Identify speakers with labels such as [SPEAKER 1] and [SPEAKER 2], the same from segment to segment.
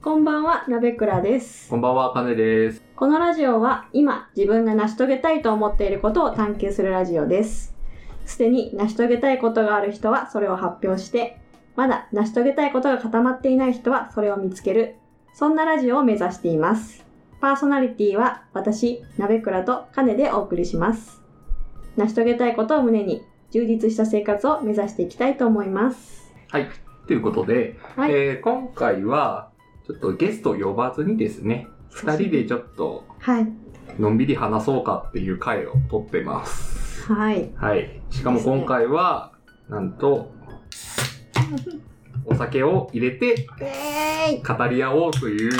[SPEAKER 1] こんばんは、なべくらです。
[SPEAKER 2] こんばんは、あかねです。
[SPEAKER 1] このラジオは今自分が成し遂げたいと思っていることを探求するラジオです。すでに成し遂げたいことがある人はそれを発表して、まだ成し遂げたいことが固まっていない人はそれを見つける、そんなラジオを目指しています。パーソナリティは私、なべくらとかねでお送りします。成し遂げたいことを胸に充実した生活を目指していきたいと思います。
[SPEAKER 2] はい。ということで、
[SPEAKER 1] はい
[SPEAKER 2] えー今回は、ちょっとゲスト呼ばずにですね、二人でちょっと、
[SPEAKER 1] はい。
[SPEAKER 2] のんびり話そうかっていう回を撮ってます。
[SPEAKER 1] はい。
[SPEAKER 2] はい。しかも今回は、なん と、お酒を入れて
[SPEAKER 1] えーい
[SPEAKER 2] 語り合おうという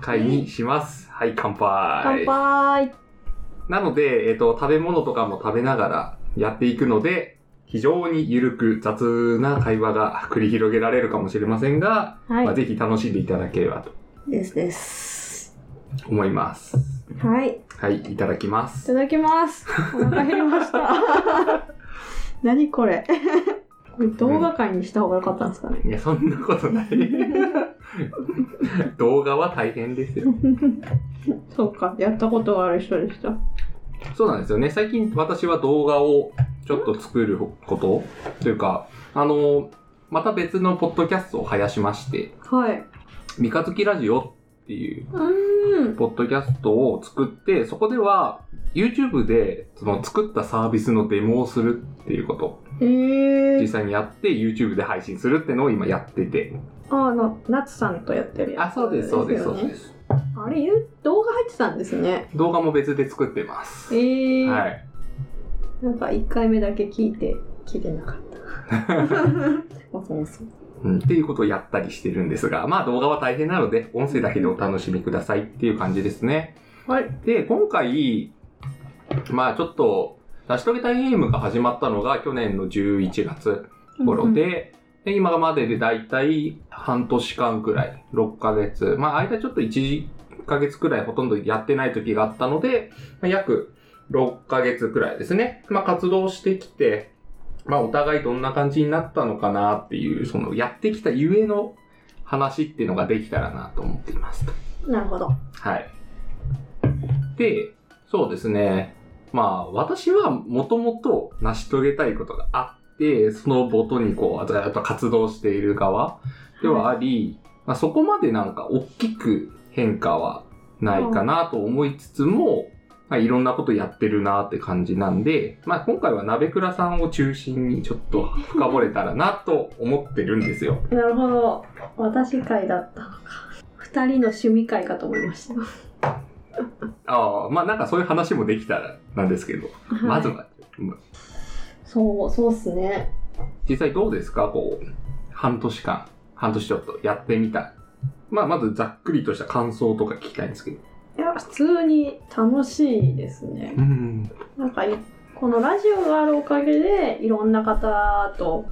[SPEAKER 2] 回にします。はい、乾
[SPEAKER 1] 乾
[SPEAKER 2] 杯。
[SPEAKER 1] 杯
[SPEAKER 2] なので、えっ、と、食べ物とかも食べながらやっていくので、非常にゆるく雑な会話が繰り広げられるかもしれませんが、ま
[SPEAKER 1] は
[SPEAKER 2] あ、ぜひ楽しんでいただければと
[SPEAKER 1] い。ですです。
[SPEAKER 2] 思います。
[SPEAKER 1] はい、い
[SPEAKER 2] はい、いただきま
[SPEAKER 1] た
[SPEAKER 2] す。
[SPEAKER 1] だきます。お腹減りま した。何これ。これ動画会にした方が良かったんですかね。
[SPEAKER 2] いや、そんなことない。動画は大変ですよ。
[SPEAKER 1] そうか、やったことがある人でした。
[SPEAKER 2] そうなんですよね。最近私は動画をちょっと作ることというか、あの、また別のポッドキャストを生やしまして、
[SPEAKER 1] はい。
[SPEAKER 2] 三日月ラジオっていう
[SPEAKER 1] うーん。
[SPEAKER 2] ポッドキャストを作って、そこでは YouTube でその作ったサービスのデモをするっていうこと、
[SPEAKER 1] え
[SPEAKER 2] 実
[SPEAKER 1] ー。
[SPEAKER 2] 際にやって YouTube で配信するってのを今やってて。
[SPEAKER 1] ああの、なつさんとやってるや
[SPEAKER 2] あ、
[SPEAKER 1] つ、。
[SPEAKER 2] そうです、そうです、そうですす。
[SPEAKER 1] あれ、ゆ動画入ってたんですね。
[SPEAKER 2] 動画も別で作ってます。
[SPEAKER 1] えー。
[SPEAKER 2] はい。
[SPEAKER 1] なんか一回目だけ聞いて、聞いてなか った。 わかります。
[SPEAKER 2] うん、っていうことをやったりしてるんですが、まあ動画は大変なので、音声だけでお楽しみくださいっていう感じですね。
[SPEAKER 1] はい。
[SPEAKER 2] で、今回、まあちょっと、成し遂げたいゲームが始まったのが去年の11月。頃で、で今まででだいたい半年間くらい、6ヶ月、まあ間ちょっと1ヶ月くらいほとんどやってない時があったので、まあ、約6ヶ月くらいですね。まあ活動してきて、まあお互いどんな感じになったのかなっていう、そのやってきたゆえの話っていうのができたらなと思っています。
[SPEAKER 1] うん。なるほど。
[SPEAKER 2] はい。で、そうですね。まあ、私はもともと成し遂げたいことがあって、そのボトにこう、ずっと活動している側ではあり、まあ、そこまでなんか大きく変化はないかなと思いつつも、まあ、いろんなことやってるなって感じなんで、まあ、今回は鍋倉さんを中心にちょっと深掘れたらなと思ってるんですよ。
[SPEAKER 1] なるほど。私会だったのか。二人の趣味会かと思いました。
[SPEAKER 2] ああ、まあなんかそういう話もできたらなんですけど、まず
[SPEAKER 1] はい
[SPEAKER 2] は
[SPEAKER 1] そう、そうっすね。
[SPEAKER 2] 実際どうですかこう、半年間、半年ちょっとやってみた。まあ、まずざっくりとした感想とか聞きたいんですけど。
[SPEAKER 1] いや、普通に楽しいですね。
[SPEAKER 2] うん。
[SPEAKER 1] なんかい、このラジオがあるおかげで、いろんな方と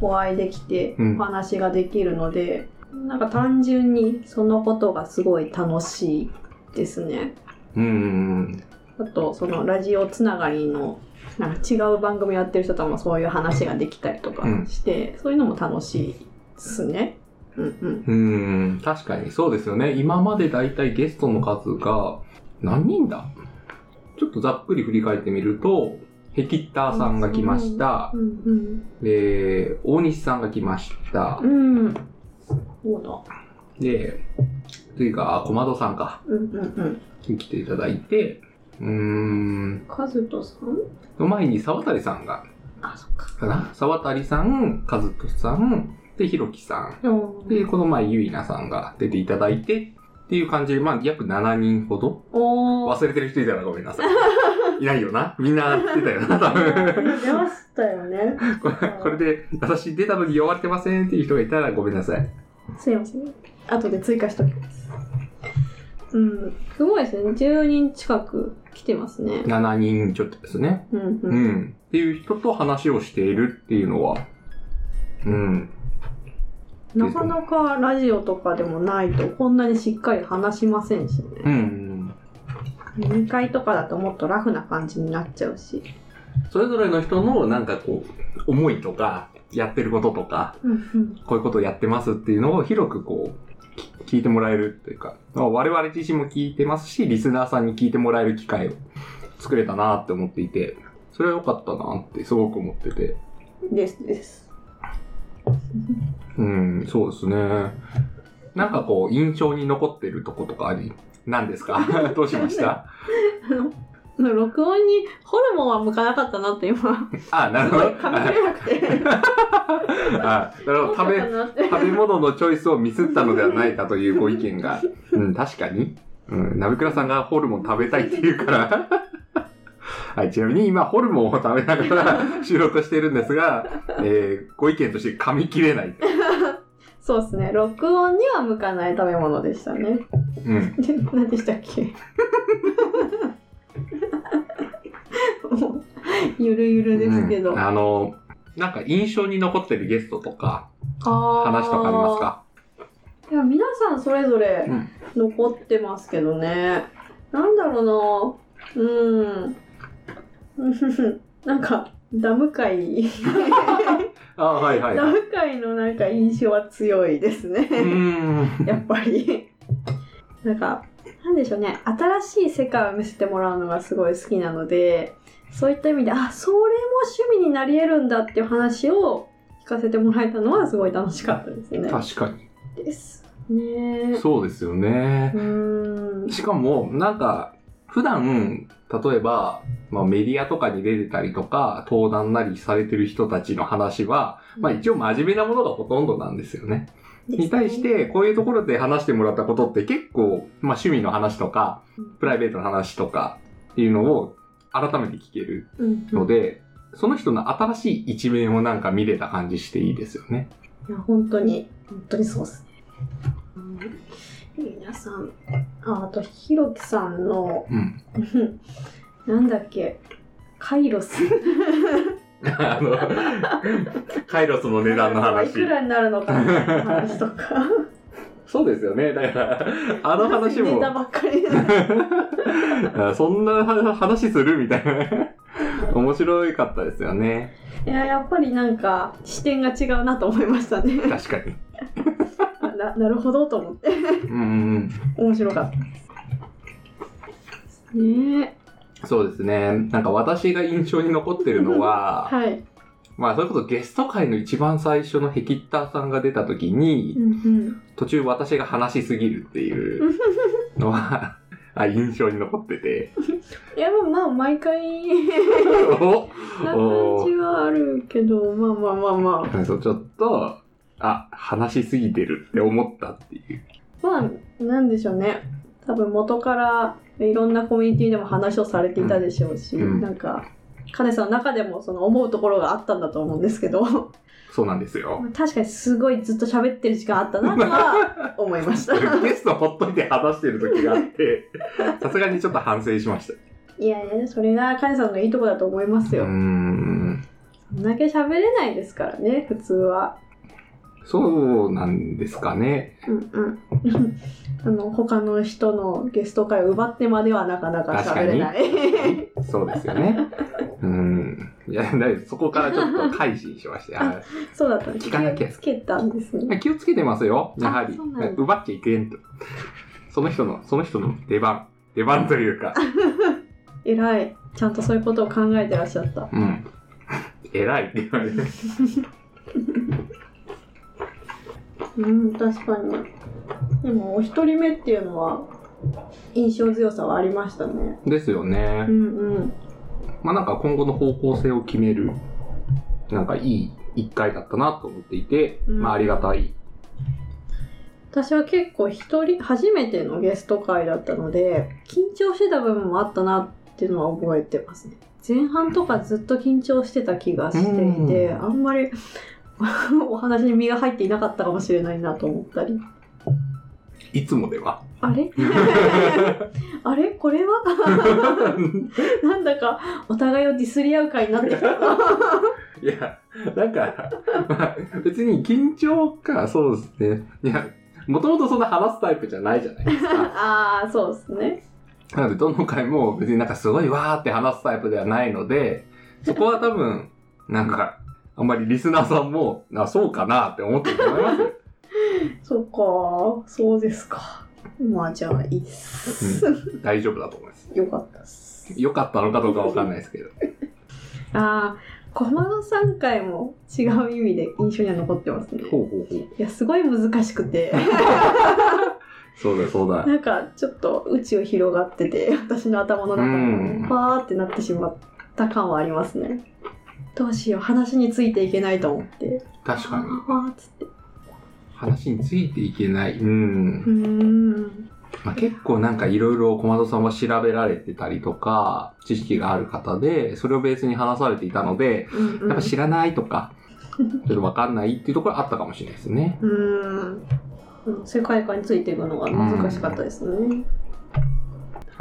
[SPEAKER 1] お会いできて、
[SPEAKER 2] うん
[SPEAKER 1] お話ができるので、なんか単純にそのことがすごい楽しいですね。
[SPEAKER 2] うん。
[SPEAKER 1] あと、そのラジオつながりの、なんか違う番組やってる人ともそういう話ができたりとかして、そういうのも楽しいですね。うんうん。
[SPEAKER 2] うん。確かにそうですよね。今までだいたいゲストの数が何人だちょっとざっくり振り返ってみると、ヘキッターさんが来ました
[SPEAKER 1] う。ん
[SPEAKER 2] で、大西さんが来ました
[SPEAKER 1] う。ん。うん。そうだ。
[SPEAKER 2] で、というか、小窓さんか。
[SPEAKER 1] うんうんうん。
[SPEAKER 2] に来ていただいて、うーん。
[SPEAKER 1] カズトさん
[SPEAKER 2] の前に沢渡さんが
[SPEAKER 1] あ、そっか。
[SPEAKER 2] かな沢渡さん、和人さん、で、ひろきさ
[SPEAKER 1] お
[SPEAKER 2] ん。で、この前、ゆいなさんが出ていただいて、っていう感じで、まあ、約7人ほど。
[SPEAKER 1] おー。
[SPEAKER 2] 忘れてる人いたらごめんなさい。いないよな。みんな来てたよな、多分。
[SPEAKER 1] 出ましたよね。
[SPEAKER 2] これこれで、私出たのに呼ばれてませんっていう人がいたらごめんなさい。
[SPEAKER 1] すいません。後で追加しときます。うん。すごいですね。10人近く来てますね。
[SPEAKER 2] 7人ちょっとですね。
[SPEAKER 1] うんうん。
[SPEAKER 2] うん。っていう人と話をしているっていうのは、うん。
[SPEAKER 1] なかなかラジオとかでもないとこんなにしっかり話しませんしね
[SPEAKER 2] うん。
[SPEAKER 1] 2回とかだともっとラフな感じになっちゃうし、
[SPEAKER 2] それぞれの人の、なんかこう、思いとか、やってることとか、
[SPEAKER 1] うんうん、
[SPEAKER 2] こういうことをやってますっていうのを広くこう、き聞いてもらえるというか、まあ我々自身も聞いてますし、リスナーさんに聞いてもらえる機会を作れたなって思っていて、それは良かったなってすごく思ってて。
[SPEAKER 1] ですです。
[SPEAKER 2] うん、そうですね。なんかこう、印象に残ってるとことかあり、何ですか どうしました
[SPEAKER 1] あの録音にホルモンは向かなかったなって今、
[SPEAKER 2] あ、な
[SPEAKER 1] す
[SPEAKER 2] るほ
[SPEAKER 1] ご
[SPEAKER 2] ど
[SPEAKER 1] い。噛み切れなくて。
[SPEAKER 2] あなるほど。食べ、食べ物のチョイスをミスったのではないかというご意見が。うん、確かに。うん、鍋倉さんがホルモン食べたいって言うから。 はい、ちなみに今、ホルモンを食べながら収録しているんですが、えーご意見として噛み切れない。
[SPEAKER 1] そうですね。録音には向かない食べ物でしたね。
[SPEAKER 2] うん。
[SPEAKER 1] で何でしたっけ もうゆるゆるですけど、
[SPEAKER 2] うん
[SPEAKER 1] あ
[SPEAKER 2] あの、なんか印象に残ってるゲストとか、
[SPEAKER 1] ー
[SPEAKER 2] 話とかありますか
[SPEAKER 1] いや皆さんそれぞれ
[SPEAKER 2] うん
[SPEAKER 1] 残ってますけどね、なんだろうなうんうん ふふなんかダム界
[SPEAKER 2] あはいはい
[SPEAKER 1] ダ
[SPEAKER 2] はい。
[SPEAKER 1] ム界のなんか印象は強いですね、
[SPEAKER 2] うーん。
[SPEAKER 1] やっぱりなんかなんでしょうね新しい世界を見せてもらうのがすごい好きなのでそういった意味であそれも趣味になり得るんだっていう話を聞かせてもらえたのはすごい楽しかったですね。
[SPEAKER 2] 確かに。
[SPEAKER 1] ですね。
[SPEAKER 2] そうですよね
[SPEAKER 1] う。ーん
[SPEAKER 2] しかも、なんか、普段、例えば、まあ、メディアとかに出てたりとか、登壇なりされてる人たちの話は、まあ一応真面目なものがほとんどなんですよね。に対し、て、こういうところで話してもらったことって結構、まあ趣味の話とか、プライベートの話とかっていうのを改めて聞ける
[SPEAKER 1] うんうん
[SPEAKER 2] ので、その人の新しい一面をなんか見れた感じしていいですよね。
[SPEAKER 1] いや本当に本当にそうですね。うん皆さんああとひろきさんの
[SPEAKER 2] うん。
[SPEAKER 1] うんなんだっけカイロス
[SPEAKER 2] あの、カイロスの値段の話。
[SPEAKER 1] いくらになるのかみたいな話とか
[SPEAKER 2] そうですよね。だから、 あ
[SPEAKER 1] あ
[SPEAKER 2] の話も
[SPEAKER 1] ネ、タばっかり
[SPEAKER 2] あそんな話するみたいな。 面白かったですよね。
[SPEAKER 1] いややっぱりなんか視点が違うなと思いましたね
[SPEAKER 2] 確かに。
[SPEAKER 1] ななるほどと思って
[SPEAKER 2] うんうん
[SPEAKER 1] 面白かったですね
[SPEAKER 2] うん。そうですね。なんか私が印象に残ってるのは、
[SPEAKER 1] はい、
[SPEAKER 2] まあそれこそゲスト会の一番最初のヘキッターさんが出た時に、
[SPEAKER 1] うんうん、
[SPEAKER 2] 途中私が話しすぎるっていうのは、 あ印象に残ってて。
[SPEAKER 1] いやまあまあ毎回
[SPEAKER 2] お
[SPEAKER 1] な感じはあるけどまあまあまあまあ
[SPEAKER 2] そうちょっと、あ、話しすぎてるって思ったっていう。
[SPEAKER 1] まあなんでしょうね多分元からいろんなコミュニティでも話をされていたでしょうし、
[SPEAKER 2] うん
[SPEAKER 1] なんか彼さんの中でもその思うところがあったんだと思うんですけど
[SPEAKER 2] そうなんですよ。
[SPEAKER 1] 確かにすごいずっと喋ってる時間あったなとは思いました
[SPEAKER 2] ゲストほっといて話してる時があ って、さすがにちょっと反省しまし
[SPEAKER 1] いやいやそれが彼さんのいいとこだと思います
[SPEAKER 2] た。
[SPEAKER 1] よ、
[SPEAKER 2] ん。
[SPEAKER 1] そんだけ喋れないですからね普通は
[SPEAKER 2] そうなんですかね。
[SPEAKER 1] うんうん あの他の人のゲスト会を奪ってまではなかなか喋れない
[SPEAKER 2] そうですよね。うん。いや、だいぶそこからちょっと改心し ましたよ。
[SPEAKER 1] そうだったんです
[SPEAKER 2] 聞かなきゃ
[SPEAKER 1] つけたんですね
[SPEAKER 2] 気をつけてますよ、やは
[SPEAKER 1] あ
[SPEAKER 2] り
[SPEAKER 1] そうなんだ。
[SPEAKER 2] 奪っちゃいけんと。その人の、その人の出番。出番というか。
[SPEAKER 1] 偉いちゃんとそういうことを考えてらっしゃった
[SPEAKER 2] うん。 偉いって言われて。
[SPEAKER 1] うん確かにでもお一人目っていうのは印象強さはありましたね
[SPEAKER 2] ですよね
[SPEAKER 1] う。んうん
[SPEAKER 2] まあなんか今後の方向性を決める、なんかいい一回だったなと思っていて、
[SPEAKER 1] うん
[SPEAKER 2] まあありがたい。
[SPEAKER 1] 私は結構一人初めてのゲスト会だったので緊張してた部分もあったなっていうのは覚えてますね前半とかずっと緊張してた気がしていて、
[SPEAKER 2] う
[SPEAKER 1] あんまり お話に身が入っていなかったかもしれないなと思ったり
[SPEAKER 2] いつもでは。
[SPEAKER 1] あれ あれこれは なんだかお互いをディスり合う会になってきたな。
[SPEAKER 2] いや、なんか、まあ別に緊張か、そうですね。いや、もともとそんな話すタイプじゃないじゃないですか。
[SPEAKER 1] ああ、そうですね。
[SPEAKER 2] なので、どの回も別になんかすごいわーって話すタイプではないので、そこは多分、なんか、あんまりリスナーさんも、あ、そうかなって思ってると思いますよ。
[SPEAKER 1] そうか、そうですか。まあじゃあいいっす。
[SPEAKER 2] 大丈夫だと思います。
[SPEAKER 1] よかったっす。
[SPEAKER 2] 良かったのかどうかわかんないですけど。
[SPEAKER 1] ああ、この3回も違う意味で印象には残ってますね。
[SPEAKER 2] ほうほうほう。
[SPEAKER 1] いや、すごい難しく て、
[SPEAKER 2] そうだそうだ。
[SPEAKER 1] なんかちょっと宇宙広がってて、私の頭の中
[SPEAKER 2] うん
[SPEAKER 1] にパーってなってしまった感はありますね。どうしよう、話についていけないと思って。
[SPEAKER 2] 確かに。
[SPEAKER 1] あーっつって。
[SPEAKER 2] 話についていけない。うん
[SPEAKER 1] う。ーん。
[SPEAKER 2] まあ、結構なんかいろいろ小窓さんは調べられてたりとか、知識がある方で、それをベースに話されていたので、
[SPEAKER 1] うんうん
[SPEAKER 2] やっぱ知らないとか、ちょっとわかんないっていうところあったかもしれないですね。
[SPEAKER 1] うーん世界観についていくのが難しかったですね。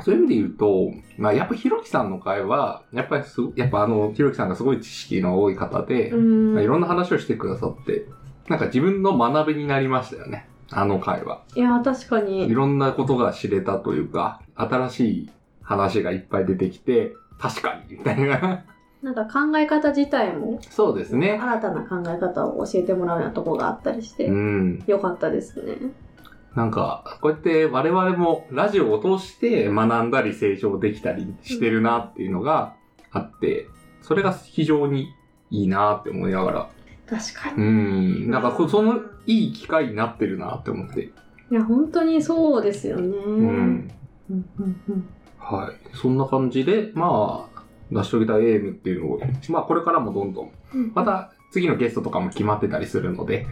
[SPEAKER 2] そういう意味で言うと、まあやっぱひろきさんの会は、やっぱりすごやっぱあの、ひろきさんがすごい知識の多い方で、
[SPEAKER 1] うん
[SPEAKER 2] まあいろんな話をしてくださって、なんか自分の学びになりましたよね。あの会は。
[SPEAKER 1] いや確か
[SPEAKER 2] い
[SPEAKER 1] に。
[SPEAKER 2] ろんなことが知れたというか、新しい話がいっぱい出てきて、確かにみたいな。
[SPEAKER 1] なんか考え方自体も
[SPEAKER 2] そうですね。
[SPEAKER 1] 新たな考え方を教えてもらうようなとこがあったりして、
[SPEAKER 2] うん。
[SPEAKER 1] よかったですね。
[SPEAKER 2] なんか、こうやって我々もラジオを通して学んだり成長できたりしてるなっていうのがあって、それが非常にいいなって思いながら。
[SPEAKER 1] 確か
[SPEAKER 2] う
[SPEAKER 1] に。
[SPEAKER 2] ん。なんかこ、その、いい機会になってるなって思って。
[SPEAKER 1] いや本当にそうですよね。
[SPEAKER 2] うん。
[SPEAKER 1] うんうんうん
[SPEAKER 2] はい。そんな感じで、まあ、成し遂げた AM っていうのを、まあこれからもどんどん
[SPEAKER 1] うん
[SPEAKER 2] また次のゲストとかも決まってたりするので、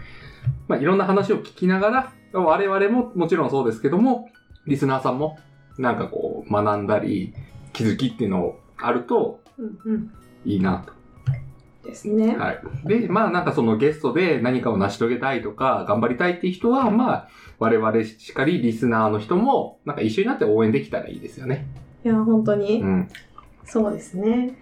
[SPEAKER 2] まあ、いろんな話を聞きながら、我々ももちろんそうですけども、リスナーさんもなんかこう学んだり、気づきっていうのをあると
[SPEAKER 1] うんうん
[SPEAKER 2] いいな
[SPEAKER 1] ですね
[SPEAKER 2] と。。はい。で、まあなんかそのゲストで何かを成し遂げたいとか、頑張りたいっていう人は、まあ我々しっかりリスナーの人も、なんか一緒になって応援できたらいいですよね。
[SPEAKER 1] いや本当に、
[SPEAKER 2] うん。
[SPEAKER 1] そうですね。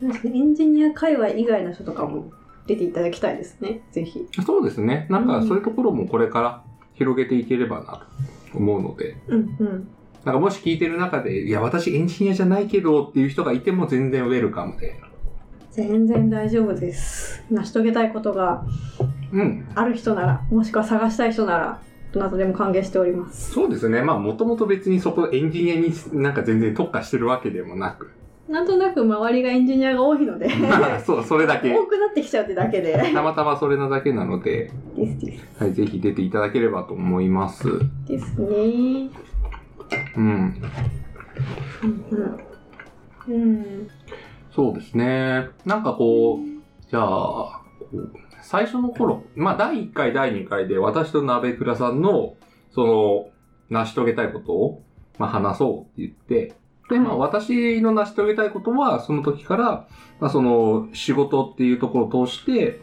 [SPEAKER 1] 確かにエンジニア界隈以外の人とかも出ていただきたいですね。ぜひ。
[SPEAKER 2] そうですね。なんかそういうところもこれから広げていければなと思うので、
[SPEAKER 1] うんうん。
[SPEAKER 2] なんかもし聞いてる中で、いや、私エンジニアじゃないけどっていう人がいても全然ウェルカムで。
[SPEAKER 1] 全然大丈夫です成し遂げたいことが
[SPEAKER 2] うん。
[SPEAKER 1] ある人ならもしくは探したい人ならどなたでも歓迎しております
[SPEAKER 2] そうですね。まあ、もともと別にそこエンジニアになんか全然特化してるわけでもなく。
[SPEAKER 1] なんとなく周りがエンジニアが多いので
[SPEAKER 2] まあ、そう、それだけ。
[SPEAKER 1] 多くなってきちゃうってだけで
[SPEAKER 2] たまたまそれなだけなので、
[SPEAKER 1] ですです
[SPEAKER 2] はい、ぜひ出ていただければと思います。
[SPEAKER 1] ですねう
[SPEAKER 2] うん。
[SPEAKER 1] んうんうん
[SPEAKER 2] そうですね。なんかこう、じゃあ、こう最初の頃、まあ、第1回、第2回で私と鍋倉さんの、その、成し遂げたいことを、まあ、話そうって言って、で、まあ、私の成し遂げたいことは、その時から、まあ、その、仕事っていうところを通して、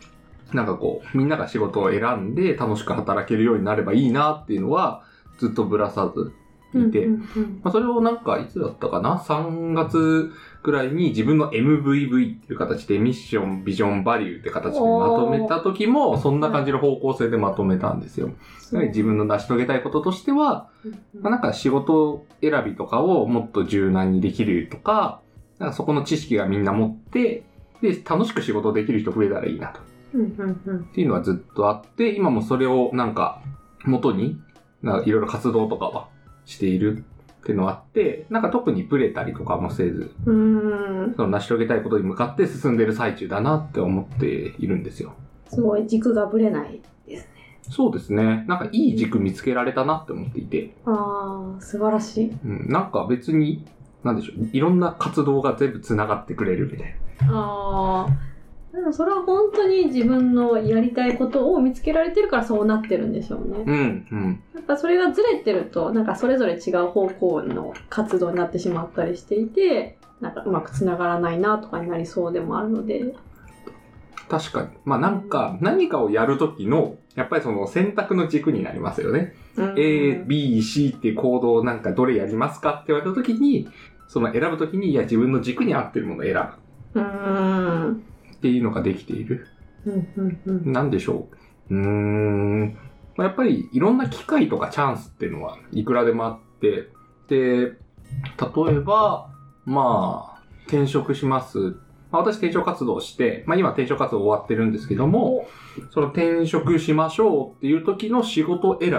[SPEAKER 2] なんかこう、みんなが仕事を選んで楽しく働けるようになればいいなっていうのは、ずっとぶらさずいて、
[SPEAKER 1] うんうん
[SPEAKER 2] まあ、それをなんか、いつだったかな ?3 月くらいに自分の MVV っていう形でミッション、ビジョン、バリューって形でまとめた時も、そんな感じの方向性でまとめたんですよ。つまり自分の成し遂げたいこととしては、
[SPEAKER 1] うん
[SPEAKER 2] まあ、なんか仕事選びとかをもっと柔軟にできるとか、なんかそこの知識がみんな持って、で、楽しく仕事できる人増えたらいいなと。
[SPEAKER 1] うんうんうん
[SPEAKER 2] っていうのはずっとあって、今もそれをなんか元に、なんかいろいろ活動とかはしているっていうのはあって、なんか特にブレたりとかもせず、
[SPEAKER 1] うんうん
[SPEAKER 2] その成し遂げたいことに向かって進んでる最中だなって思っているんですよ。
[SPEAKER 1] すごい軸がぶれない
[SPEAKER 2] そうですね。なんかいい軸見つけられたなって思っていて、
[SPEAKER 1] ああ素晴らしい
[SPEAKER 2] うん、なんか別に、なんでしょう、いろんな活動が全部繋がってくれるみたい
[SPEAKER 1] ああでもそれは本当に自分のやりたいことを見つけられてるからそうなってるんでしょうね
[SPEAKER 2] な。うん、うん。
[SPEAKER 1] やっぱそれがずれてるとなんかそれぞれ違う方向の活動になってしまったりしていてなんかうまくつながらないなとかになりそうでもあるので
[SPEAKER 2] 確かに。まあなんか何かをやる時の、やっぱりその選択の軸になりますよね。A、B、C っていう行動をなんかどれやりますかって言われた時に、その選ぶ時に、いや自分の軸に合ってるものを選
[SPEAKER 1] うーん
[SPEAKER 2] ぶっていうのができている。
[SPEAKER 1] うんうんうん
[SPEAKER 2] なんでしょう。うーん。まあやっぱりいろんな機会とかチャンスっていうのはいくらでもあって、で、例えば、まあ、転職します。まあ、私転職活動をして、まあ、今転職活動終わってるんですけども、その転職しましょうっていう時の仕事選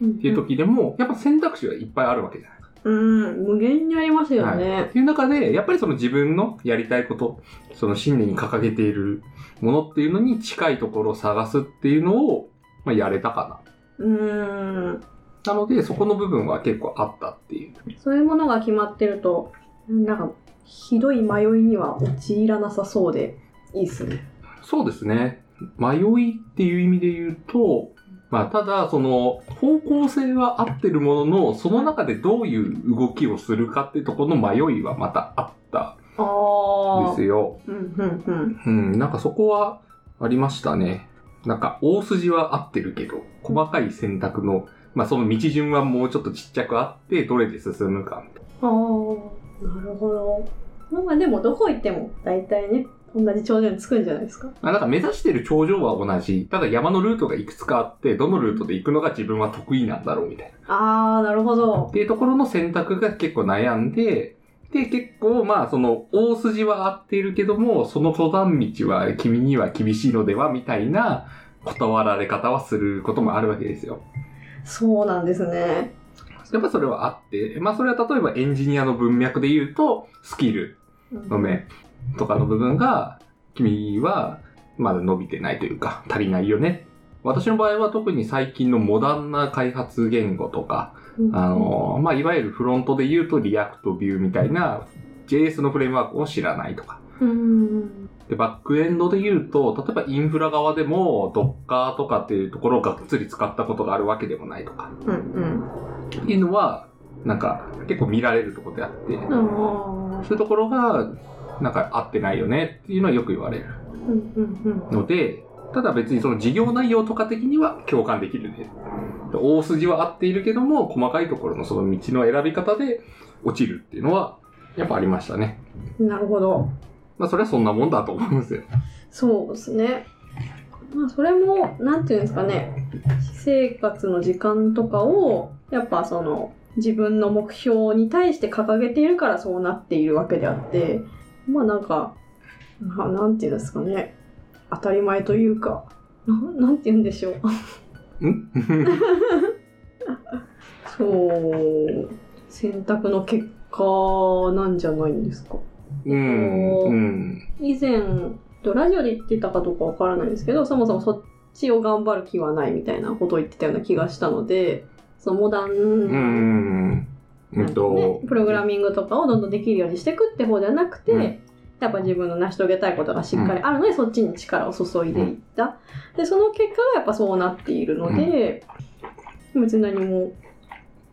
[SPEAKER 2] びっていう時でも、やっぱ選択肢がいっぱいあるわけじゃないですか。
[SPEAKER 1] うん、無限にありますよ
[SPEAKER 2] はい、っ
[SPEAKER 1] ね。
[SPEAKER 2] ていう中で、やっぱりその自分のやりたいこと、その信念に掲げているものっていうのに近いところを探すっていうのを、まあ、やれたか
[SPEAKER 1] うん。
[SPEAKER 2] な。なので、そこの部分は結構あったっていう。
[SPEAKER 1] そういうものが決まってると、なんか、ひどい迷いには陥らなさそうで、いいっすね。
[SPEAKER 2] そうですね。迷いっていう意味で言うと、まあ、ただ、その、方向性は合ってるものの、その中でどういう動きをするかってとこの迷いはまたあった
[SPEAKER 1] ああ
[SPEAKER 2] んですよ。
[SPEAKER 1] うん、うん、うん。
[SPEAKER 2] うん、なんかそこはありましたね。なんか、大筋は合ってるけど、細かい選択の、まあ、その道順はもうちょっとちっちゃくあって、どれで進むか。
[SPEAKER 1] ああ、なるほど。まあでも、どこ行っても、大体ね、同じ頂上に着くんじゃないですか。
[SPEAKER 2] まあ、なんか目指してる頂上は同じ。ただ山のルートがいくつかあって、どのルートで行くのが自分は得意なんだろうみたいな。
[SPEAKER 1] ああ、なるほ
[SPEAKER 2] っ
[SPEAKER 1] ど。
[SPEAKER 2] ていうところの選択が結構悩んで、で、結構、まあ、その、大筋は合っているけども、その登山道は君には厳しいのでは、みたいな断られ方はすることもあるわけですよ。
[SPEAKER 1] そうなんですね。
[SPEAKER 2] やっぱそれはあって、まあ、それは例えばエンジニアの文脈で言うと、スキルの面とかの部分が、君はまだ伸びてないというか、足りないよね。私の場合は特に最近のモダンな開発言語とか、
[SPEAKER 1] うん
[SPEAKER 2] あ、の、まあ、いわゆるフロントで言うとリアクトビューみたいな JS のフレームワークを知らないとか。
[SPEAKER 1] うん。
[SPEAKER 2] で、バックエンドで言うと、例えばインフラ側でも Docker とかっていうところをがっつり使ったことがあるわけでもないとか。
[SPEAKER 1] うん、うん。
[SPEAKER 2] っていうのは、なんか結構見られるところであって、
[SPEAKER 1] あ
[SPEAKER 2] そういうところが、なんか合ってないよねっていうのはよく言われる
[SPEAKER 1] あ、うん、うん、うん。
[SPEAKER 2] ので、ただ別にその事業内容とか的には共感できるね。で大筋は合っているけども、細かいところのその道の選び方で落ちるっていうのは、やっぱありましたね。
[SPEAKER 1] なるほど。
[SPEAKER 2] まあそれはそんなもんだと思うんで すよ。
[SPEAKER 1] そうですね。まあ、それも、なんていうんですかね、私生活の時間とかを、やっぱその、自分の目標に対して掲げているからそうなっているわけであって、まあなんか、ななんていうんですかね、当たり前というか、ななんていうんでしょう。
[SPEAKER 2] ん
[SPEAKER 1] そう、選択の結果なんじゃないんですか。
[SPEAKER 2] うん。うん。
[SPEAKER 1] 以前とラジオで言ってたかどうかわからないんですけどそもそもそっちを頑張る気はないみたいなことを言ってたような気がしたのでそのモダン、
[SPEAKER 2] うん。う
[SPEAKER 1] なん
[SPEAKER 2] ん
[SPEAKER 1] かね
[SPEAKER 2] と、
[SPEAKER 1] プログラミングとかをどんどんできるようにしていくって方じゃなくて、
[SPEAKER 2] うん
[SPEAKER 1] やっぱ自分の成し遂げたいことがしっかりあるので、そっちに力を注いでいった、でその結果がやっぱそうなっているので、別に何もう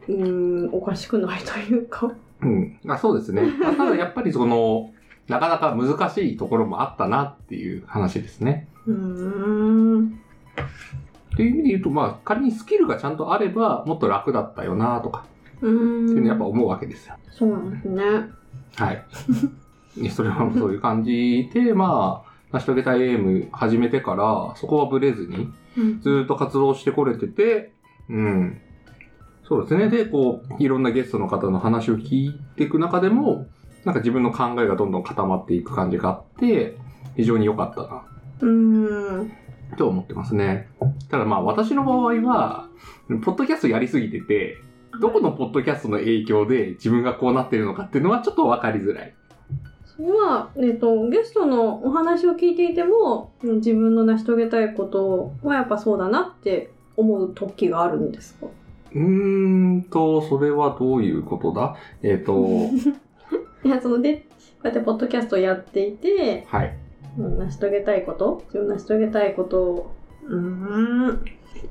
[SPEAKER 1] ーんおかしくないというか。
[SPEAKER 2] うん。あそうですね。まあただやっぱりその、なかなか難しいところもあったなっていう話ですね。
[SPEAKER 1] うーん
[SPEAKER 2] っていう意味で言うと、まあ、仮にスキルがちゃんとあれば、もっと楽だったよなとか、
[SPEAKER 1] うーん
[SPEAKER 2] っていうのはやっぱ思うわけですよ。
[SPEAKER 1] そうなんですね。
[SPEAKER 2] はい。ねそれはもうそういう感じで、まあ、成し遂げたいエーム始めてから、そこはブレずに、
[SPEAKER 1] うん
[SPEAKER 2] ずーっと活動してこれてて、うん。そうですね。で、こう、いろんなゲストの方の話を聞いていく中でも、なんか自分の考えがどんどん固まっていく感じがあって、非常に良かったな
[SPEAKER 1] うーん
[SPEAKER 2] と思ってますね。ただまあ私の場合は、ポッドキャストやりすぎてて、どこのポッドキャストの影響で自分がこうなってるのかっていうのはちょっとわかりづらい。
[SPEAKER 1] それは、えっとゲストのお話を聞いていてもうん自分の成し遂げたいことはやっぱそうだなって思う時があるんですか
[SPEAKER 2] うーんと、それはどういうことだえっ、と、
[SPEAKER 1] いやそのでこうやってポッドキャストをやっていて
[SPEAKER 2] はい。
[SPEAKER 1] うん成し遂げたいこと自分の成し遂げたいことをうーん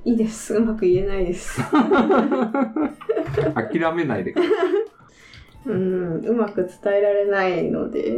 [SPEAKER 1] いいですうまく言えないです
[SPEAKER 2] 諦めないで。
[SPEAKER 1] うんうまく伝えられないので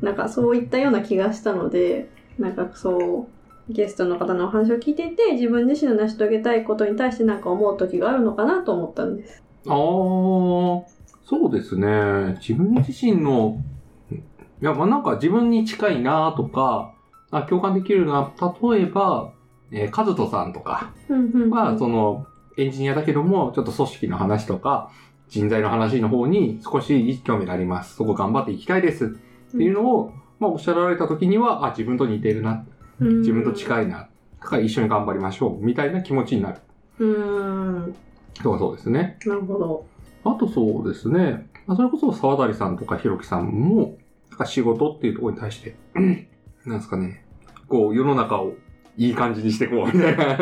[SPEAKER 1] なんかそういったような気がしたのでなんかそうゲストの方のお話を聞いていて自分自身の成し遂げたいことに対してなんか思う時があるのかなと思ったんです。
[SPEAKER 2] あー、そうですね。自分自身の、いや、まあなんか自分に近いなとか、あ共感できるな、例えば、えー、カズトさんとか、は、その、エンジニアだけども、ちょっと組織の話とか、人材の話の方に少し興味があります。そこ頑張っていきたいです。っていうのを、まあ、おっしゃられた時には、あ、自分と似てるな、
[SPEAKER 1] うん
[SPEAKER 2] 自分と近いな、だから一緒に頑張りましょう、みたいな気持ちになる。
[SPEAKER 1] うん。な
[SPEAKER 2] とかそうですね。
[SPEAKER 1] るほど。
[SPEAKER 2] あとそうですね、まあ、それこそ沢谷さんとかひろきさんも、なんか仕事っていうところに対して、 うんなんですかね、こう世の中をいい感じにしてこうみたいな、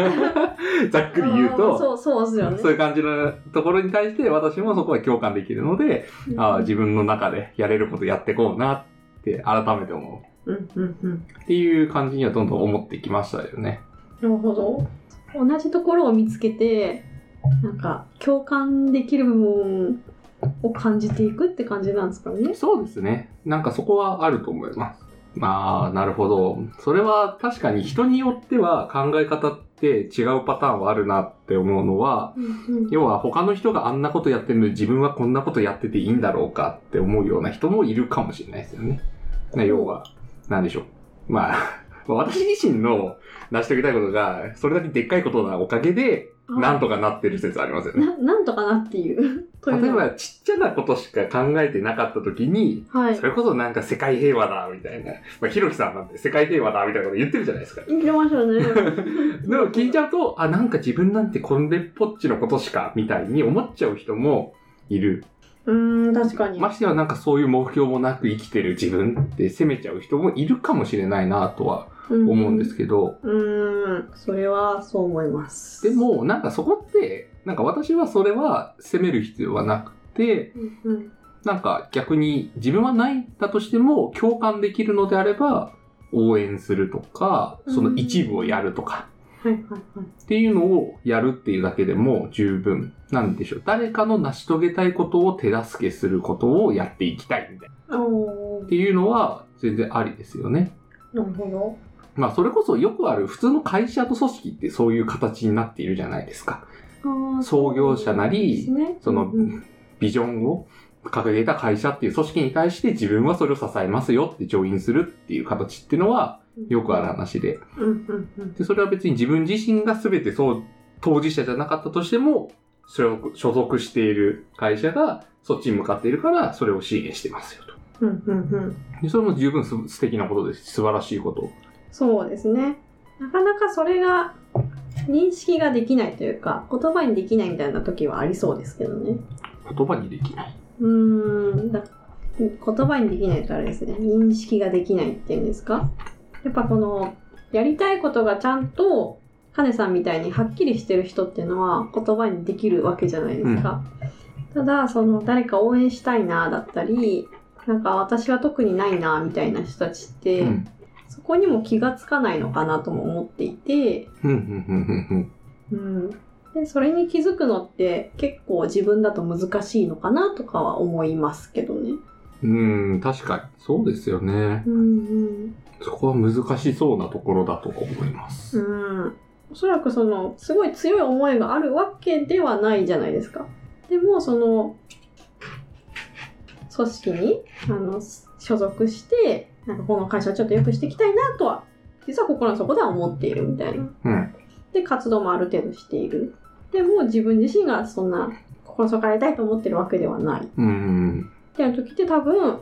[SPEAKER 2] ざっくり言う
[SPEAKER 1] あー
[SPEAKER 2] と、
[SPEAKER 1] そう、そうですよね。
[SPEAKER 2] そういう感じのところに対して私もそこは共感できるので、あー自分の中でやれることやってこうなって改めて思
[SPEAKER 1] うんうんうん。
[SPEAKER 2] うっていう感じにはどんどん思ってきましたよね。
[SPEAKER 1] なるほど。同じところを見つけて、なんか共感できる部分を感じていくって感じなんですかね。
[SPEAKER 2] そうですね。なんかそこはあると思います。まあ、なるほど。それは確かに人によっては考え方って違うパターンはあるなって思うのは、要は他の人があんなことやってるのに自分はこんなことやってていいんだろうかって思うような人もいるかもしれないですよね。ね要は、なんでしょう。まあ、 私自身の成し遂げたいことが、それだけでっかいことなおかげで、なん
[SPEAKER 1] と
[SPEAKER 2] とかなってる説ありますよね。
[SPEAKER 1] ななんとかなっていう。という
[SPEAKER 2] 例え
[SPEAKER 1] のは
[SPEAKER 2] ば、ちっちゃなことしか考えてなかった時に、
[SPEAKER 1] はい
[SPEAKER 2] そ。れこそなんか世界平和だ、みたいな。まあ、ひろきさんなんて世界平和だ、みたいなこと言ってるじゃないですか。
[SPEAKER 1] 言ってましたね。
[SPEAKER 2] でも聞いちゃうと、あ、なんか自分なんてこんでっぽっちのことしか、みたいに思っちゃう人もいる。
[SPEAKER 1] うーん、確かに。
[SPEAKER 2] ましてはなんかそういう目標もなく生きてる自分って責めちゃう人もいるかもしれないなとは思うんですけど、
[SPEAKER 1] うーん、それはそう思います。
[SPEAKER 2] で、もなんかそこって、なんか私はそれは責める必要はなくて、
[SPEAKER 1] うんうん、
[SPEAKER 2] なんか逆に自分はないんだとしても共感できるのであれば応援するとか、その一部をやるとか
[SPEAKER 1] はいはいはい。
[SPEAKER 2] っていうのをやるっていうだけでも十分なんでしょう。誰かの成し遂げたいことを手助けすることをやっていきたいみたいな。
[SPEAKER 1] おー
[SPEAKER 2] っていうのは全然ありですよね。
[SPEAKER 1] なるほど。
[SPEAKER 2] まあそれこそよくある普通の会社と組織ってそういう形になっているじゃないですか。
[SPEAKER 1] あー
[SPEAKER 2] 創業者なり
[SPEAKER 1] そうですね
[SPEAKER 2] その
[SPEAKER 1] うんうん
[SPEAKER 2] ビジョンを掲げた会社っていう組織に対して自分はそれを支えますよってジョインするっていう形っていうのはよくある話で。
[SPEAKER 1] うんうんうん
[SPEAKER 2] で、それは別に自分自身が全てそう、当事者じゃなかったとしても、それを所属している会社がそっちに向かっているからそれを支援してますよと。
[SPEAKER 1] うんうんうん
[SPEAKER 2] で、それも十分す素敵なことですし。素晴らしいこと。
[SPEAKER 1] そうですね。なかなかそれが認識ができないというか、言葉にできないみたいな時はありそうですけどね。
[SPEAKER 2] 言葉にできない。
[SPEAKER 1] うーんだ言葉にできないとあれですね認識ができないっていうんですかやっぱこのやりたいことがちゃんとカネさんみたいにはっきりしてる人っていうのは言葉にできるわけじゃないですか、ただその誰か応援したいなだったりなんか私は特にないなみたいな人たちって、
[SPEAKER 2] うん。
[SPEAKER 1] そこにも気がつかないのかなとも思っていて、
[SPEAKER 2] うん、うん、うん、うん
[SPEAKER 1] うん、でそれに気づくのって結構自分だと難しいのかなとかは思いますけどね。
[SPEAKER 2] うん。うん、確かに。そうですよね。
[SPEAKER 1] うん
[SPEAKER 2] そこは難しそうなところだと思います。
[SPEAKER 1] うん、うんおそらくそのすごい強い思いがあるわけではないじゃないですか。でもその組織にあの所属してなんかこの会社をちょっと良くしていきたいなとは実は心の底では思っているみたいな。
[SPEAKER 2] うん
[SPEAKER 1] で活動もある程度している。でも自分自身がそんな心の底からやりたいと思ってるわけではない。
[SPEAKER 2] うん、
[SPEAKER 1] ってなる時って多分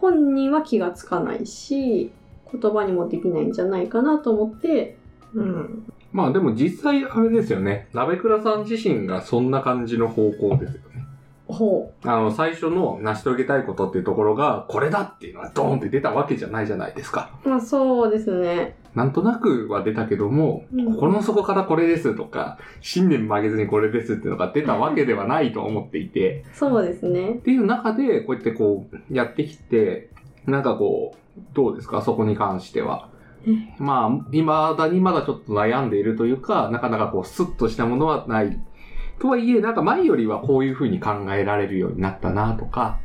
[SPEAKER 1] 本人は気がつかないし言葉にもできないんじゃないかなと思って、うん、
[SPEAKER 2] まあでも実際あれですよね。鍋倉さん自身がそんな感じの方向ですよね。
[SPEAKER 1] ほ
[SPEAKER 2] あの、最初の成し遂げたいことっていうところが、これだっていうのはドーンって出たわけじゃないじゃないですか。
[SPEAKER 1] うまあそうですね、
[SPEAKER 2] なんとなくは出たけども、
[SPEAKER 1] うん
[SPEAKER 2] 心の底からこれですとか、信念曲げずにこれですっていうのが出たわけではないと思っていて、
[SPEAKER 1] そうですね
[SPEAKER 2] っていう中で、こうやってこう、やってきて、なんかこう、どうですかそこに関しては
[SPEAKER 1] うん。
[SPEAKER 2] まあ、未だにまだちょっと悩んでいるというか、なかなかこう、スッとしたものはない。とはいえ、なんか前よりはこういうふうに考えられるようになったなとか、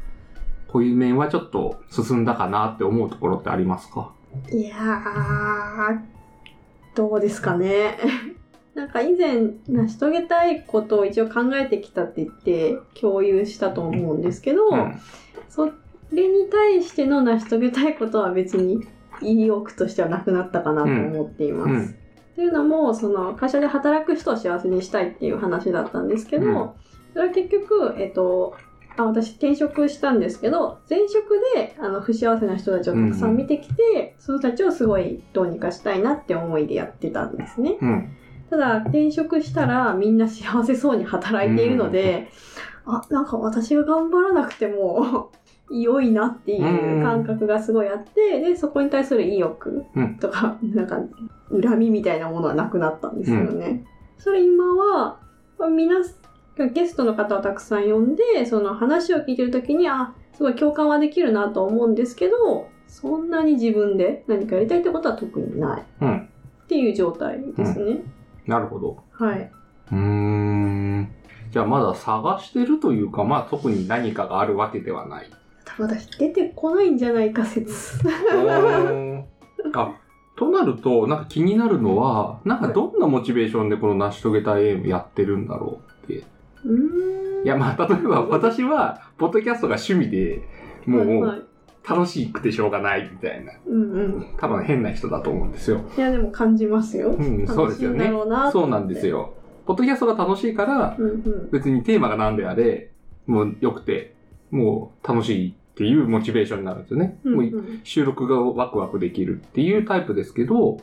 [SPEAKER 2] こういう面はちょっと進んだかなって思うところってありますか
[SPEAKER 1] いやーどうですかね なんか以前成し遂げたいことを一応考えてきたって言って共有したと思うんですけど、
[SPEAKER 2] うん。
[SPEAKER 1] それに対しての成し遂げたいことは別に意欲としてはなくなったかなと思っています。
[SPEAKER 2] うんうん
[SPEAKER 1] というのもその会社で働く人を幸せにしたいっていう話だったんですけど、
[SPEAKER 2] うん
[SPEAKER 1] それは結局、えっとあ私転職したんですけど前職であの不幸せな人たちをたくさん見てきて、その人たちをすごいどうにかしたいなって思いでやってたんですね
[SPEAKER 2] うん。
[SPEAKER 1] ただ転職したらみんな幸せそうに働いているので、あなんか私が頑張らなくても 良いなっていう感覚がすごいあって、でそこに対する意欲とか、なんか恨みみたいなものはなくなったんですよね。それ今はまあ皆さんゲストの方をたくさん呼んでその話を聞いてる時にあすごい共感はできるなと思うんですけどそんなに自分で何かやりたいってことは特にない
[SPEAKER 2] うん。
[SPEAKER 1] っていう状態ですね。
[SPEAKER 2] なるほど。
[SPEAKER 1] はい。
[SPEAKER 2] うーん。じゃあまだ探してるというか、まあ特に何かがあるわけではない。
[SPEAKER 1] 多分私出てこないんじゃないか説。
[SPEAKER 2] あ、となると、なんか気になるのは、なんかどんなモチベーションでこの成し遂げたいエームやってるんだろうって。
[SPEAKER 1] うーん。
[SPEAKER 2] いや、まあ 例えば私は、ポッドキャストが趣味で、も
[SPEAKER 1] はいう
[SPEAKER 2] 楽しくてしょうがないみたいな、
[SPEAKER 1] うんうん。
[SPEAKER 2] 多分変な人だと思うんですよ。
[SPEAKER 1] いやでも感じますよ。
[SPEAKER 2] うん、そうですよ
[SPEAKER 1] 楽しいんだ
[SPEAKER 2] ね。
[SPEAKER 1] ろうな。
[SPEAKER 2] そうなんです。よ。ポッドキャストが楽しいから、
[SPEAKER 1] うんうん。
[SPEAKER 2] 別にテーマが何であれ、もう良くて、もう楽しいっていうモチベーションになるんですよね。
[SPEAKER 1] うん
[SPEAKER 2] も
[SPEAKER 1] う、
[SPEAKER 2] うん収録がワクワクできるっていうタイプですけど、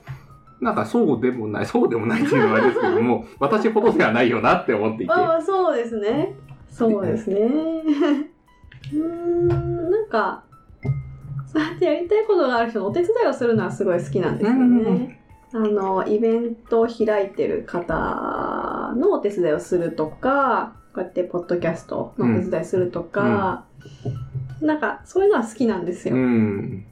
[SPEAKER 2] なんかそうでもない、 そうでもないっていうのはあれですけども、私ほどではないよなって思っていて。
[SPEAKER 1] ああそうですね。そうですね。うーんなんかそうやってやりたいことがある人のお手伝いをするのはすごい好きなんですよ
[SPEAKER 2] うんうんう
[SPEAKER 1] ね。あのイベントを開いてる方のお手伝いをするとかこうやってポッドキャストのお手伝いするとか、なんかそういうのは好きなんですよ。
[SPEAKER 2] うん。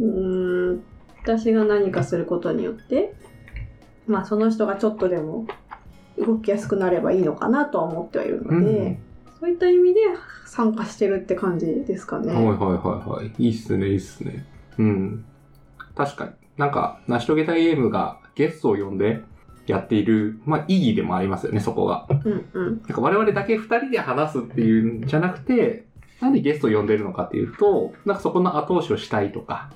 [SPEAKER 1] うーん私が何かすることによってまあその人がちょっとでも動きやすくなればいいのかなとは思ってはいる
[SPEAKER 2] う
[SPEAKER 1] ので、
[SPEAKER 2] ん。
[SPEAKER 1] そういった意味で参加してるって感じですか
[SPEAKER 2] はいはい
[SPEAKER 1] ね。
[SPEAKER 2] はいはい。いいっすね、いいっすね。うん。確かに。なんか、成し遂げたいゲームがゲストを呼んでやっている、まあ意義でもありますよね、そこが。
[SPEAKER 1] うんうん
[SPEAKER 2] なんか我々だけ二人で話すっていうんじゃなくて、なんでゲストを呼んでるのかっていうと、なんかそこの後押しをしたいとか、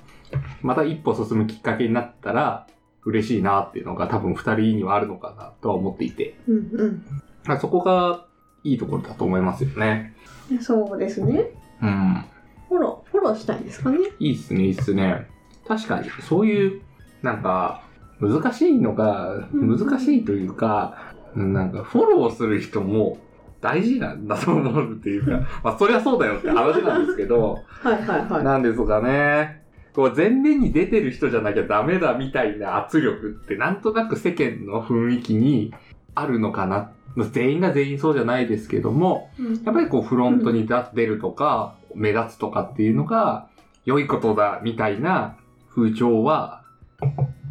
[SPEAKER 2] また一歩進むきっかけになったら嬉しいなっていうのが多分二人にはあるのかなとは思っていて、
[SPEAKER 1] うん
[SPEAKER 2] なんかそこがいいところだと思いますよね。
[SPEAKER 1] うんそうですね。
[SPEAKER 2] うん。
[SPEAKER 1] フォローフォローしたいんですかね。
[SPEAKER 2] いいっすね、いいっすね。確かに、そういう、なんか、難しいのが、
[SPEAKER 1] うん
[SPEAKER 2] 難しいというか、なんか、フォローする人も大事なんだと思うっていうか、 まあ、そりゃそうだよって話なんですけど、
[SPEAKER 1] はいはいは
[SPEAKER 2] なんですかね。こう、前面に出てる人じゃなきゃダメだみたいな圧力って、なんとなく世間の雰囲気にあるのかな。全員が全員そうじゃないですけども、
[SPEAKER 1] い。うん
[SPEAKER 2] やっぱりこうフロントに出出るとか、目立つとかっていうのが良いことだみたいな風潮は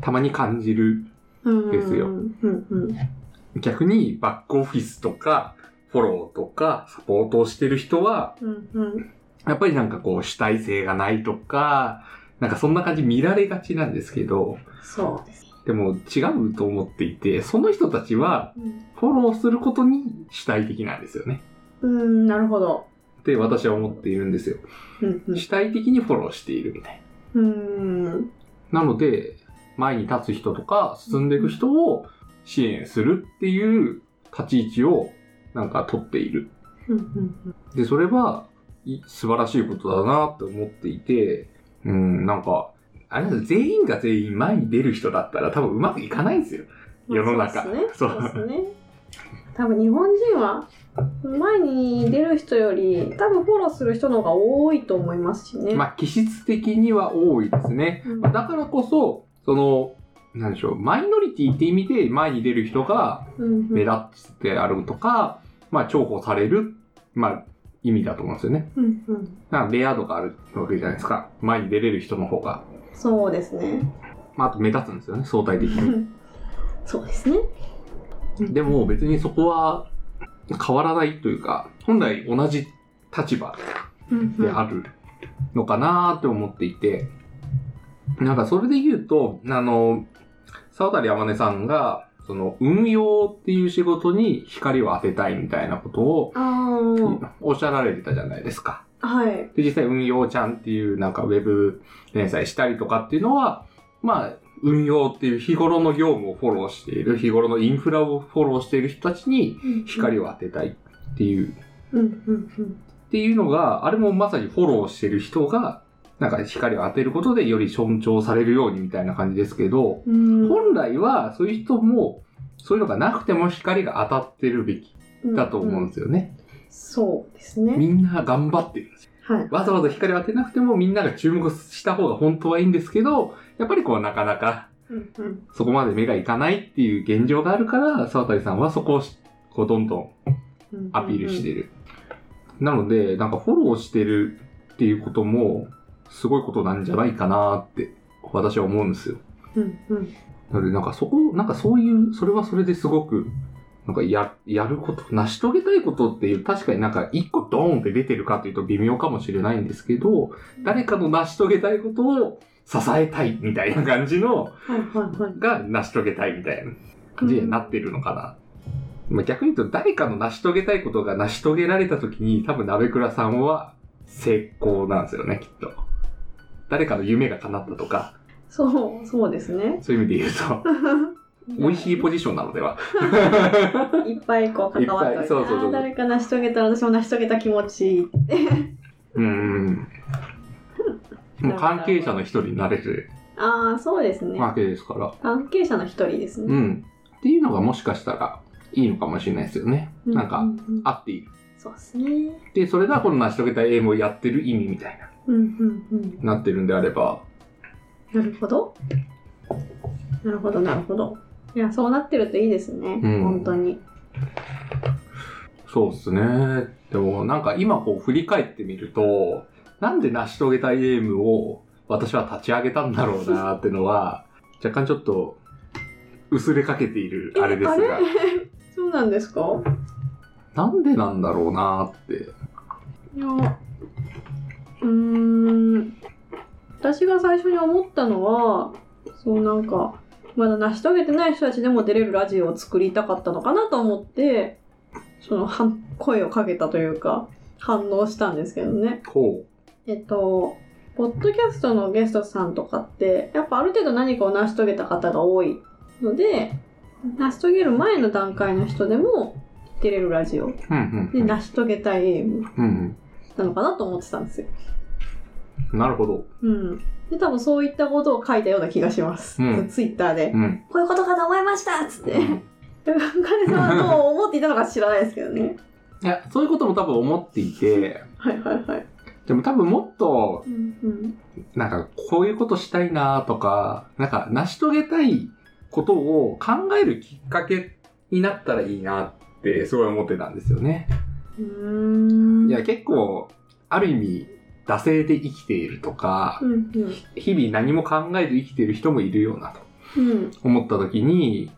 [SPEAKER 2] たまに感じる。
[SPEAKER 1] うん
[SPEAKER 2] ですよ
[SPEAKER 1] うんうん
[SPEAKER 2] 逆にバックオフィスとかフォローとかサポートをしてる人は、
[SPEAKER 1] うんうん
[SPEAKER 2] やっぱりなんかこう主体性がないとか、なんかそんな感じ見られがちなんですけど、
[SPEAKER 1] そうです。
[SPEAKER 2] でも違うと思っていて、その人たちは
[SPEAKER 1] うん
[SPEAKER 2] フォローすることに主体的なんですよね。
[SPEAKER 1] うんなるほど。
[SPEAKER 2] って私は思っているんですよ。
[SPEAKER 1] うんうん
[SPEAKER 2] 主体的にフォローしているみたいな。
[SPEAKER 1] うん
[SPEAKER 2] なので、前に立つ人とか、進んでいく人を支援するっていう立ち位置をなんか取っている。
[SPEAKER 1] うんうん
[SPEAKER 2] で、それはい素晴らしいことだなって思っていて、うん、なんか、あれなんです全員が全員前に出る人だったら多分うまくいかないんです
[SPEAKER 1] う
[SPEAKER 2] よ。
[SPEAKER 1] ん
[SPEAKER 2] 世の中
[SPEAKER 1] そうですね。
[SPEAKER 2] そ
[SPEAKER 1] そううですね。多分日本人は前に出る人より多分フォローする人の方が多いと思いますしね。
[SPEAKER 2] まあ、気質的には多いですね。
[SPEAKER 1] うん
[SPEAKER 2] まあだからこそ、その、なんでしょう、マイノリティって意味で前に出る人が
[SPEAKER 1] うん
[SPEAKER 2] 目立ってあるとか、まあ、重宝される、まあ、意味だと思うんですよね。
[SPEAKER 1] うんうん
[SPEAKER 2] なんかレア度があるわけじゃないですか。前に出れる人の方が。
[SPEAKER 1] そうですね。
[SPEAKER 2] まあ、あと目立つんですよね、相対的に。
[SPEAKER 1] そうですね。
[SPEAKER 2] でも別にそこは変わらないというか、本来同じ立場
[SPEAKER 1] うんうん
[SPEAKER 2] であるのかなーって思っていて、なんかそれで言うと、あの、沢渡山根さんが、その運用っていう仕事に光を当てたいみたいなことを
[SPEAKER 1] あー
[SPEAKER 2] おっしゃられてたじゃないですか。
[SPEAKER 1] はい。
[SPEAKER 2] で、実際運用ちゃんっていうなんかウェブ連載したりとかっていうのは、まあ、運用っていう日頃の業務をフォローしている、日頃のインフラをフォローしている人たちに光を当てたいっていう
[SPEAKER 1] うんうんうん
[SPEAKER 2] っていうのが、あれもまさにフォローしてる人が、なんか光を当てることでより尊重されるようにみたいな感じですけど、
[SPEAKER 1] うん
[SPEAKER 2] 本来はそういう人も、そういうのがなくても光が当たってるべきだと思うんですよね。
[SPEAKER 1] そうですね。
[SPEAKER 2] みんな頑張ってるんですよ。
[SPEAKER 1] はい。
[SPEAKER 2] わざわざ光を当てなくてもみんなが注目した方が本当はいいんですけど、やっぱりこうなかなか
[SPEAKER 1] うんうん
[SPEAKER 2] そこまで目がいかないっていう現状があるから、沢渡さんはそこをしこうどんどん
[SPEAKER 1] うんうん
[SPEAKER 2] アピールしてる。なので、なんかフォローしてるっていうことも、すごいことなんじゃないかなって、私は思うんですよ。
[SPEAKER 1] うんうん
[SPEAKER 2] なので、なんかそこ、なんかそういう、それはそれですごく、なんかや、やること、成し遂げたいことっていう、確かになんか一個ドーンって出てるかっていうと微妙かもしれないんですけど、誰かの成し遂げたいことを支えたいみたいな感じの、
[SPEAKER 1] はいはいはい。
[SPEAKER 2] が成し遂げたいみたいな感じになってるのかな。まあ逆に言うと誰かの成し遂げたいことが成し遂げられた時に多分鍋倉さんは成功なんですよね、きっと。誰かの夢が叶ったとか、
[SPEAKER 1] そう、そうですね。
[SPEAKER 2] そういう意味で言うと、美味しいポジションなのでは。
[SPEAKER 1] いっぱいこう関わっておいて
[SPEAKER 2] いっぱいそうそうそう
[SPEAKER 1] あー誰か成し遂げたら私も成し遂げた気持ち
[SPEAKER 2] うん。もう関係者の一人になれる
[SPEAKER 1] ああそうですね、
[SPEAKER 2] わけですから。
[SPEAKER 1] 関係者の一人です
[SPEAKER 2] う
[SPEAKER 1] ね、
[SPEAKER 2] ん。っていうのがもしかしたらいいのかもしれないですよね。
[SPEAKER 1] う
[SPEAKER 2] なんか
[SPEAKER 1] う、う
[SPEAKER 2] 合っている。
[SPEAKER 1] そうですね
[SPEAKER 2] で、それがこの成し遂げたいエイムをやってる意味みたいな。
[SPEAKER 1] うんうんうん
[SPEAKER 2] なってるんであれば、
[SPEAKER 1] なるほどなるほどなるほどいやそうなってるといいですね、
[SPEAKER 2] うん
[SPEAKER 1] 本当に
[SPEAKER 2] そうですね。でもなんか今こう振り返ってみると、なんで成し遂げたいエームを私は立ち上げたんだろうなってのは、若干ちょっと薄れかけているあれです
[SPEAKER 1] え
[SPEAKER 2] が、
[SPEAKER 1] そうなんですか
[SPEAKER 2] なんでなんだろうなって。
[SPEAKER 1] いやうーん私が最初に思ったのはそうなんかまだ成し遂げてない人たちでも出れるラジオを作りたかったのかなと思ってそのはん声をかけたというか反応したんですけどね。
[SPEAKER 2] こ
[SPEAKER 1] えっとポッドキャストのゲストさんとかってやっぱある程度何かを成し遂げた方が多いので成し遂げる前の段階の人でも出れるラジオ
[SPEAKER 2] う。うんう
[SPEAKER 1] で
[SPEAKER 2] ん。
[SPEAKER 1] 成し遂げたいエイム
[SPEAKER 2] うん
[SPEAKER 1] なのかなと思ってたんですよ。
[SPEAKER 2] うん。なるほど。
[SPEAKER 1] うん。で、多分そういったことを書いたような気がします。
[SPEAKER 2] うん
[SPEAKER 1] ツイッターで。
[SPEAKER 2] うん。
[SPEAKER 1] こういうことかと思いましたっつって。彼さんはどう思っていたのか知らないですけどね。
[SPEAKER 2] いや、そういうことも多分思っていて、
[SPEAKER 1] はいはいはい。
[SPEAKER 2] でも多分もっと
[SPEAKER 1] うんうん。
[SPEAKER 2] なんか、こういうことしたいなとか、なんか、成し遂げたいことを考えるきっかけになったらいいなって、すごい思ってたんですよね。
[SPEAKER 1] うーん。
[SPEAKER 2] いや、結構、ある意味、惰性で生きているとか
[SPEAKER 1] う、んうん。
[SPEAKER 2] 日々何も考えず生きている人もいるようなと
[SPEAKER 1] うん。
[SPEAKER 2] 思った時に、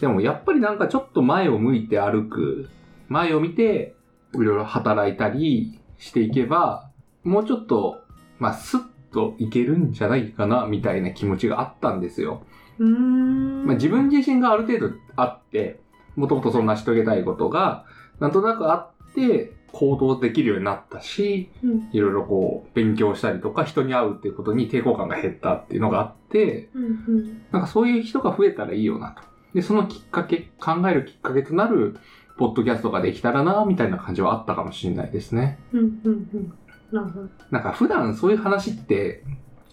[SPEAKER 2] でもやっぱりなんかちょっと前を向いて歩く、前を見て、いろいろ働いたりしていけば、もうちょっと、まあ、スッといけるんじゃないかな、みたいな気持ちがあったんですよ。
[SPEAKER 1] うーん。
[SPEAKER 2] まあ、自分自身がある程度あって、もともとその成し遂げたいことが、なんとなくあって、行動できるようになったし、
[SPEAKER 1] うん
[SPEAKER 2] いろいろこう、勉強したりとか、人に会うっていうことに抵抗感が減ったっていうのがあって、
[SPEAKER 1] うん
[SPEAKER 2] なんかそういう人が増えたらいいよなと。で、そのきっかけ、考えるきっかけとなる、ポッドキャストができたらな、みたいな感じはあったかもしれないですね。
[SPEAKER 1] うん。うんうんうん。なるほど。
[SPEAKER 2] なんか普段そういう話って、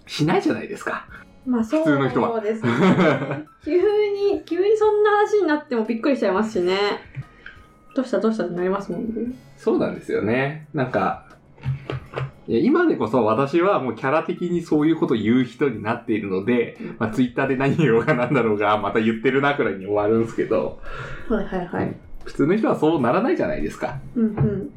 [SPEAKER 2] しないじゃないですか。
[SPEAKER 1] まあそう
[SPEAKER 2] 普通の人は
[SPEAKER 1] ですね。急に、急にそんな話になってもびっくりしちゃいますしね。どうしたどうしたってなりますもんね。
[SPEAKER 2] そうなんですよね。なんか、いや今でこそ私はもうキャラ的にそういうことを言う人になっているので、まあツイッターで何言おうがなんだろうが、また言ってるなくらいに終わるんですけど、
[SPEAKER 1] はいはいはい。
[SPEAKER 2] 普通の人はそうならないじゃないですか。
[SPEAKER 1] うんうん。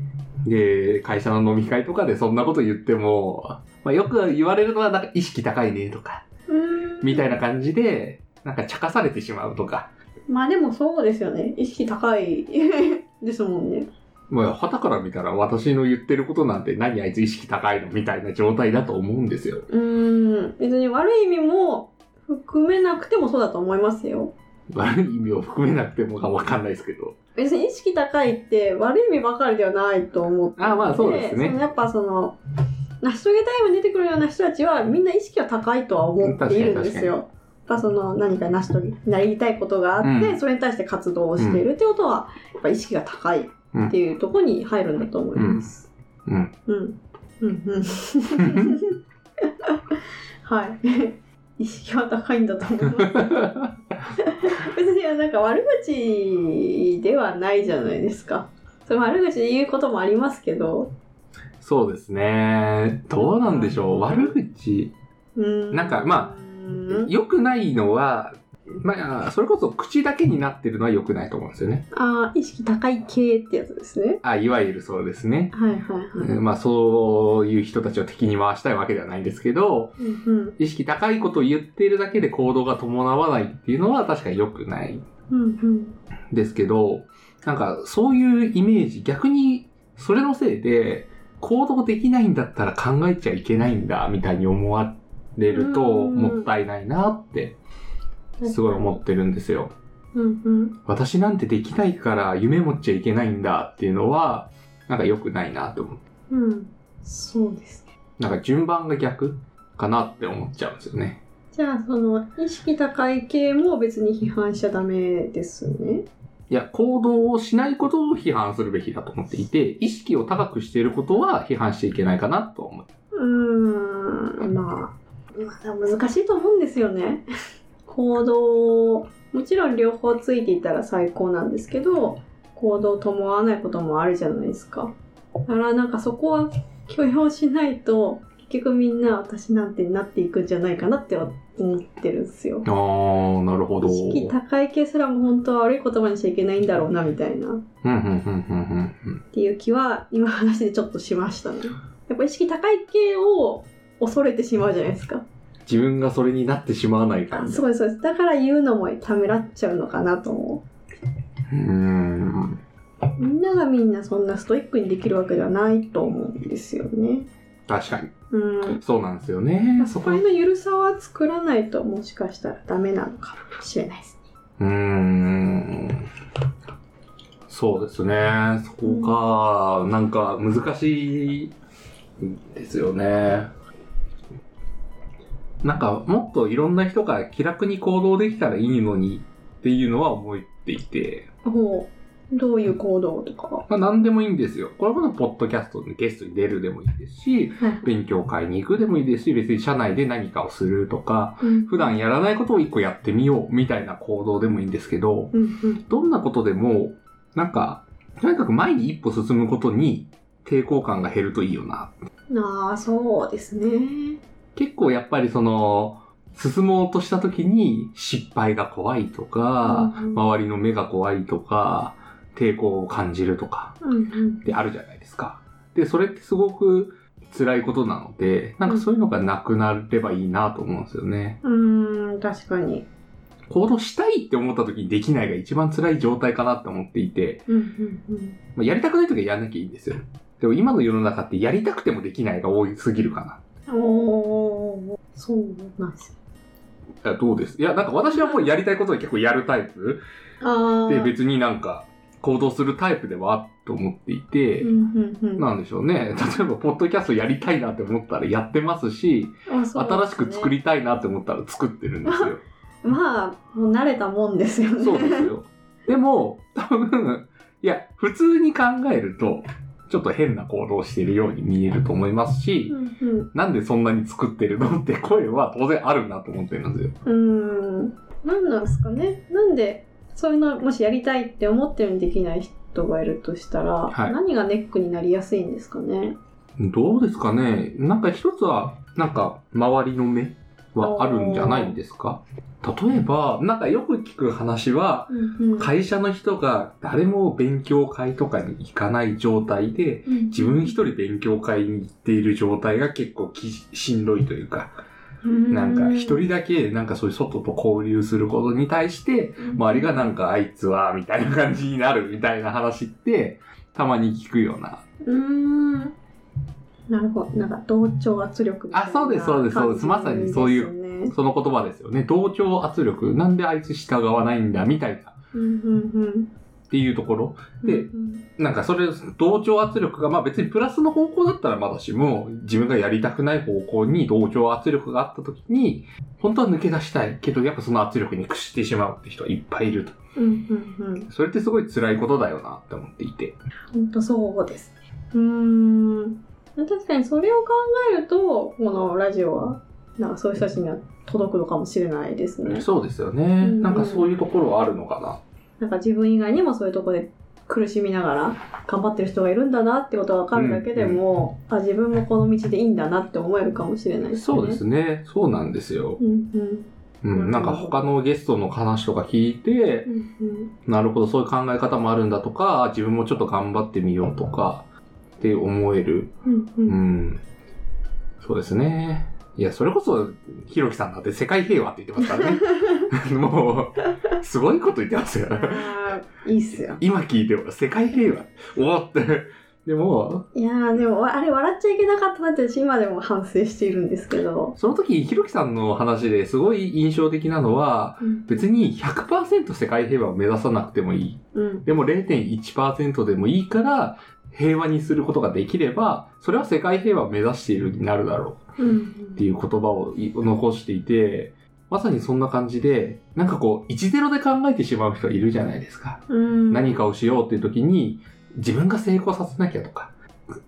[SPEAKER 2] で、会社の飲み会とかでそんなこと言っても、まあ、よく言われるのはなんか意識高いねとか、
[SPEAKER 1] うーん
[SPEAKER 2] みたいな感じで、なんか茶化されてしまうとか、
[SPEAKER 1] まあでもそうですよね。意識高い ですもんね。
[SPEAKER 2] まあ、旗から見たら私の言ってることなんて何あいつ意識高いのみたいな状態だと思うんですよ。
[SPEAKER 1] うーん。別に悪い意味も含めなくてもそうだと思いますよ。
[SPEAKER 2] 悪い意味を含めなくてもかわかんないですけど。
[SPEAKER 1] 別に意識高いって悪い意味ばかりではないと思って。
[SPEAKER 2] あまあそうですね
[SPEAKER 1] そのやっぱその、成し遂げたいも出てくるような人たちはみんな意識は高いとは思っているんですよ。やっぱその何か成し遂げ、なりたいことがあって、
[SPEAKER 2] うん
[SPEAKER 1] それに対して活動をしているってことは、やっぱ意識が高いっていうところに入るんだと思います。
[SPEAKER 2] うん。
[SPEAKER 1] うん。うんうん。 はい。 意識は高いんだと思います。 別になんか悪口ではないじゃないですか。それ悪口で言うこともありますけど。
[SPEAKER 2] そうですね。どうなんでしょう。悪口。
[SPEAKER 1] うん。
[SPEAKER 2] なんかま
[SPEAKER 1] あ。うん、
[SPEAKER 2] 良くないのは、まあ、それこそ口だけになってるのは良くないと思うんですよね。
[SPEAKER 1] あー意識高い系ってやつですね。
[SPEAKER 2] あ、いわゆるそうですね。
[SPEAKER 1] はいはいはい。
[SPEAKER 2] まあ、そういう人たちを敵に回したいわけではないんですけど、
[SPEAKER 1] うんうん
[SPEAKER 2] 意識高いことを言っているだけで行動が伴わないっていうのは確かに良くない
[SPEAKER 1] うんうん
[SPEAKER 2] ですけど、なんかそういうイメージ、逆にそれのせいで行動できないんだったら考えちゃいけないんだみたいに思われると
[SPEAKER 1] うん
[SPEAKER 2] もったいないなってすごい思ってるんですよ。
[SPEAKER 1] うんうん
[SPEAKER 2] 私なんてできないから夢持っちゃいけないんだっていうのはなんか良くないなって思う。
[SPEAKER 1] うんそうですね
[SPEAKER 2] なんか順番が逆かなって思っちゃうんですよね。
[SPEAKER 1] じゃあその意識高い系も別に批判しちゃダメですね
[SPEAKER 2] いや、行動をしないことを批判するべきだと思っていて、意識を高くしていることは批判していけないかなと思う。
[SPEAKER 1] うーんまあまだ難しいと思うんですよね 行動もちろん両方ついていたら最高なんですけど行動を伴わないこともあるじゃないですかだからなんかそこは許容しないと結局みんな私なんてなっていくんじゃないかなって思ってるんですよ
[SPEAKER 2] あー、なるほど。
[SPEAKER 1] 意識高い系すらも本当は悪い言葉にしちゃいけないんだろうなみたいな
[SPEAKER 2] うんうんうんうんうん
[SPEAKER 1] っていう気は今話でちょっとしましたねやっぱ意識高い系を恐れてしまうじゃないですか
[SPEAKER 2] 自分がそれになってしまわないか
[SPEAKER 1] あ
[SPEAKER 2] ら。
[SPEAKER 1] そうですそうですだから言うのもためらっちゃうのかなと思
[SPEAKER 2] うーん。
[SPEAKER 1] うみんながみんなそんなストイックにできるわけじゃないと思うんですよね
[SPEAKER 2] 確かに。
[SPEAKER 1] うん
[SPEAKER 2] そうなんですよね。そ
[SPEAKER 1] そ
[SPEAKER 2] こ
[SPEAKER 1] こ
[SPEAKER 2] は
[SPEAKER 1] へ。のゆるさは作らないともしかしたらダメなのかもしれないですね
[SPEAKER 2] うーん。そうですね。そこか。なんか難しいですよね。なんかもっといろんな人が気楽に行動できたらいいのにっていうのは思っていて、
[SPEAKER 1] ほうどういう行動とかは
[SPEAKER 2] まあ何でもいいんですよ。これこそポッドキャストでゲストに出るでもいいですし、
[SPEAKER 1] はい
[SPEAKER 2] 勉強会に行くでもいいですし、別に社内で何かをするとか、
[SPEAKER 1] うん
[SPEAKER 2] 普段やらないことを一個やってみようみたいな行動でもいいんですけど、
[SPEAKER 1] うんうん
[SPEAKER 2] どんなことでも、なんか、とにかく前に一歩進むことに抵抗感が減るといいよな。
[SPEAKER 1] ああそうですね
[SPEAKER 2] 結構やっぱりその、進もうとした時に失敗が怖いとか、
[SPEAKER 1] うん
[SPEAKER 2] 周りの目が怖いとか、抵抗を感じるとか
[SPEAKER 1] うんうん
[SPEAKER 2] ってあるじゃないですか。で、それってすごく辛いことなので、なんかそういうのがなくなればいいなと思うんですよね。
[SPEAKER 1] うーん確かに
[SPEAKER 2] 行動したいって思った時にできないが一番辛い状態かなって思っていて、
[SPEAKER 1] うんうんうん
[SPEAKER 2] まあ、やりたくない時はやんなきゃいいんですよ。でも今の世の中ってやりたくてもできないが多すぎるか
[SPEAKER 1] おーそうなんですね
[SPEAKER 2] な。いやどうですいや、なんか私はもうやりたいことを結構やるタイプ
[SPEAKER 1] ああ
[SPEAKER 2] で別になんか行動するタイプではと思っていて、
[SPEAKER 1] うんうんうん
[SPEAKER 2] なんでしょうね。例え ば、ポッドキャストやりたいなって思ったらやってますし、
[SPEAKER 1] あそうですね
[SPEAKER 2] 新しく作りたいなって思ったら作ってるんですよ。
[SPEAKER 1] まあもう慣れたもんですよね
[SPEAKER 2] そうですよ。でも、多分、いや、普通に考えると、ちょっと変な行動をしているように見えると思いますし、
[SPEAKER 1] うん
[SPEAKER 2] なんでそんなに作ってるのって声は当然あるなと思ってるんですよ。
[SPEAKER 1] うんうーんなんなんですかねなんでそういうのもしやりたいって思ってるにできない人がいるとしたら、
[SPEAKER 2] はい
[SPEAKER 1] 何がネックになりやすいんですかね
[SPEAKER 2] どうですかねなんか一つは、なんか周りの目はあるんじゃないんですか例えば、なんかよく聞く話は、
[SPEAKER 1] うんうん
[SPEAKER 2] 会社の人が誰も勉強会とかに行かない状態で、自分一人勉強会に行っている状態が結構きしんどいというか、なんか一人だけなんかそういう外と交流することに対して、周りがなんかあいつはみたいな感じになるみたいな話ってたまに聞くような。
[SPEAKER 1] うーんなるほどなんか同調圧力みたいな
[SPEAKER 2] あそうですそうですそうですまさにそういう
[SPEAKER 1] う
[SPEAKER 2] その言葉ですよね。同調圧力。なんであいつ従わないんだみたいな。
[SPEAKER 1] うんうん
[SPEAKER 2] っていうところ。
[SPEAKER 1] うん
[SPEAKER 2] で
[SPEAKER 1] うんうん
[SPEAKER 2] なんかそれ、同調圧力が、まあ別にプラスの方向だったらまだしも、自分がやりたくない方向に同調圧力があった時に、本当は抜け出したいけど、やっぱその圧力に屈してしまうって人はいっぱいいると。
[SPEAKER 1] うんうんうん
[SPEAKER 2] それってすごい辛いことだよなって思っていて。
[SPEAKER 1] 本当そうですねうーん確かにそれを考えるとこのラジオはなんかそういう人たちには届くのかもしれないですね
[SPEAKER 2] そうですよね、
[SPEAKER 1] ん
[SPEAKER 2] なんかそういうところはあるのか
[SPEAKER 1] な
[SPEAKER 2] な
[SPEAKER 1] んか自分以外にもそういうとこで苦しみながら頑張ってる人がいるんだなってことが分かるだけでも、あ自分もこの道でいいんだなって思えるかもしれないですね。
[SPEAKER 2] そうですねそうなんですよ、
[SPEAKER 1] うんうん
[SPEAKER 2] うん、なんか他のゲストの話とか聞いて
[SPEAKER 1] うんうん
[SPEAKER 2] なるほどそういう考え方もあるんだとか自分もちょっと頑張ってみようとかって思える
[SPEAKER 1] うんうん
[SPEAKER 2] うん。そうですね。いや、それこそ、ひろきさんだって世界平和って言ってますから ね。もう、すごいこと言ってますよ。
[SPEAKER 1] あーいいっすよ。
[SPEAKER 2] 今聞いても、世界平和。おーって。でも、
[SPEAKER 1] いやーでもわあれ笑っちゃいけなかったなって私今でも反省しているんですけど。
[SPEAKER 2] その時、ひろきさんの話ですごい印象的なのは、
[SPEAKER 1] うん
[SPEAKER 2] 別に100%世界平和を目指さなくてもいい。
[SPEAKER 1] うん
[SPEAKER 2] でも0.1%でもいいから、平和にすることができれば、それは世界平和を目指しているになるだろう。
[SPEAKER 1] うん
[SPEAKER 2] っていう言葉をい残していて、まさにそんな感じで、なんかこう、1-0で考えてしまう人いるじゃないですか。
[SPEAKER 1] うん
[SPEAKER 2] 何かをしようっていう時に、自分が成功させなきゃとか、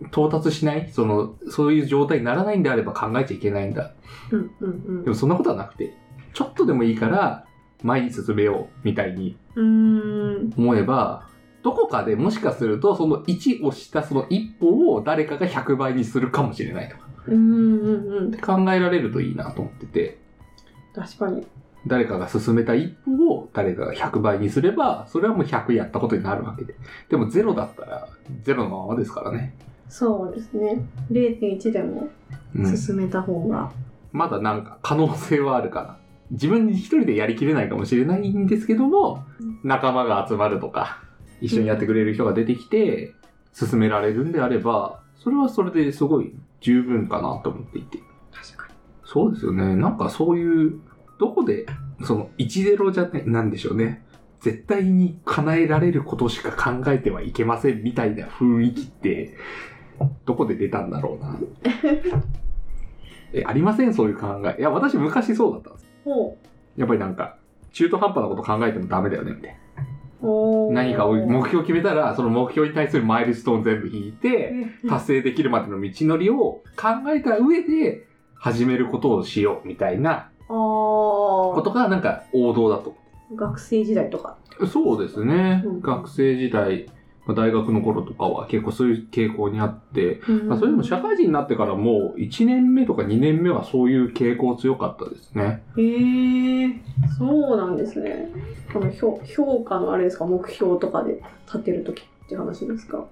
[SPEAKER 2] 到達しない、その、そういう状態にならないんであれば考えちゃいけないんだ。
[SPEAKER 1] うんうん
[SPEAKER 2] でもそんなことはなくて、ちょっとでもいいから、前に進めよう、みたいに
[SPEAKER 1] うんうん
[SPEAKER 2] 思えば、どこかでもしかすると、その1をしたその1歩を誰かが100倍にするかもしれないとか、
[SPEAKER 1] うんうんうん
[SPEAKER 2] って考えられるといいなと思ってて、
[SPEAKER 1] 確かに。
[SPEAKER 2] 誰かが進めた一歩を誰かが100倍にすれば、それはもう100やったことになるわけで。でも0だったら、0のままですからね。
[SPEAKER 1] そうですね。0.1でも
[SPEAKER 2] うん
[SPEAKER 1] 進めた方が。
[SPEAKER 2] まだなんか可能性はあるかな。自分一人でやりきれないかもしれないんですけども、仲間が集まるとか、一緒にやってくれる人が出てきて、進められるんであれば、それはそれですごい十分かなと思っていて。
[SPEAKER 1] 確かに。
[SPEAKER 2] そうですよね。なんかそういう、どこで、その、1-0じゃね、なんでしょうね。絶対に叶えられることしか考えてはいけませんみたいな雰囲気って、どこで出たんだろうな。え、ありませんそういう考え。いや、私昔そうだったんです。
[SPEAKER 1] ほ
[SPEAKER 2] やっぱりなんか、中途半端なこと考えてもダメだよね、みたいな。
[SPEAKER 1] う。おー
[SPEAKER 2] 何かを目標決めたら、その目標に対するマイルストーン全部引いて、達成できるまでの道のりを考えた上で始めることをしようみたい
[SPEAKER 1] あ
[SPEAKER 2] なこ
[SPEAKER 1] ー
[SPEAKER 2] とがなんか王道だと。
[SPEAKER 1] 学生時代とか。
[SPEAKER 2] そうですね。
[SPEAKER 1] うん
[SPEAKER 2] 学生時代、まあ大学の頃とかは結構そういう傾向にあって、まあ、それでも社会人になってからもう1年目とか2年目はそういう傾向強かったですね。
[SPEAKER 1] へえ、そうなんですね。この評評価のあれですか、目標とかで立てるときって話ですか。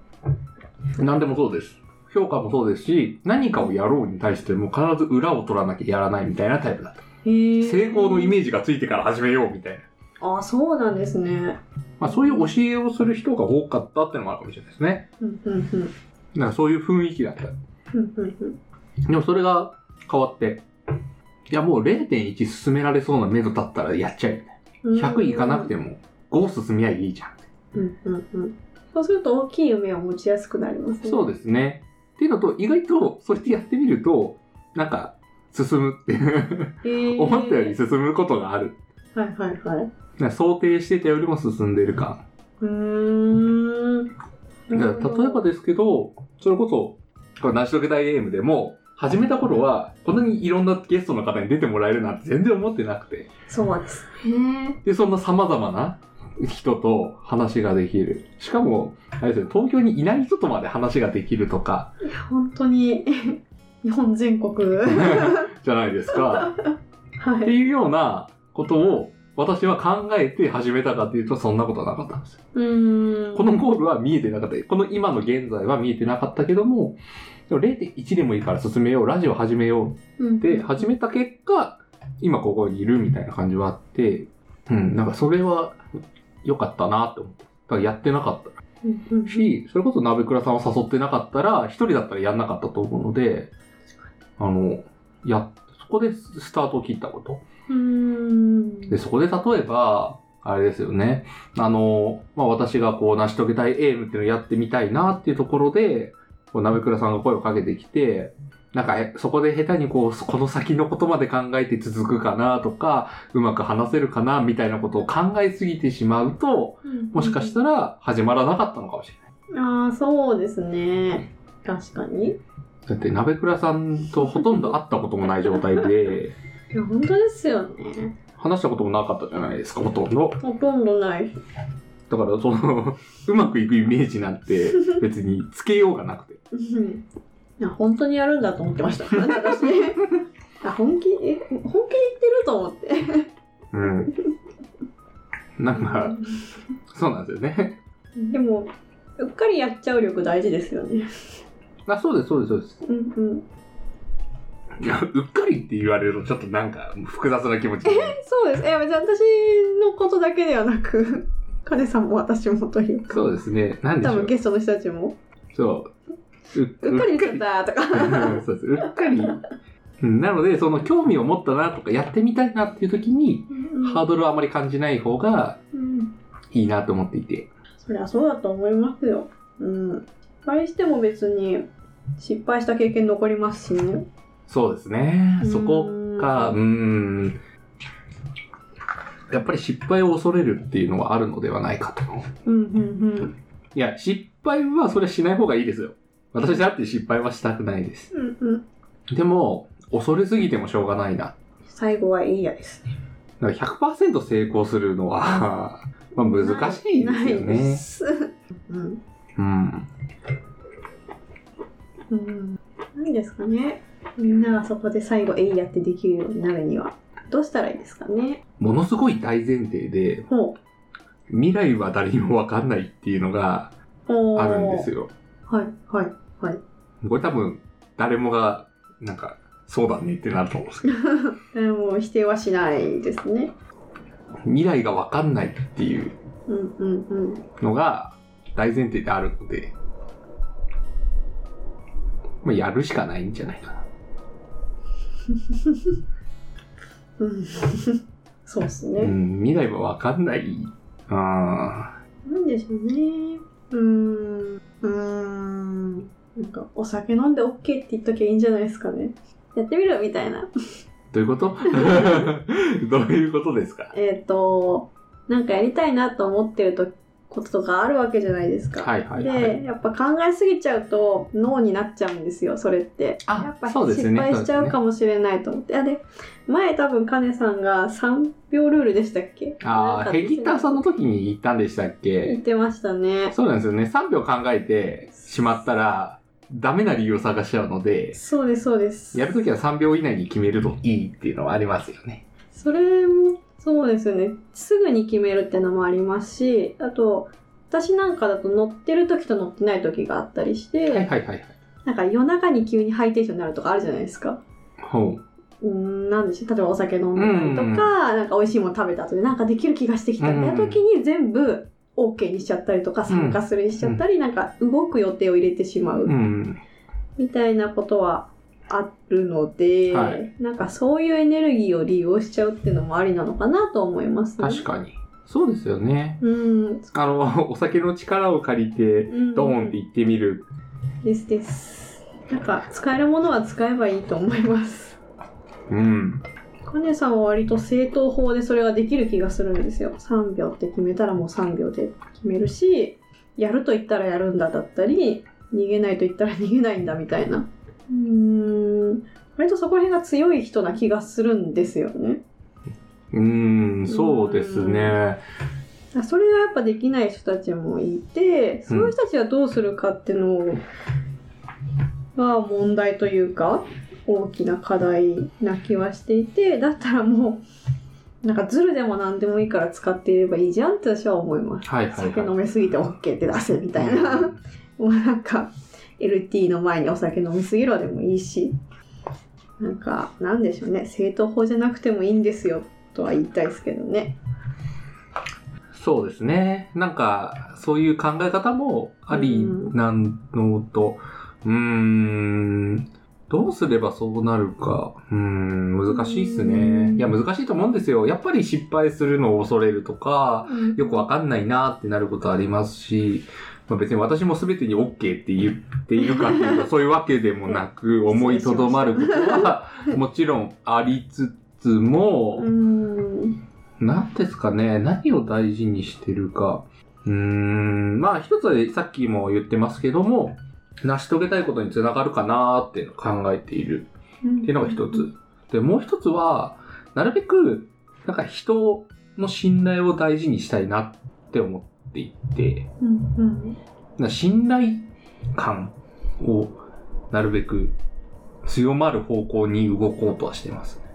[SPEAKER 2] 何でもそうです。評価もそうですし、何かをやろうに対しても必ず裏を取らなきゃやらないみたいなタイプだった。
[SPEAKER 1] へえ。
[SPEAKER 2] 成功のイメ
[SPEAKER 1] ジ。
[SPEAKER 2] ージがついてから始めようみたいな。
[SPEAKER 1] あ、そうなんですね。
[SPEAKER 2] まあ、そういう教えをする人が多かったっていうのもあるかもしれないですね。
[SPEAKER 1] うんうんうん
[SPEAKER 2] なんかそういう雰囲気だった。
[SPEAKER 1] うんうん
[SPEAKER 2] でもそれが変わって、いやもう0.1進められそうな目処だったらやっちゃえ。
[SPEAKER 1] うん。
[SPEAKER 2] 100いかなくても5進みゃいいじゃん。
[SPEAKER 1] うんうんうん。そうすると大きい夢を持ちやすくなりますね。
[SPEAKER 2] そう
[SPEAKER 1] で
[SPEAKER 2] ですね。っていうのと、意外とそうやってやってみると、なんか、進むっていう、
[SPEAKER 1] す。へえ。
[SPEAKER 2] 思ったより進むことがある。
[SPEAKER 1] はいはいはい。
[SPEAKER 2] なんか想定してたよりも進んでる感。
[SPEAKER 1] うーん。
[SPEAKER 2] だから例えばですけど、それこそ、この成し遂げたいゲームでも、始めた頃は、こんなにいろんなゲストの方に出てもらえるなんて全然思ってなくて。
[SPEAKER 1] そうですね。
[SPEAKER 2] で、そんな様々な人と話ができる。しかも、あれですね、東京にいない人とまで話ができるとか、
[SPEAKER 1] いや本当に 日本全 国。
[SPEAKER 2] じゃないですか。
[SPEAKER 1] は
[SPEAKER 2] って
[SPEAKER 1] い。
[SPEAKER 2] いうようなことを、私は考えて始めたかっていうと、そんなことはなかったんですよ。
[SPEAKER 1] うーん。
[SPEAKER 2] このゴールは見えてなかった。この今の現在は見えてなかったけども、でも0.1でもいいから進めよう、ラジオ始めよう
[SPEAKER 1] うん
[SPEAKER 2] で、始めた結果、今ここにいるみたいな感じはあって、うん、なんかそれは良かったなって思って。だからやってなかった
[SPEAKER 1] うんうんうん
[SPEAKER 2] し、それこそ鍋倉さんを誘ってなかったら、一人だったらやんなかったと思うので、あの、や、そこでスタートを切ったこと。
[SPEAKER 1] うーん。
[SPEAKER 2] で、そこで例えば、あれですよね。あの、まあ、私がこう、成し遂げたいエームっていうのをやってみたいなっていうところで、こう、鍋倉さんが声をかけてきて、なんか、えそこで下手にこう、この先のことまで考えて続くかなとか、うまく話せるかなみたいなことを考えすぎてしまうと、もしかしたら始まらなかったのかもしれない。
[SPEAKER 1] ああ、そうですね。確かに。い
[SPEAKER 2] だって、鍋倉さんとほとんど会ったこともない状態で、
[SPEAKER 1] や、本当ですよね。
[SPEAKER 2] 話したこともなかったじゃないですか、ほとんど。
[SPEAKER 1] ほとんどない。
[SPEAKER 2] だから、その、 うまくいくイメージなん て、別につけようがなくて。
[SPEAKER 1] うんいや、本当にやるんだと思ってました。私。あ、本気、え本気で言ってると思って。
[SPEAKER 2] うん。なんか、そうなんですよね。
[SPEAKER 1] でも、うっかりやっちゃう力大事ですよね。
[SPEAKER 2] あ、そうです、そうです、そうです。
[SPEAKER 1] うんうん。
[SPEAKER 2] いや、うっかりって言われると、ちょっとなんか、複雑な気持ちになる。
[SPEAKER 1] そうです。いや、別に私のことだけではなく、彼さんも私もというか、
[SPEAKER 2] そうですね。なんでし
[SPEAKER 1] 多
[SPEAKER 2] ょ
[SPEAKER 1] 分
[SPEAKER 2] う。
[SPEAKER 1] ゲストの人たちも、
[SPEAKER 2] そう。
[SPEAKER 1] うっかり出ちゃったとか。
[SPEAKER 2] うんそうです。うっかり。うんなので、その興味を持ったなとか、やってみたいなっていう時に、ハードルをあまり感じない方が
[SPEAKER 1] うん、
[SPEAKER 2] いいなと思っていて。
[SPEAKER 1] そりゃそうだと思いますよ。うん。失敗しても別に、失敗した経験残りますしね。
[SPEAKER 2] そうですね。そこが、う
[SPEAKER 1] うん
[SPEAKER 2] ーん。やっぱり失敗を恐れるっていうのはあるのではないかと。
[SPEAKER 1] うんうん
[SPEAKER 2] いや、失敗はそれしない方がいいですよ。私だって失敗はしたくないです。
[SPEAKER 1] うん。うんうん。
[SPEAKER 2] でも、恐れすぎてもしょうがないな。
[SPEAKER 1] 最後はいいやですね。
[SPEAKER 2] だから100%成功するのは、 まあ難しいですよ
[SPEAKER 1] ないで
[SPEAKER 2] ね。
[SPEAKER 1] す。うん。
[SPEAKER 2] うん。
[SPEAKER 1] うん。何ですかね。みんながそこで最後えいやってできるようになるには、どうしたらいいですかね。
[SPEAKER 2] ものすごい大前提で、
[SPEAKER 1] ほう。
[SPEAKER 2] 未来は誰にもわかんないっていうのが
[SPEAKER 1] ほう
[SPEAKER 2] あるんですよ。
[SPEAKER 1] はい、はい、はい。
[SPEAKER 2] これ多分、誰もが、なんか、そうだねってなると思うんですけど、
[SPEAKER 1] えーもう否定はしないですね。
[SPEAKER 2] 未来がわかんないっていう
[SPEAKER 1] うんうんうん。
[SPEAKER 2] のが大前提であるので、まあ、やるしかないんじゃないかな。
[SPEAKER 1] うん、 そうです
[SPEAKER 2] う
[SPEAKER 1] ね。
[SPEAKER 2] ん、未来はわかんない。あ
[SPEAKER 1] なんでしょうね。うーん。うーん。なんか、お酒飲んで OK って言っときゃいいんじゃないですかね。やってみるみたいな。
[SPEAKER 2] ーどういうこと どういうことですか
[SPEAKER 1] えっ、と、なんかやりたいなと思ってるとこととかあるわけじゃないですか。
[SPEAKER 2] はいはいはい
[SPEAKER 1] で、やっぱ考えすぎちゃうと脳になっちゃうんですよ、それって。
[SPEAKER 2] あ
[SPEAKER 1] やっぱ
[SPEAKER 2] そうです
[SPEAKER 1] 失
[SPEAKER 2] ね
[SPEAKER 1] 敗しちゃうかもしれないと思って。あで、前多分カネさんが3秒ルールでしたっけ
[SPEAKER 2] ああ、ヘギターさん
[SPEAKER 1] の
[SPEAKER 2] の時に言ったんでしたっけ
[SPEAKER 1] 言ってましたね。
[SPEAKER 2] そうなんですよね。3秒考えてしまったら、ダメな理由を探しちゃうので、
[SPEAKER 1] そうです、そうです。
[SPEAKER 2] やるときは3秒以内に決めるといいっていうのはありますよね。
[SPEAKER 1] それもそうですよねすぐに決めるってのもありますしあと私なんかだと乗ってる時と乗ってない時があったりして、
[SPEAKER 2] はいはいはいはい。
[SPEAKER 1] なんか夜中に急にハイテンションになるとかあるじゃないですか。
[SPEAKER 2] ほ
[SPEAKER 1] うーんなんでしょう例えばお酒飲んでたりとか、
[SPEAKER 2] うん
[SPEAKER 1] なんか美味しいもの食べた後でなんかできる気がしてきたみたいな時に全部 OK にしちゃったりとか参加するにしちゃったり、なんか動く予定を入れてしまう
[SPEAKER 2] う。うん。
[SPEAKER 1] みたいなことはあるので、
[SPEAKER 2] はい
[SPEAKER 1] なんかそういうエネルギーを利用しちゃうっていうのもありなのかなと思います、
[SPEAKER 2] 確かに。そうですよね。
[SPEAKER 1] うん。
[SPEAKER 2] あの、お酒の力を借りて、ドーンって言ってみる。
[SPEAKER 1] ですです。なんか使えるものは使えばいいと思います。
[SPEAKER 2] うん。
[SPEAKER 1] カネさんは割と正当法でそれができる気がするんですよ。3秒って決めたらもう3秒で決めるし、やると言ったらやるんだだったり、逃げないと言ったら逃げないんだみたいな。うーん。割とそこら辺が強い人な気がするんですよね。
[SPEAKER 2] うーん、そうですね。
[SPEAKER 1] あそれがやっぱできない人たちもいてそういう人たちはどうするかっていうのが問題というか大きな課題な気はしていてだったらもうなんかズルでも何でもいいから使っていればいいじゃんって私は思います。
[SPEAKER 2] はいはい
[SPEAKER 1] 酒飲
[SPEAKER 2] は
[SPEAKER 1] めすぎて OK って出せみたい
[SPEAKER 2] い。
[SPEAKER 1] なもうなんか LT の前にお酒飲みすぎろでもいいしなんかなんでしょうね正当法じゃなくてもいいんですよとは言いたいですけどね。
[SPEAKER 2] そうですね。なんか、そういう考え方もありなのと、うーん、どうすればそうなるか、うーん、難しいです
[SPEAKER 1] う
[SPEAKER 2] ね。
[SPEAKER 1] ん
[SPEAKER 2] いや、難しいと思うんですよ。やっぱり失敗するのを恐れるとか、よくわかんないなってなることありますし、まあ、別に私も全てに OK って言っているかっていうと、そういうわけでもなく、思いとどまることは、もちろんありつつも、
[SPEAKER 1] うん
[SPEAKER 2] なんですかね、何を大事にしてるか。うーん、まあ一つはさっきも言ってますけども、成し遂げたいことにつながるかなーっていうのを考えているっていうのが一つ。で、もう一つは、なるべく、なんか人の信頼を大事にしたいなって思っていて、
[SPEAKER 1] うんうん
[SPEAKER 2] な信頼感をなるべく強まる方向に動こうとはしてます。
[SPEAKER 1] うん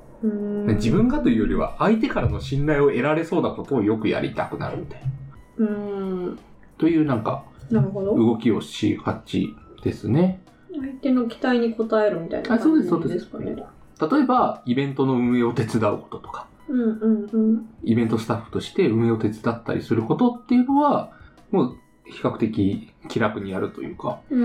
[SPEAKER 2] 自分がというよりは、相手からの信頼を得られそうなことをよくやりたくなるみたい
[SPEAKER 1] う
[SPEAKER 2] な。
[SPEAKER 1] ん
[SPEAKER 2] というなんか、
[SPEAKER 1] なるほど
[SPEAKER 2] 動きをしがちですね。
[SPEAKER 1] 相手の期待に応えるみたいな
[SPEAKER 2] あそ
[SPEAKER 1] 感
[SPEAKER 2] うで
[SPEAKER 1] じ
[SPEAKER 2] すそうです
[SPEAKER 1] ですかね
[SPEAKER 2] 例えば、イベントの運営を手伝うこととか、
[SPEAKER 1] うんうんうん
[SPEAKER 2] イベントスタッフとして運営を手伝ったりすることっていうのは、もう比較的気楽にやるというか、
[SPEAKER 1] う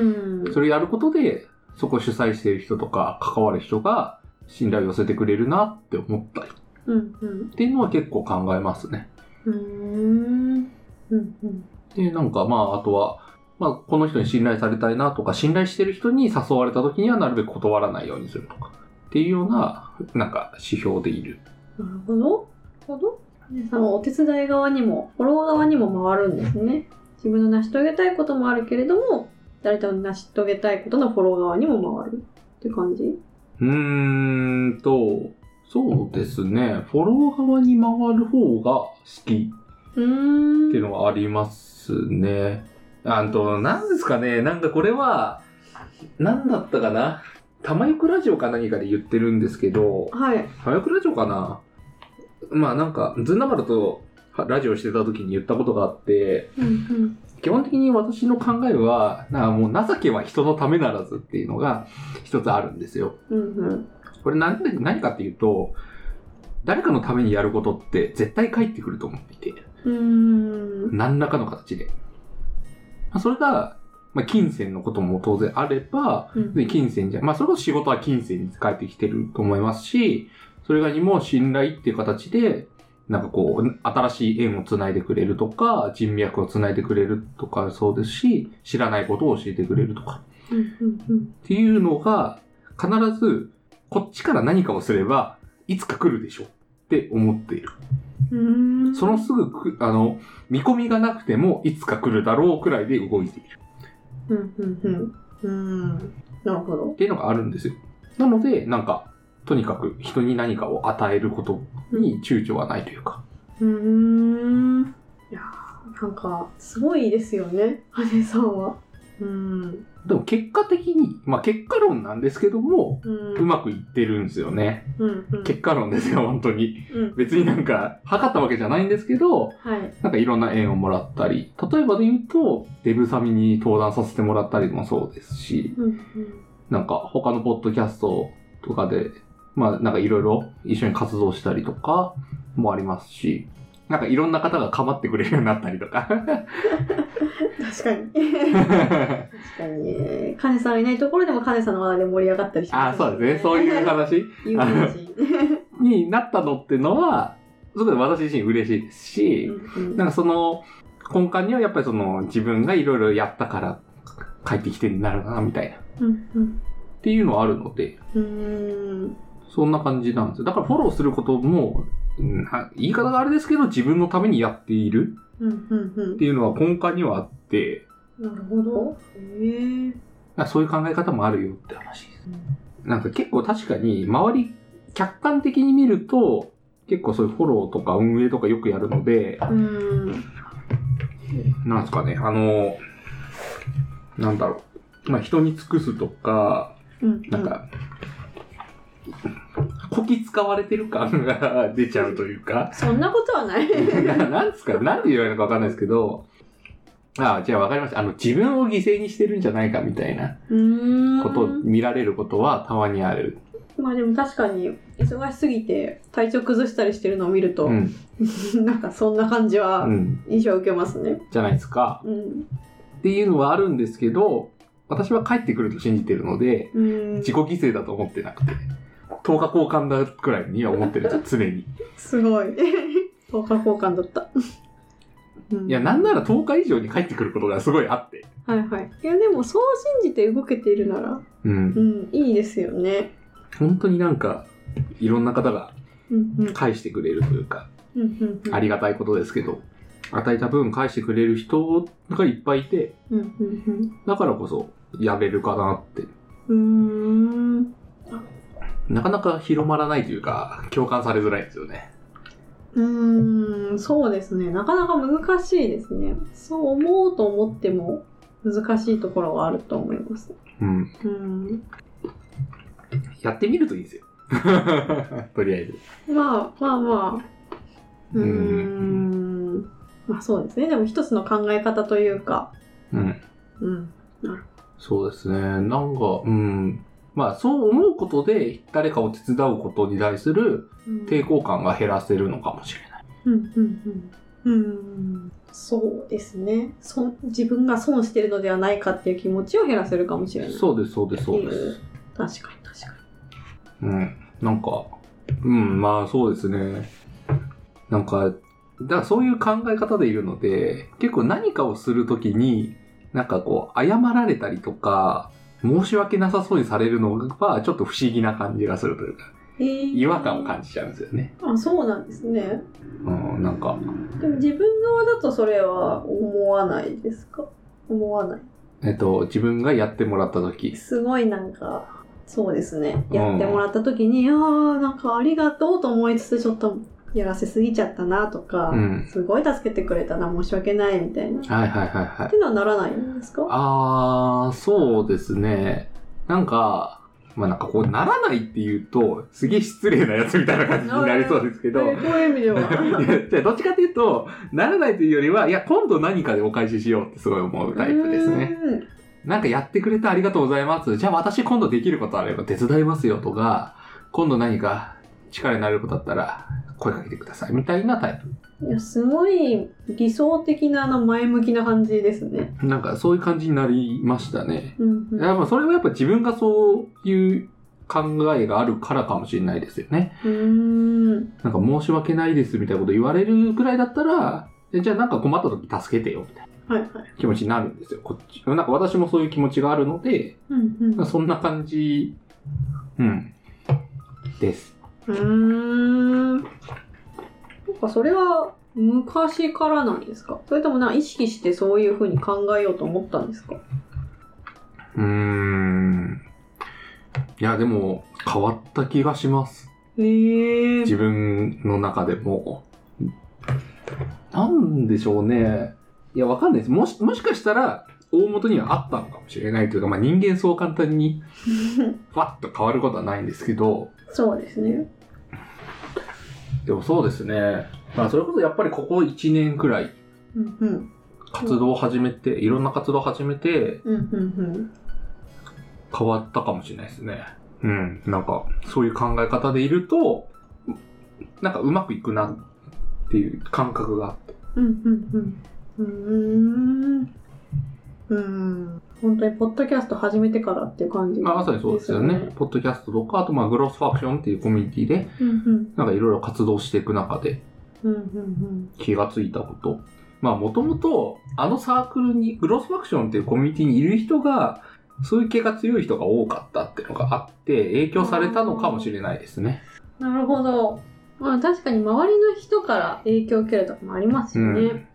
[SPEAKER 1] ん
[SPEAKER 2] それやることで、そこを主催している人とか関わる人が信頼を寄せてくれるなって思ったりっ
[SPEAKER 1] うんうん
[SPEAKER 2] ていうのは結構考えますね。
[SPEAKER 1] うーんうんうん
[SPEAKER 2] で、なんかまあ、あとは、まあ、この人に信頼されたいなとか、信頼してる人に誘われた時にはなるべく断らないようにするとか、っていうような、なんか指標でいる。
[SPEAKER 1] なるほど。なるほど。皆さんはお手伝い側にも、フォロー側にも回るんですね。自分の成し遂げたいこともあるけれども、誰かの成し遂げたいことのフォロー側にも回るって感じ。
[SPEAKER 2] うーんと、そうですね。フォロー側に回る方が好きっ
[SPEAKER 1] うーん。
[SPEAKER 2] ていうのはありますね。あんと、なんですかね。なんかこれは、なんだったかな。玉よくラジオか何かで言ってるんですけど、
[SPEAKER 1] はい。
[SPEAKER 2] 玉よくラジオかな。まあなんか、ずんだまるとはラジオしてた時に言ったことがあって、
[SPEAKER 1] うん
[SPEAKER 2] 基本的に私の考えは、なんかもう情けは人のためならずっていうのが一つあるんですよ。
[SPEAKER 1] うん。うんうん。
[SPEAKER 2] これなんで何かっていうと、誰かのためにやることって絶対返ってくると思っていて、
[SPEAKER 1] うーん。
[SPEAKER 2] 何らかの形で。まあそれが、まあ、金銭のことも当然あれば、
[SPEAKER 1] うん
[SPEAKER 2] で金銭じゃ、まあ、それこそ仕事は金銭に返ってきてると思いますし、それ以外にも信頼っていう形で、なんかこう、新しい縁をつないでくれるとか、人脈をつないでくれるとかそうですし、知らないことを教えてくれるとか、
[SPEAKER 1] うんうん
[SPEAKER 2] っていうのが、必ず、こっちから何かをすれば、いつか来るでしょって思っている。
[SPEAKER 1] うん。うーん
[SPEAKER 2] そのすぐく、あの、見込みがなくても、いつか来るだろうくらいで動いている。
[SPEAKER 1] うんうんうん。うーん。なるほど
[SPEAKER 2] っ。ていうのがあるんですよ。なので、なんか、とにかく人に何かを与えることに躊躇はないというか。
[SPEAKER 1] うーん。いやーなんか、すごいですよね。羽根さんは。うーん。
[SPEAKER 2] でも結果的に、まあ結果論なんですけども、
[SPEAKER 1] うん。
[SPEAKER 2] うまくいってるんですよね。
[SPEAKER 1] うんうん。
[SPEAKER 2] 結果論ですよ、本当に。
[SPEAKER 1] うん。
[SPEAKER 2] 別になんか、測ったわけじゃないんですけど、
[SPEAKER 1] はい。
[SPEAKER 2] なんかいろんな縁をもらったり、例えばで言うと、デブサミに登壇させてもらったりもそうですし、
[SPEAKER 1] うんうん
[SPEAKER 2] なんか他のポッドキャストとかで、まあなんかいろいろ一緒に活動したりとかもありますし、なんかいろんな方が構ってくれるようになったりとか。
[SPEAKER 1] 確かに。確かにね。カネさんがいないところでもカネさんの話題で盛り上がったりし
[SPEAKER 2] あ
[SPEAKER 1] ま
[SPEAKER 2] あ、
[SPEAKER 1] す
[SPEAKER 2] そうですね。そういう話
[SPEAKER 1] 有名人。
[SPEAKER 2] になったのってのは、すごい私自身嬉しいですし、
[SPEAKER 1] うん
[SPEAKER 2] なんかその根幹にはやっぱりその自分がいろいろやったから帰ってきてになるな、みたいな。
[SPEAKER 1] うんうん
[SPEAKER 2] っていうのはあるので、
[SPEAKER 1] うーん
[SPEAKER 2] そんな感じなんですよ。だからフォローすることも、うんは言い方があれですけど、自分のためにやっている
[SPEAKER 1] うんうんうん
[SPEAKER 2] っていうのは根幹にはあって、
[SPEAKER 1] なるほど。へえ。
[SPEAKER 2] なんかそういう考え方もあるよって話です。なんか結構確かに、周り、客観的に見ると、結構そういうフォローとか運営とかよくやるので、
[SPEAKER 1] うん。
[SPEAKER 2] なんですかね、あの、なんだろう。まあ、人に尽くすとか、
[SPEAKER 1] うん。
[SPEAKER 2] なんか、こき使われてる感が出ちゃうというか、
[SPEAKER 1] そんなことはない。
[SPEAKER 2] ななんですかなんて言われるのかわかんないですけど、ああ、じゃあわかりました。あの、自分を犠牲にしてるんじゃないかみたいな
[SPEAKER 1] うーん
[SPEAKER 2] ことを見られることはたまにある。
[SPEAKER 1] まあでも確かに忙しすぎて体調崩したりしてるのを見ると
[SPEAKER 2] う、ん。
[SPEAKER 1] なんかそんな感じ
[SPEAKER 2] う
[SPEAKER 1] は
[SPEAKER 2] ん。
[SPEAKER 1] 印象を受けますね。
[SPEAKER 2] じゃないですか。
[SPEAKER 1] うん。
[SPEAKER 2] っていうのはあるんですけど、私は帰ってくると信じてるので、
[SPEAKER 1] うん。
[SPEAKER 2] 自己犠牲だと思ってなくて、10日交換だくらいには思ってるんです よ、常に。
[SPEAKER 1] すごい。 等価交換だった。うん
[SPEAKER 2] いや、なんなら10日以上に帰ってくることがすごいあって。
[SPEAKER 1] はいはい。いや、でも、そう信じて動けているなら、
[SPEAKER 2] うん
[SPEAKER 1] う。ん、いいですよね。
[SPEAKER 2] 本当になんか、いろんな方が
[SPEAKER 1] うんうん。
[SPEAKER 2] 返してくれるというか、
[SPEAKER 1] うんうんうん。
[SPEAKER 2] ありがたいことですけど、与えた分返してくれる人がいっぱいいて、
[SPEAKER 1] うんうんうん。
[SPEAKER 2] だからこそ、やれるかなって。
[SPEAKER 1] うーん。
[SPEAKER 2] なかなか広まらないというか、共感されづらいですよね。
[SPEAKER 1] うーん、そうですね。なかなか難しいですね。そう思おうと思っても難しいところはあると思います。
[SPEAKER 2] うん。
[SPEAKER 1] うん。
[SPEAKER 2] やってみるといいですよ。 とりあえず。
[SPEAKER 1] まあまあまあ。うーん。まあそうですね。でも一つの考え方というか。
[SPEAKER 2] うん。
[SPEAKER 1] うん。
[SPEAKER 2] そうですね。なんか、うん。まあ、そう思うことで、誰かを手伝うことに対する抵抗感が減らせるのかもしれない。
[SPEAKER 1] うんうんうん。うん。そうですね。そ自分が損してるのではないかっていう気持ちを減らせるかもしれない。
[SPEAKER 2] そうです、そうです、そうです。
[SPEAKER 1] 確かに確か
[SPEAKER 2] うん。なんか、うん、まあそうですね。なんか、だからそういう考え方でいるので、結構何かをするときに、なんかこう、謝られたりとか、申し訳なさそうにされるのは、ちょっと不思議な感じがするというか、
[SPEAKER 1] に。えー
[SPEAKER 2] 違和感を感じちゃうんですよね。
[SPEAKER 1] あ、そうなんですね。
[SPEAKER 2] うん、なんか、
[SPEAKER 1] でも自分側だとそれは思わないですか思わない。
[SPEAKER 2] えっと、自分がやってもらったとき、
[SPEAKER 1] すごいなんか、そうですね。
[SPEAKER 2] うん
[SPEAKER 1] やってもらった時に、ああ、なんかありがとうと思いつつ、ちょっとやらせすぎちゃったなとか、
[SPEAKER 2] うん
[SPEAKER 1] すごい助けてくれたな、申し訳ないみたいな。っ
[SPEAKER 2] はいはいはいはい
[SPEAKER 1] て。いうのはならないんですか
[SPEAKER 2] あー、そうですね。なんか、まあなんかこう、ならないって言うと、すげえ失礼なやつみたいな感じになりそうですけど、
[SPEAKER 1] えーこういう意 味では。
[SPEAKER 2] じゃあどっちかっていうと、ならないというよりは、いや、今度何かでお返ししようってすごい思う タイプですね。
[SPEAKER 1] うん。
[SPEAKER 2] なんかやってくれてありがとうございます。じゃあ私今度できることあれば手伝いますよとか、今度何か力になれることあったら声かけてくださいみたいなタイ
[SPEAKER 1] いや、すごい理想的なあの前向きな感じですね。
[SPEAKER 2] プ。なんかそういう感じになりましたね。
[SPEAKER 1] うん、
[SPEAKER 2] いやまあそれはやっぱ自分がそういう考えがあるからかもしれないですよね。
[SPEAKER 1] うん。うーん。
[SPEAKER 2] なんか申し訳ないですみたいなこと言われるくらいだったら、えじゃあなんか困った時助けてよみたいな。
[SPEAKER 1] はいはい。
[SPEAKER 2] 気持ちになるんですよ。こっち。なんか私もそういう気持ちがあるので、
[SPEAKER 1] うんうん。
[SPEAKER 2] まあそんな感じ、うん、です。
[SPEAKER 1] うーん。なんかそれは昔からなんですかそれともなんか意識してそういうふうに考えようと思ったんですか
[SPEAKER 2] うーん。いや、でも、変わった気がします。
[SPEAKER 1] え え
[SPEAKER 2] 自分の中でも。なんでしょうね。いや、わかんないです。もし、もしかしたら、大元にはあったのかもしれないというか、まあ人間そう簡単に、ファッと変わることはないんですけど、
[SPEAKER 1] そうですね。
[SPEAKER 2] でもそうですね。まあそれこそやっぱりここ1年くらい、
[SPEAKER 1] うんうん。
[SPEAKER 2] 活動を始めて、いろんな活動を始めて、
[SPEAKER 1] うんうん
[SPEAKER 2] 変わったかもしれないですね。うん。なんか、そういう考え方でいると、なんかうまくいくなっていう感覚が。
[SPEAKER 1] うん。うんうんうん。うーん。うーん。本当に、ポッドキャスト始めてからっていう感じ、
[SPEAKER 2] まあ、まさにそうですよね。。ポッドキャストとか、あとまあ、グロスファクションっていうコミュニティで、
[SPEAKER 1] うんうん。
[SPEAKER 2] なんかいろいろ活動していく中で
[SPEAKER 1] うんうん
[SPEAKER 2] 気がついたこと。まあ、もともと、あのサークルに、グロスファクションっていうコミュニティにいる人が、そういう系が強い人が多かったっていうのがあって、影響されたのかもしれないですね。
[SPEAKER 1] うん。なるほど。まあ確かに周りの人から影響を受けるとかもありますよね。
[SPEAKER 2] うん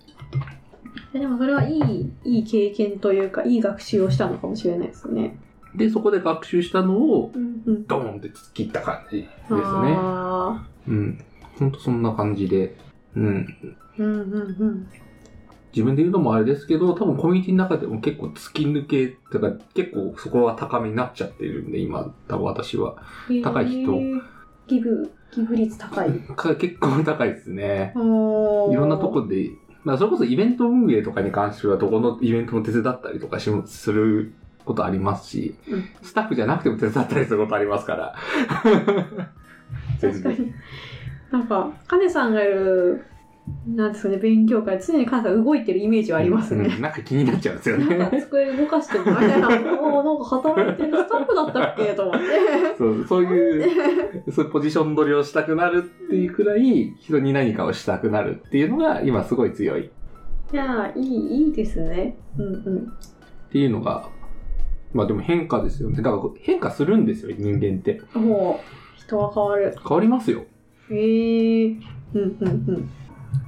[SPEAKER 1] えでもそれはいい、いい経験というか、いい学習をしたのかもしれないですね。
[SPEAKER 2] で、そこで学習したのを、
[SPEAKER 1] うんうん。
[SPEAKER 2] ドーンって突っ切った感じですね。
[SPEAKER 1] あ
[SPEAKER 2] うん。ほんとそんな感じで。うん。
[SPEAKER 1] ーうんうんうん。
[SPEAKER 2] 自分で言うのもあれですけど、多分コミュニティの中でも結構突き抜け、とか結構そこは高めになっちゃってるんで、今、多分私は。高い人
[SPEAKER 1] へー。ギブ、ギブ率高い。
[SPEAKER 2] か結構 高いですね。
[SPEAKER 1] おー
[SPEAKER 2] いろんなとこで、まあそれこそイベント運営とかに関しては、どこのイベントも手伝ったりとかしすることありますし、
[SPEAKER 1] うん
[SPEAKER 2] スタッフじゃなくても手伝ったりすることありますから。
[SPEAKER 1] 確かに。なんか、カネさんがいる、なんですかね、勉強会、常にカネさん動いてるイメージはありますね。
[SPEAKER 2] うんなんか気になっちゃうんですよね。
[SPEAKER 1] なんか 机動かしてもらえな。おーなんか働いてるスタッフだったっけと思って。
[SPEAKER 2] そう、そういう、そういうポジション取りをしたくなるっていうくらい、人に何かをしたくなるっていうのが、今すごい強いっ
[SPEAKER 1] いやーいい、いいですね。うんうん。
[SPEAKER 2] ていうのが、まあでも変化ですよね。だから変化するんですよ、人間って。
[SPEAKER 1] もう、人は変わる。
[SPEAKER 2] 変わりますよ。
[SPEAKER 1] へえー。うんうん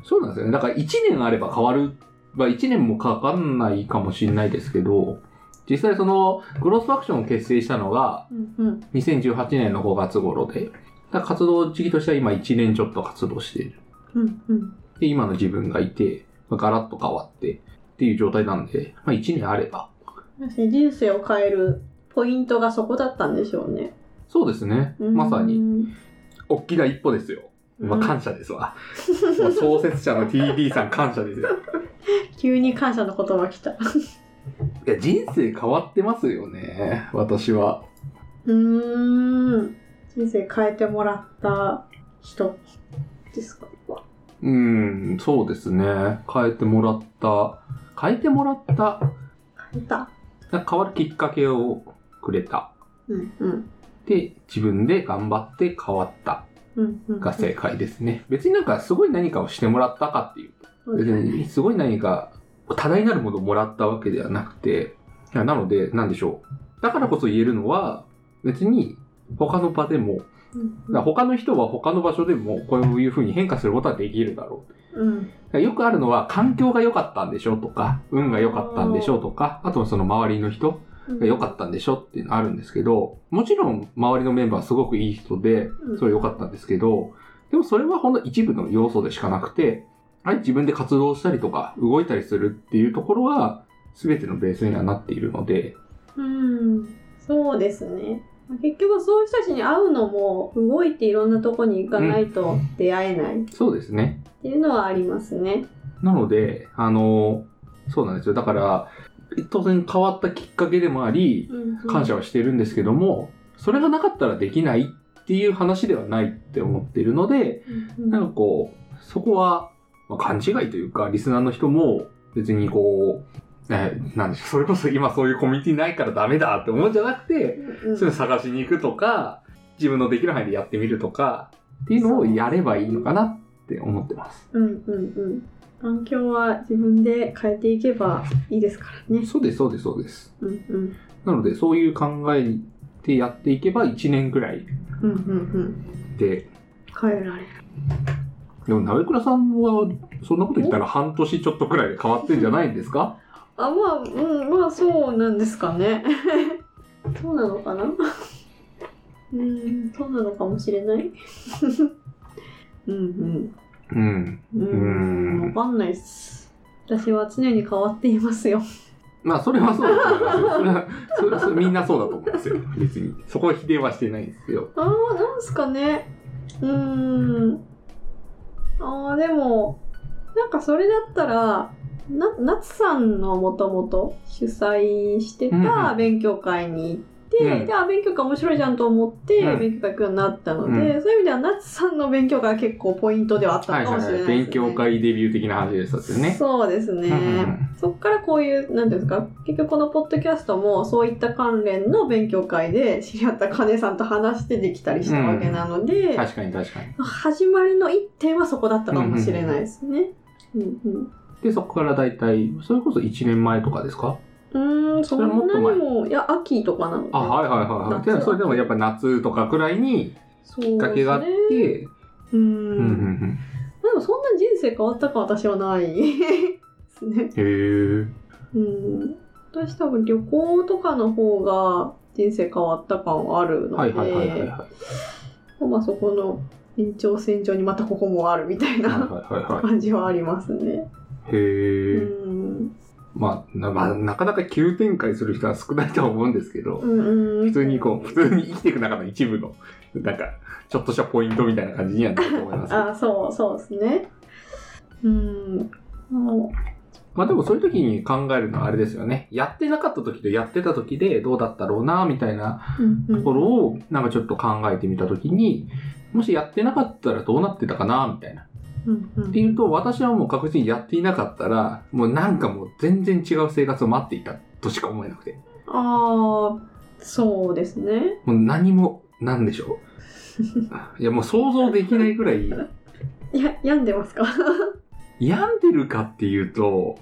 [SPEAKER 2] そうなんですよね。だから1年あれば変わる。まあ1年もかかんないかもしれないですけど、実際その、グロスファクションを結成したのが
[SPEAKER 1] うんうん
[SPEAKER 2] 2018年の5月頃で、だから活動時期としては今1年ちょっと活動している。
[SPEAKER 1] うんうん
[SPEAKER 2] で、今の自分がいて、まあガラッと変わってっていう状態なんで、まあ1年あれば。
[SPEAKER 1] そうですね人生を変えるポイントがそこだったんでしょうね
[SPEAKER 2] そうですね。まさに、
[SPEAKER 1] に、
[SPEAKER 2] 大きな一歩ですよ。まあ
[SPEAKER 1] うん
[SPEAKER 2] 感謝ですわ。もう創設者の TD さん感謝ですよ。
[SPEAKER 1] 急に感謝の言葉来たう
[SPEAKER 2] いや、人生変わってますよね。私は。
[SPEAKER 1] ーん人生変えてもらった人ですか
[SPEAKER 2] うん、そうですね。変えてもらった。変えてもらった。
[SPEAKER 1] 変えた
[SPEAKER 2] なんか変わるきっかけをくれた。
[SPEAKER 1] うんうん
[SPEAKER 2] で、自分で頑張って変わった
[SPEAKER 1] うんうん
[SPEAKER 2] が正解ですね。別になんかすごい何かをしてもらったかってい
[SPEAKER 1] う
[SPEAKER 2] う。
[SPEAKER 1] ん
[SPEAKER 2] 別にすごい何か多大なるものをもらったわけではなくて、いやなので、なんでしょう。だからこそ言えるのは、別に他の場でも、
[SPEAKER 1] うん
[SPEAKER 2] だから他の人は他の場所でもこういうふうに変化することはできるだろう。
[SPEAKER 1] うん
[SPEAKER 2] だからよくあるのは環境が良かったんでしょとか、運が良かったんでしょとか、あとはその周りの人が良かったんでしょっていうのあるんですけど、もちろん周りのメンバーすごくいい人で、それ良かったんですけど、でもそれはほんの一部の要素でしかなくて、はい、自分で活動したりとか動いたりするっていうところは全てのベースにはなっているので、
[SPEAKER 1] うん、そうですね。結局そういう人たちに会うのも動いていろんなとこに行かないと出会えないっ
[SPEAKER 2] そうですね。
[SPEAKER 1] ていうのはありますね。
[SPEAKER 2] なので、あの、そうなんですよ。だから、当然変わったきっかけでもあり、感謝
[SPEAKER 1] を。
[SPEAKER 2] はしてるんですけども、それがなかったらできないっていう話ではないって思っているので、
[SPEAKER 1] うん
[SPEAKER 2] なんかこう、そこは、まあ勘違いというか、リスナーの人も別にこう、えーなんでしょう、それこそ今そういうコミュニティないからダメだって思うんじゃなくて、
[SPEAKER 1] うん
[SPEAKER 2] そういうの探しに行くとか、自分のできる範囲でやってみるとか、っていうのをやればいいのかなって思ってます。
[SPEAKER 1] うんうんうん。環境は自分で変えていけばいいですからね。
[SPEAKER 2] そうです、そうです、そうです。
[SPEAKER 1] うんうん
[SPEAKER 2] なので、そういう考えでやっていけば1年ぐらい
[SPEAKER 1] うんうんうん。
[SPEAKER 2] で
[SPEAKER 1] 変えられる。
[SPEAKER 2] でも、鍋倉さんは、そんなこと言ったら半年ちょっとくらいで変わってんじゃないんですか
[SPEAKER 1] あ、まあ、うん、まあそうなんですかね。 そうなのかな うん、そうなのかもしれない。 うんうん。
[SPEAKER 2] うん。
[SPEAKER 1] うー
[SPEAKER 2] うーん
[SPEAKER 1] ん、わかんないっす。私は常に変わっていますよ。
[SPEAKER 2] まあ、それはそうだと思いますよ。それは、それそれみんなそうだと思いますよ。別に。そこは否定はしてないんですよ。
[SPEAKER 1] ああ、なんすかね。うーん。ああ、でも、なんかそれだったら、な、夏さんのもともと主催して
[SPEAKER 2] うんう
[SPEAKER 1] た
[SPEAKER 2] ん
[SPEAKER 1] 勉強会に行って、
[SPEAKER 2] うん
[SPEAKER 1] で、あ、勉強会面白いじゃんと思って、
[SPEAKER 2] うん
[SPEAKER 1] 勉強会行くようになったので、そういう意味では夏さんの勉強会は結構ポイントではあった
[SPEAKER 2] は
[SPEAKER 1] の
[SPEAKER 2] い
[SPEAKER 1] か
[SPEAKER 2] は
[SPEAKER 1] もしれない
[SPEAKER 2] い
[SPEAKER 1] で
[SPEAKER 2] はい。
[SPEAKER 1] すね。
[SPEAKER 2] 勉強会デビュー的な話でしたよね。
[SPEAKER 1] そうですね。
[SPEAKER 2] うんうん
[SPEAKER 1] そこからこういう、なんていうんですか、結局このポッドキャストもそういった関連の勉強会で知り合った金さんと話してできたりしたわけなので、
[SPEAKER 2] 確かに確かに。
[SPEAKER 1] 始まりの一点はそこだったかもしれないですね。うんうん
[SPEAKER 2] で、そこから大体、それこそ1年前とかですか
[SPEAKER 1] うーん、そん
[SPEAKER 2] それ
[SPEAKER 1] な
[SPEAKER 2] もっ
[SPEAKER 1] にも、いや、秋とかなので。
[SPEAKER 2] あ、はいはいはいはい。
[SPEAKER 1] 夏
[SPEAKER 2] で、それでもやっぱ夏とかくらいに
[SPEAKER 1] そう
[SPEAKER 2] きっ
[SPEAKER 1] ですね
[SPEAKER 2] かけがあって、
[SPEAKER 1] うー。
[SPEAKER 2] うんうんん
[SPEAKER 1] でもそんな人生変わったか私はないですね。
[SPEAKER 2] うん。へえ。
[SPEAKER 1] うん。私多分旅行とかの方が人生変わった感はあるので、
[SPEAKER 2] はいはいはいはいは
[SPEAKER 1] まあそこの延長線上にまたここもあるみたい
[SPEAKER 2] い。はい
[SPEAKER 1] な
[SPEAKER 2] はいはいは
[SPEAKER 1] 感じはありますね。
[SPEAKER 2] い。
[SPEAKER 1] う
[SPEAKER 2] へえ。
[SPEAKER 1] ん、
[SPEAKER 2] まあ、なまあ、なかなか急展開する人は少ないとは思うんですけど、
[SPEAKER 1] うんうん、
[SPEAKER 2] 普通にこう、普通に生きていく中の一部の、なんか、ちょっとしたポイントみたいな感じにはなると思いますけど。
[SPEAKER 1] あそうそうですね。うん。も
[SPEAKER 2] まあでもそういう時に考えるのはあれですよね。やってなかった時とやってた時でどうだったろうな、みたいな
[SPEAKER 1] ううんう
[SPEAKER 2] とこ
[SPEAKER 1] ん
[SPEAKER 2] ろを、なんかちょっと考えてみた時に、もしやってなかったらどうなってたかな、みたいな。
[SPEAKER 1] うんうん
[SPEAKER 2] っていうと、私はもう確実にやっていなかったら、もうなんかもう全然違う生活を待っていたとしか思えなくて。
[SPEAKER 1] ああ、そうですね。
[SPEAKER 2] もう何も、なんでしょう。いや、もう想像できないぐらい、
[SPEAKER 1] や、病んでますか
[SPEAKER 2] 病んでるかっていうと、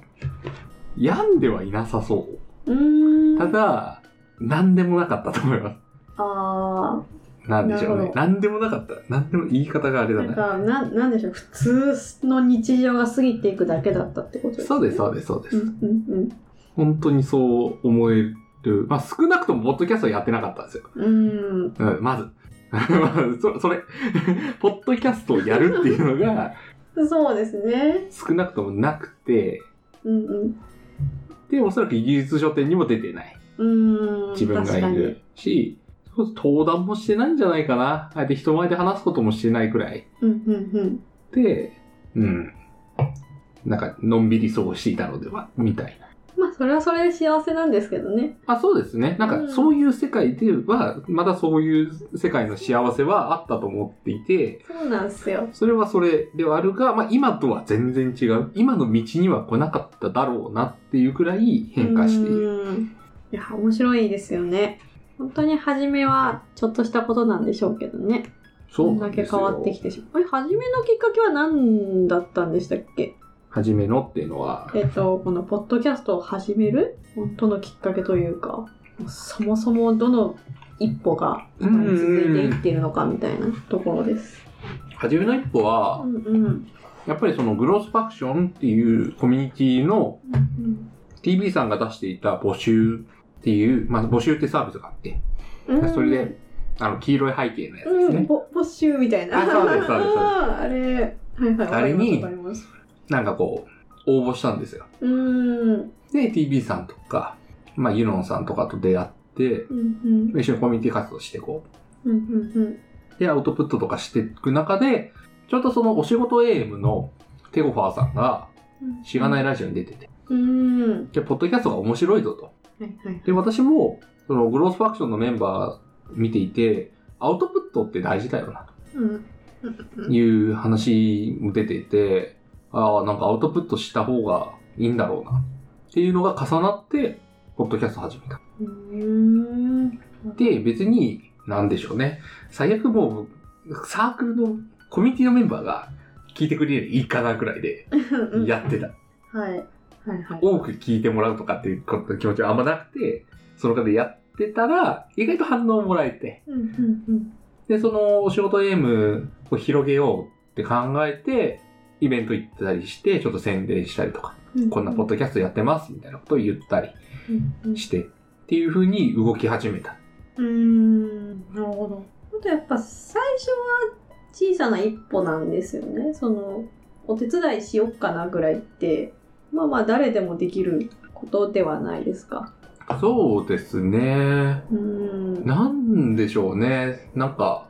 [SPEAKER 2] 病んではいなさそう
[SPEAKER 1] ー
[SPEAKER 2] う。
[SPEAKER 1] ん。
[SPEAKER 2] ただ、何でもなかったと思いま
[SPEAKER 1] あ
[SPEAKER 2] す。なんでしょ
[SPEAKER 1] な
[SPEAKER 2] う
[SPEAKER 1] る
[SPEAKER 2] ね
[SPEAKER 1] ほ。ど
[SPEAKER 2] 何でもなかった。何でも言い方があれ
[SPEAKER 1] あ、
[SPEAKER 2] だ
[SPEAKER 1] なん
[SPEAKER 2] な。
[SPEAKER 1] か、な、なんでしょう、普通の日常が過ぎていくだけだったってことですね。
[SPEAKER 2] そうです、そうです、そうで
[SPEAKER 1] う
[SPEAKER 2] す。
[SPEAKER 1] んうんうん。
[SPEAKER 2] 本当にそう思える。まあ、少なくとも、ポッドキャストはやってなかったんですよ。
[SPEAKER 1] うん。
[SPEAKER 2] うん、まず。まず そそれ、ポッドキャストをやるっていうのが、
[SPEAKER 1] そうですね。
[SPEAKER 2] 少なくともなくて、
[SPEAKER 1] うんうん。
[SPEAKER 2] で、おそらく技術書店にも出てない。
[SPEAKER 1] うん。
[SPEAKER 2] 自分がいるし、登壇もしてないんじゃないかな。あえて人前で話すこともしてないくらい。
[SPEAKER 1] 確かに。うんうんうん。
[SPEAKER 2] で、うん。なんか、のんびり過ごしていたのでは、みたいな。
[SPEAKER 1] まあ、それはそれで幸せなんですけどね。
[SPEAKER 2] あ、そうですね。なん
[SPEAKER 1] うん
[SPEAKER 2] か、そういう世界では、まだそういう世界の幸せはあったと思っていて、
[SPEAKER 1] そうなんですよ。
[SPEAKER 2] それはそれではあるが、まあ今とは全然違う。今の道には来なかっただろうなっていうくらい変化している。
[SPEAKER 1] うんいや、面白いですよね。本当に初めはちょっとしたことなんでしょうけどね。
[SPEAKER 2] そう
[SPEAKER 1] こ
[SPEAKER 2] なんん
[SPEAKER 1] だ
[SPEAKER 2] で
[SPEAKER 1] け
[SPEAKER 2] すよ。
[SPEAKER 1] 変わってきてしまう。これ、初めのきっかけは何だったんでしたっけ
[SPEAKER 2] 初めのっていうのは、
[SPEAKER 1] えっと、このポッドキャストを始める本当のきっかけというか、そもそもどの一歩が今に続いていっているのかみたいなところです。
[SPEAKER 2] 初めの一歩は
[SPEAKER 1] う、んうん。
[SPEAKER 2] やっぱりそのグロースパクションっていうコミュニティの
[SPEAKER 1] うん
[SPEAKER 2] TV さんが出していた募集っていう、まあ募集ってサービスがあって、
[SPEAKER 1] うん
[SPEAKER 2] それで、あの黄色い背景のやつで
[SPEAKER 1] う
[SPEAKER 2] す
[SPEAKER 1] ん、
[SPEAKER 2] ね。
[SPEAKER 1] ぼ没収みたいな。
[SPEAKER 2] あそうですそうですそうです
[SPEAKER 1] あーあれ、はいはい、わ
[SPEAKER 2] あ
[SPEAKER 1] か
[SPEAKER 2] れ
[SPEAKER 1] ります
[SPEAKER 2] に
[SPEAKER 1] わかります。
[SPEAKER 2] なんかこう、応募したんですよ。
[SPEAKER 1] うーん、
[SPEAKER 2] で、TV さんとか、まあユノンさんとかと出会って、
[SPEAKER 1] うんうん、
[SPEAKER 2] 一緒にコミュニティ活動していこ
[SPEAKER 1] うんうん
[SPEAKER 2] う。で、アウトプットとかしていく中で、ちょうどそのお仕事 AM のテゴファーさんが、
[SPEAKER 1] うん。。
[SPEAKER 2] しがないいラジオに出てて、
[SPEAKER 1] うーん。
[SPEAKER 2] で、ポッドキャストが面白いぞと。
[SPEAKER 1] はいはい。
[SPEAKER 2] で、私も、その、グロースファクションのメンバー見ていて、アウトプットって大事だよな、
[SPEAKER 1] うん。
[SPEAKER 2] という話も出ていて、ああ、なんかアウトプットした方がいいんだろうな、っていうのが重なって、ポッドキャスト始めた。
[SPEAKER 1] うーん。
[SPEAKER 2] で、別に、なんでしょうね。最悪もう、サークルのコミュニティのメンバーが聞いてくれればいいかなくらいで
[SPEAKER 1] うん
[SPEAKER 2] やってた。
[SPEAKER 1] はい。はいはい。
[SPEAKER 2] 多く聞いてもらうとかっていうこと気持ちはあんまなくて、その方でやってたら、意外と反応もらえて、
[SPEAKER 1] うんうんうん。
[SPEAKER 2] で、そのお仕事ゲームを広げようって考えて、イベント行ったりして、ちょっと宣伝したりとか、
[SPEAKER 1] う
[SPEAKER 2] こんなポッドキャストやってますみたいなことを言ったり
[SPEAKER 1] うんうん
[SPEAKER 2] して、っていう風に動き始めた。
[SPEAKER 1] うーん。なるほど。あとやっぱ最初は小さな一歩なんですよね。その、お手伝いしよっかなぐらいって、まあまあ誰でもできることではないですか。
[SPEAKER 2] そうですね。
[SPEAKER 1] うーん。
[SPEAKER 2] なんでしょうね。なんか、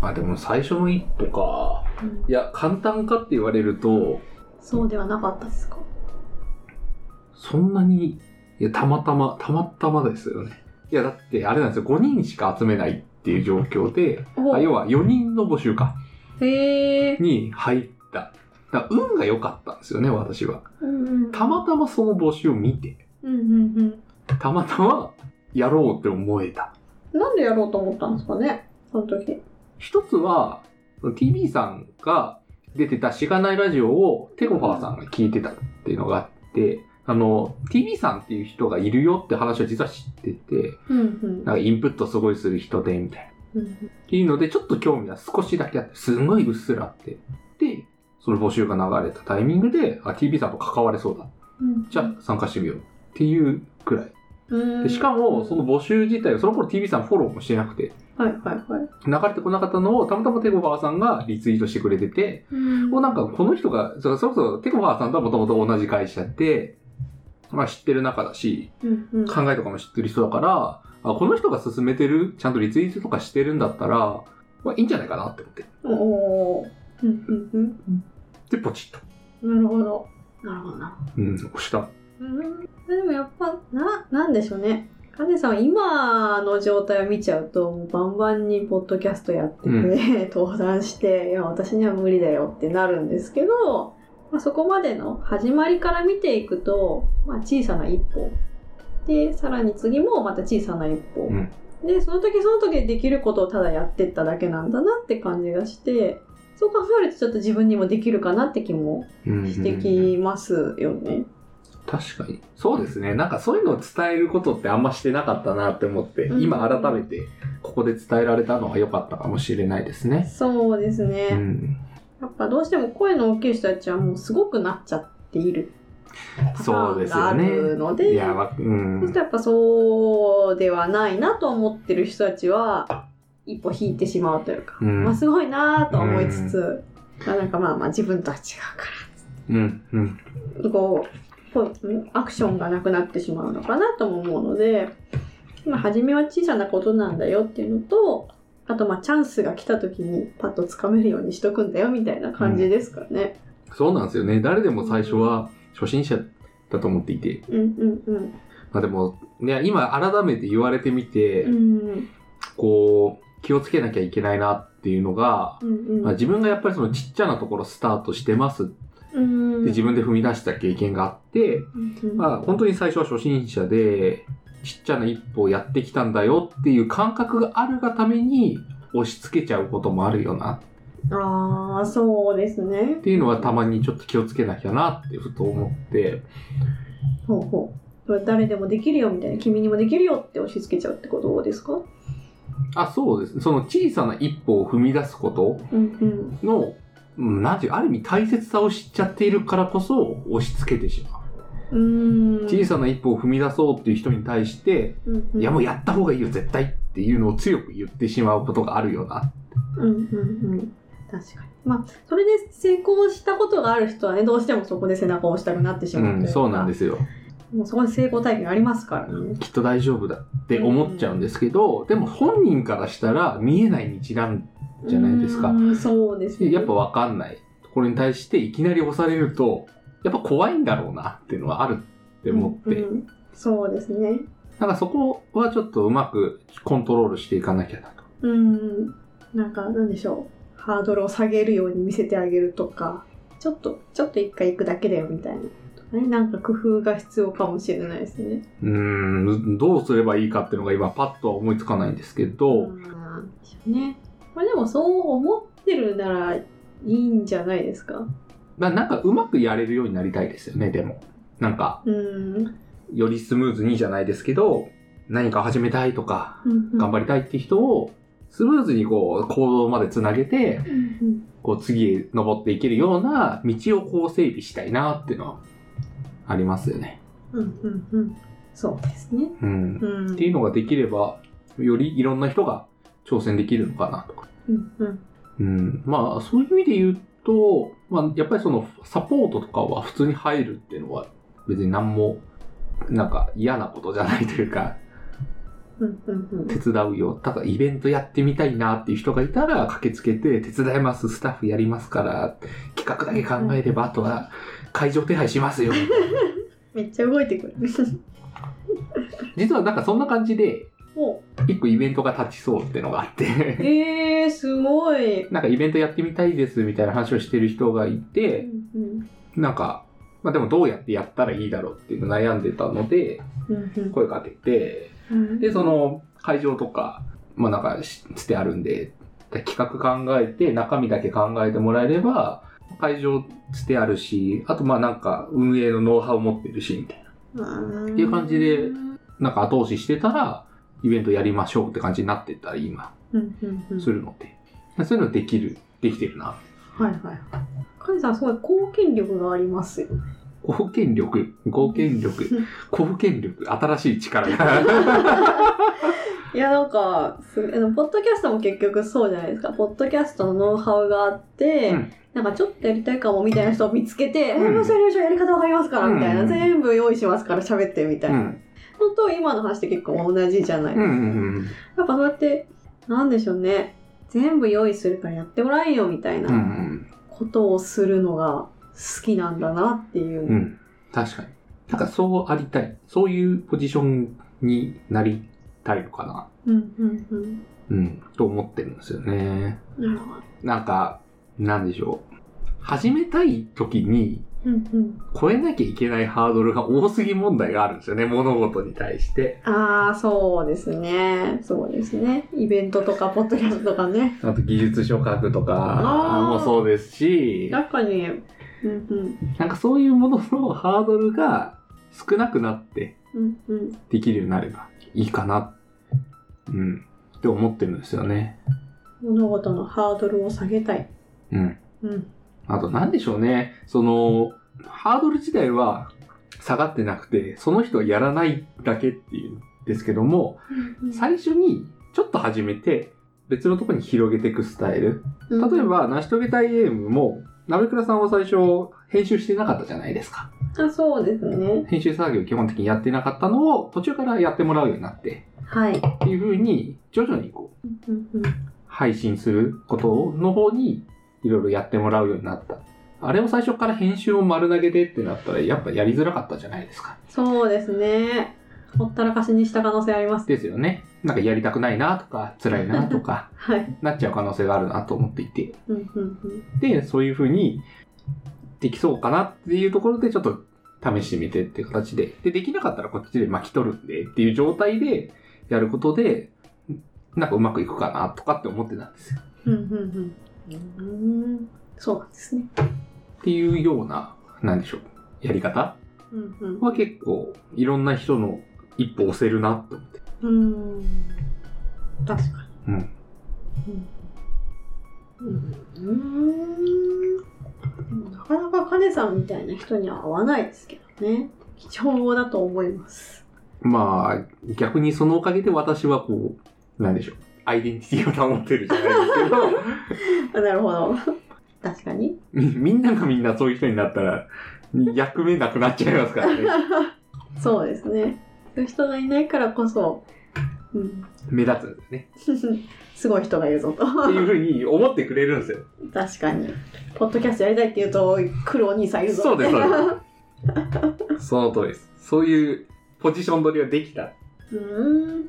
[SPEAKER 2] あ、でも最初の一歩か。
[SPEAKER 1] うん
[SPEAKER 2] いや、簡単かって言われると、
[SPEAKER 1] そうではなかったですか。
[SPEAKER 2] そんなに、いや、たまたま、たまたまですよね。いや、だってあれなんですよ。5人しか集めないっていう状況で、
[SPEAKER 1] お
[SPEAKER 2] あ要は4人の募集か。
[SPEAKER 1] へえ。
[SPEAKER 2] に入った。だから運が良かったんですよね、私は。
[SPEAKER 1] うんうん
[SPEAKER 2] たまたまその募集を見て、
[SPEAKER 1] うんうん
[SPEAKER 2] たまたまやろうって思えた。
[SPEAKER 1] うん。なんでやろうと思ったんですかね。その時。
[SPEAKER 2] 一つは、TV さんが出てたしがないラジオをテコファーさんが聞いてたっていうのがあって、あの、TV さんっていう人がいるよって話は実は知ってて、
[SPEAKER 1] うんうん
[SPEAKER 2] なんかインプットすごいする人で、みたいな。
[SPEAKER 1] うん
[SPEAKER 2] っていうので、ちょっと興味は少しだけあって、すんごいうっすらあって。で、その募集が流れたタイミングで、あ、TV さんと関われそうだ
[SPEAKER 1] うん。
[SPEAKER 2] じゃあ参加してみようっていうくらい。
[SPEAKER 1] うん
[SPEAKER 2] でしかも、その募集自体を、その頃 TV さんフォローもしてなくて、
[SPEAKER 1] はいはいはい。
[SPEAKER 2] 流れてこなかったのを、たまたまテコバーさんがリツイートしてくれてて、もうなんか、この人が、そそろそろテコバーさんとはもともと同じ会社で、まあ知ってる仲だし、
[SPEAKER 1] うんうん、
[SPEAKER 2] 考えとかも知ってる人だから、あこの人が進めてる、ちゃんとリツイートとかしてるんだったら、まあいいんじゃないかなって思って。
[SPEAKER 1] おーうんうん
[SPEAKER 2] で、ポチッと。
[SPEAKER 1] うん。なるほど。なるほどな。
[SPEAKER 2] うん、押した。
[SPEAKER 1] うん。でもやっぱ、な、なんでしょうね。カネさんは今の状態を見ちゃうと、もうバンバンにポッドキャストやってて、
[SPEAKER 2] う
[SPEAKER 1] 登壇して、いや、私には無理だよってなるんですけど、まあ、そこまでの始まりから見ていくと、まあ、小さな一歩。で、さらに次もまた小さな一歩。
[SPEAKER 2] うん
[SPEAKER 1] で、その時その時でできることをただやってっただけなんだなって感じがして、そう考えるとちょっと自分にもできるかなって気もしてきますよね。
[SPEAKER 2] 確かに。そうですね。なんかそういうのを伝えることってあんましてなかったなって思って、
[SPEAKER 1] うん
[SPEAKER 2] 今改めてここで伝えられたのは良かったかもしれないですね。
[SPEAKER 1] そうですね。
[SPEAKER 2] うん。
[SPEAKER 1] やっぱどうしても声の大きい人たちはもうすごくなっちゃっているパタ
[SPEAKER 2] そう
[SPEAKER 1] ー
[SPEAKER 2] で
[SPEAKER 1] ン
[SPEAKER 2] す
[SPEAKER 1] があ
[SPEAKER 2] よね
[SPEAKER 1] るので
[SPEAKER 2] いや、わう
[SPEAKER 1] そうする
[SPEAKER 2] ん
[SPEAKER 1] と。やっぱそうではないなと思ってる人たちは一歩引いてしまうというか、
[SPEAKER 2] うん
[SPEAKER 1] まあすごいなと思いつつ、まあなんかまあまあ自分とは違うか
[SPEAKER 2] うん。うん。
[SPEAKER 1] らこうこうんアクションがなくなってしまうのかなとも思うので、まあ、初めは小さなことなんだよっていうのとあとまあチャンスが来た時にパッとつかめるようにしとくんだよみたいな感じですかね。
[SPEAKER 2] そうなんですよね。誰でも最初は初心者だと思っていて。
[SPEAKER 1] うんうんうん
[SPEAKER 2] まあでも、ね、今改めて言われてみて、
[SPEAKER 1] うん
[SPEAKER 2] こう、気をつけなきゃいけないなっていうのが、
[SPEAKER 1] うん
[SPEAKER 2] まあ、自分がやっぱりそのちっちゃなところスタートしてますって
[SPEAKER 1] うん
[SPEAKER 2] 自分で踏み出した経験があって、
[SPEAKER 1] うん
[SPEAKER 2] まあ本当に最初は初心者で、ちっちゃな一歩をやってきたんだよっていう感覚があるがために押し付けちゃうこともあるよな
[SPEAKER 1] ああそうですね。
[SPEAKER 2] っていうのはたまにちょっと気をつけなきゃなってふと思って、
[SPEAKER 1] ほうほう。それ誰でもできるよみたいな、君にもできるよって押し付けちゃうってことですか
[SPEAKER 2] あ、そうです。その小さな一歩を踏み出すこと
[SPEAKER 1] うん
[SPEAKER 2] の、うんなんていう、ある意味大切さを知っちゃっているからこそ押し付けてしまう。
[SPEAKER 1] うん。うーん。
[SPEAKER 2] 小さな一歩を踏み出そうっていう人に対して、
[SPEAKER 1] うんうん、
[SPEAKER 2] いやもうやった方がいいよ、絶対っていうのを強く言ってしまうことがあるよな。
[SPEAKER 1] うんうんうん。確かに。まあ、それで成功したことがある人はね、どうしてもそこで背中を押したくなってし
[SPEAKER 2] う
[SPEAKER 1] まうとい。
[SPEAKER 2] ん、そうなんですすよ。
[SPEAKER 1] もうそこに成功体験がありますからね。
[SPEAKER 2] きっと大丈夫だって思っちゃうんですけど、でも本人からしたら見えない道なんじゃないですか
[SPEAKER 1] うーんそうですね。
[SPEAKER 2] でやっぱ分かんないところに対していきなり押されるとやっぱ怖いんだろうなっていうのはあるって思って、
[SPEAKER 1] うんうんそうですね。
[SPEAKER 2] なんかそこはちょっとうまくコントロールしていかなきゃなと。
[SPEAKER 1] うん。なんか、なんでしょう。ハードルを下げるように見せてあげるとか、ちょっと、ちょっと一回行くだけだよみたいな。とかね、なんか工夫が必要かもしれないですね。
[SPEAKER 2] うーんどうすればいいかっていうのが今パッとは思いつかないんですけど、
[SPEAKER 1] ん。ですよね。これでもそう思ってるならいいんじゃないですか。
[SPEAKER 2] まあなんかうまくやれるようになりたいですよねでもなんか
[SPEAKER 1] うん。
[SPEAKER 2] よりスムーズにじゃないですけど何か始めたいとか頑
[SPEAKER 1] 頑
[SPEAKER 2] 張りたいって人をスムーズにこう行動までつなげて
[SPEAKER 1] る。うんうん
[SPEAKER 2] こう次へ登っていけるような道をこう整備したいなっていうのはありますよね。
[SPEAKER 1] うんうんうん。そうですね。
[SPEAKER 2] うん、っ
[SPEAKER 1] うん。
[SPEAKER 2] ていうのができればよりいろんな人が挑戦できるのかなとか、
[SPEAKER 1] うんうん。
[SPEAKER 2] うん、まあそういう意味で言うと、まあ、やっぱりそのサポートとかは普通に入るっていうのは別に何もなんか嫌なことじゃないというか
[SPEAKER 1] うんうんうん。
[SPEAKER 2] 手伝うよ。ただイベントやってみたいなっていう人がいたら駆けつけて手伝います、スタッフやりますから、企画だけ考えれば、あとは会場手配しますよ。
[SPEAKER 1] めっちゃ動いてくる。
[SPEAKER 2] 実はなんかそんな感じで、
[SPEAKER 1] お
[SPEAKER 2] 一個イベントが立ちそうってのがあって、
[SPEAKER 1] えー、すごい。
[SPEAKER 2] なんかイベントやってみたいですみたいな話をしてる人がいて、
[SPEAKER 1] うん
[SPEAKER 2] なんか、まあでもどうやってやったらいいだろうっていうの悩んでたので、
[SPEAKER 1] うんうん
[SPEAKER 2] 声かけて、
[SPEAKER 1] うん。
[SPEAKER 2] で、その会場とか、まあなんかししてあるんで、で企画考えて、中身だけ考えてもらえれば、会場してあるし、あとまあなんか運営のノウハウを持ってるし、みたいな。
[SPEAKER 1] って
[SPEAKER 2] いう感じでなんか後押ししてたら、イベントやりましょうって感じになってたり、今、
[SPEAKER 1] うんうんうん、
[SPEAKER 2] するので。そういうのできる、できてるな。
[SPEAKER 1] はいはいはい。カイさんすごい貢献力がありますよ。
[SPEAKER 2] 貢献力、貢献 力、貢献力、新しい力が。
[SPEAKER 1] いやなんかすあのポッドキャストも結局そうじゃないですか。ポッドキャストのノウハウがあって、
[SPEAKER 2] うん
[SPEAKER 1] なんかちょっとやりたいかもみたいな人を見つけて、
[SPEAKER 2] うん
[SPEAKER 1] やりましょうやりましょうやり方わかりますからみたいな、
[SPEAKER 2] うん
[SPEAKER 1] 全部用意しますから喋ってみたいうな。
[SPEAKER 2] ん。
[SPEAKER 1] 本当今の話って結構同じじゃない。
[SPEAKER 2] うんうんうん。
[SPEAKER 1] やっぱそうやってなんでしょうね。全部用意するからやってもらえよみたい
[SPEAKER 2] うんう。
[SPEAKER 1] なんことをするのが好きなんだなっていう。
[SPEAKER 2] うん。確かに。なんかそうありたい。そういうポジションになりたいのかな。
[SPEAKER 1] うんうんうん。
[SPEAKER 2] うん。と思ってるんですよね。
[SPEAKER 1] なるほど。
[SPEAKER 2] なんか、なんでしょう。始めたい時に
[SPEAKER 1] うんうん。
[SPEAKER 2] 超えなきゃいけないハードルが多すぎ問題があるんですよね。物事に対して。
[SPEAKER 1] ああ、そうですね。そうですね。イベントとか、ポッドキャストとかね。
[SPEAKER 2] あと技術書書くとか
[SPEAKER 1] あー
[SPEAKER 2] もそうですし、
[SPEAKER 1] 中に、うんうん。
[SPEAKER 2] なんかそういうもののハードルが少なくなって
[SPEAKER 1] うんうん。
[SPEAKER 2] できるようになればいいかな。うん。って思ってるんですよね。
[SPEAKER 1] 物事のハードルを下げたい。
[SPEAKER 2] うん。
[SPEAKER 1] うん。
[SPEAKER 2] あと何でしょうね。その、ハードル自体は下がってなくて、その人はやらないだけっていうんですけども、最初にちょっと始めて、別のところに広げていくスタイル。
[SPEAKER 1] 例
[SPEAKER 2] 例え、ば、成し遂げたいエームも、鍋倉さんは最初、編集してなかったじゃないですか。
[SPEAKER 1] あ、そうですね。
[SPEAKER 2] 編集作業を基本的にやってなかったのを、途中からやってもらうようになって、
[SPEAKER 1] はい。
[SPEAKER 2] っていう風に、徐々にこう、配信することの方にいろいろやってもらうようになった。あれを最初から編集を丸投げでってなったらやっぱやりづらかったじゃないですか。
[SPEAKER 1] そうですね。ほったらかしにした可能性あります。
[SPEAKER 2] ですよね。なんかやりたくないなとか辛いなとか
[SPEAKER 1] はい。
[SPEAKER 2] なっちゃう可能性があるなと思っていて。
[SPEAKER 1] うんうん
[SPEAKER 2] で、そういうふうにできそうかなっていうところでちょっと試してみてっていう形で。で、できなかったらこっちで巻き取るんでっていう状態でやることでなんかうまくいくかなとかって思ってたんですよ
[SPEAKER 1] うん。うんうんうん。うんそうなんですね。
[SPEAKER 2] っていうような、なんでしょう、やり方
[SPEAKER 1] うんうん
[SPEAKER 2] は結構いろんな人の一歩押せるなと思って。
[SPEAKER 1] うーん。確かに。
[SPEAKER 2] うん
[SPEAKER 1] うん。うん。でもなかなかカネさんみたいな人には合わないですけどね。貴重だと思います。
[SPEAKER 2] まあ逆にそのおかげで私はこう、なんでしょう。アイデンティティを保ってるじゃないですけど
[SPEAKER 1] あなるほど。確かに。
[SPEAKER 2] み、 みんながみんなそういう人になったら、役目なくなっちゃいますからね。
[SPEAKER 1] そうですね。そういう人がいないからこそ、うん、
[SPEAKER 2] 目立つんですね。
[SPEAKER 1] すごい人がいるぞと。
[SPEAKER 2] っていうふうに思ってくれるんですよ。
[SPEAKER 1] 確かに。ポッドキャストやりたいって言うと、来るお兄さんいるぞ
[SPEAKER 2] そうです、そう
[SPEAKER 1] みたいな
[SPEAKER 2] です。その通りです。そういうポジション取りができた。
[SPEAKER 1] うーん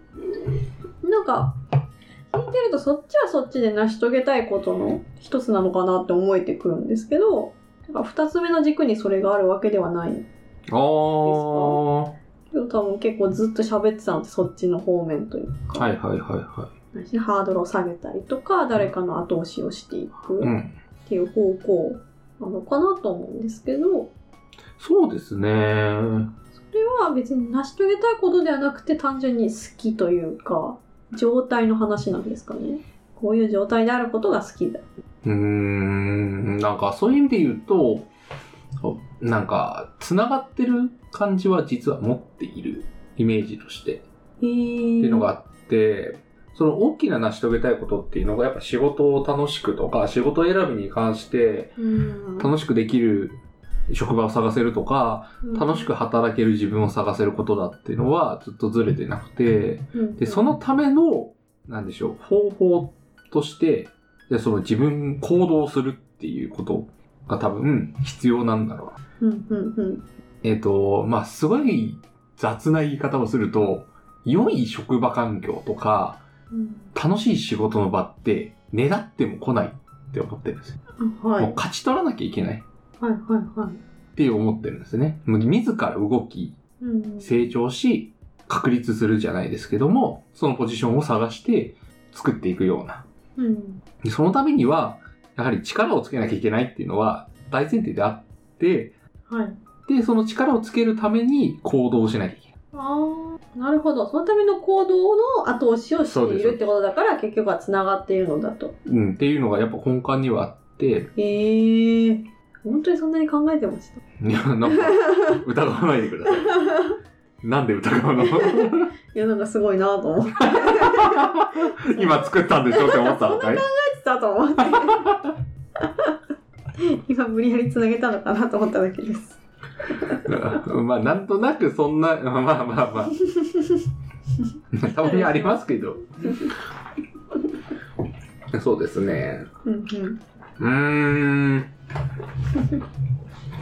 [SPEAKER 1] なんか聞いてるとそっちはそっちで成し遂げたいことの一つなのかなって思えてくるんですけどなんか二つ目の軸にそれがあるわけではない
[SPEAKER 2] ああ。は
[SPEAKER 1] けど多分結構ずっと喋ってたのってそっちの方面という
[SPEAKER 2] いはいはいは
[SPEAKER 1] ハードルを下げたりとか誰かの後押しをしていく
[SPEAKER 2] い。う
[SPEAKER 1] っ
[SPEAKER 2] ん。
[SPEAKER 1] ていう方向なのかなと思うんですけど
[SPEAKER 2] そうですね。
[SPEAKER 1] それは別に成し遂げたいことではなくて単純に好きというか状態の話なんですかねこういう状態であることが好きだ
[SPEAKER 2] うーん、なんかそういう意味で言うと、なんか、つながってる感じは実は持っているイメージとしてって
[SPEAKER 1] へー
[SPEAKER 2] いうのがあって、その大きな成し遂げたいことっていうのがやっぱ仕事を楽しくとか、仕事選びに関して
[SPEAKER 1] うん
[SPEAKER 2] 楽しくできる職場を探せるとか、楽しく働ける自分を探せることだっていうのはずっとずれてなくて、
[SPEAKER 1] うん
[SPEAKER 2] で、そのための、なんでしょう、方法として、でその自分、行動するっていうことが多分必要なんだろう。
[SPEAKER 1] うんうんうん
[SPEAKER 2] えっ、と、まあ、すごい雑な言い方をすると、良い職場環境とか、
[SPEAKER 1] うん
[SPEAKER 2] 楽しい仕事の場って、ねだっても来ないって思ってるんですよ。
[SPEAKER 1] あはいは
[SPEAKER 2] もう
[SPEAKER 1] い
[SPEAKER 2] 勝ち取らなきゃいけない
[SPEAKER 1] はいはい
[SPEAKER 2] って思ってるんですね。もう自ら動き、
[SPEAKER 1] うん
[SPEAKER 2] 成長し、確立するじゃないですけども、そのポジションを探して作っていくような
[SPEAKER 1] うん
[SPEAKER 2] でそのためには、やはり力をつけなきゃいけないっていうのは大前提であって、
[SPEAKER 1] はい
[SPEAKER 2] で、その力をつけるために行動をしなきゃいけない。
[SPEAKER 1] ああなるほどそのための行動の後押しをして
[SPEAKER 2] そうで
[SPEAKER 1] い
[SPEAKER 2] す
[SPEAKER 1] るってことだから結局はつながっているのだと
[SPEAKER 2] うん、っていうのがやっぱ根幹にはあって、
[SPEAKER 1] へえ本当にそんなに考えてました
[SPEAKER 2] いや、なん か、疑わないでください。なんで疑 うの
[SPEAKER 1] いやなんかすごいなと思って
[SPEAKER 2] 今作ったんでしょって思ったのかい
[SPEAKER 1] たと思って 今無理やりつなげたのかなと思っただけです
[SPEAKER 2] まあ、なんとなくそんな、まあまあまあ。 たまにありますけ ど。そうですね。
[SPEAKER 1] うんうん
[SPEAKER 2] うーん。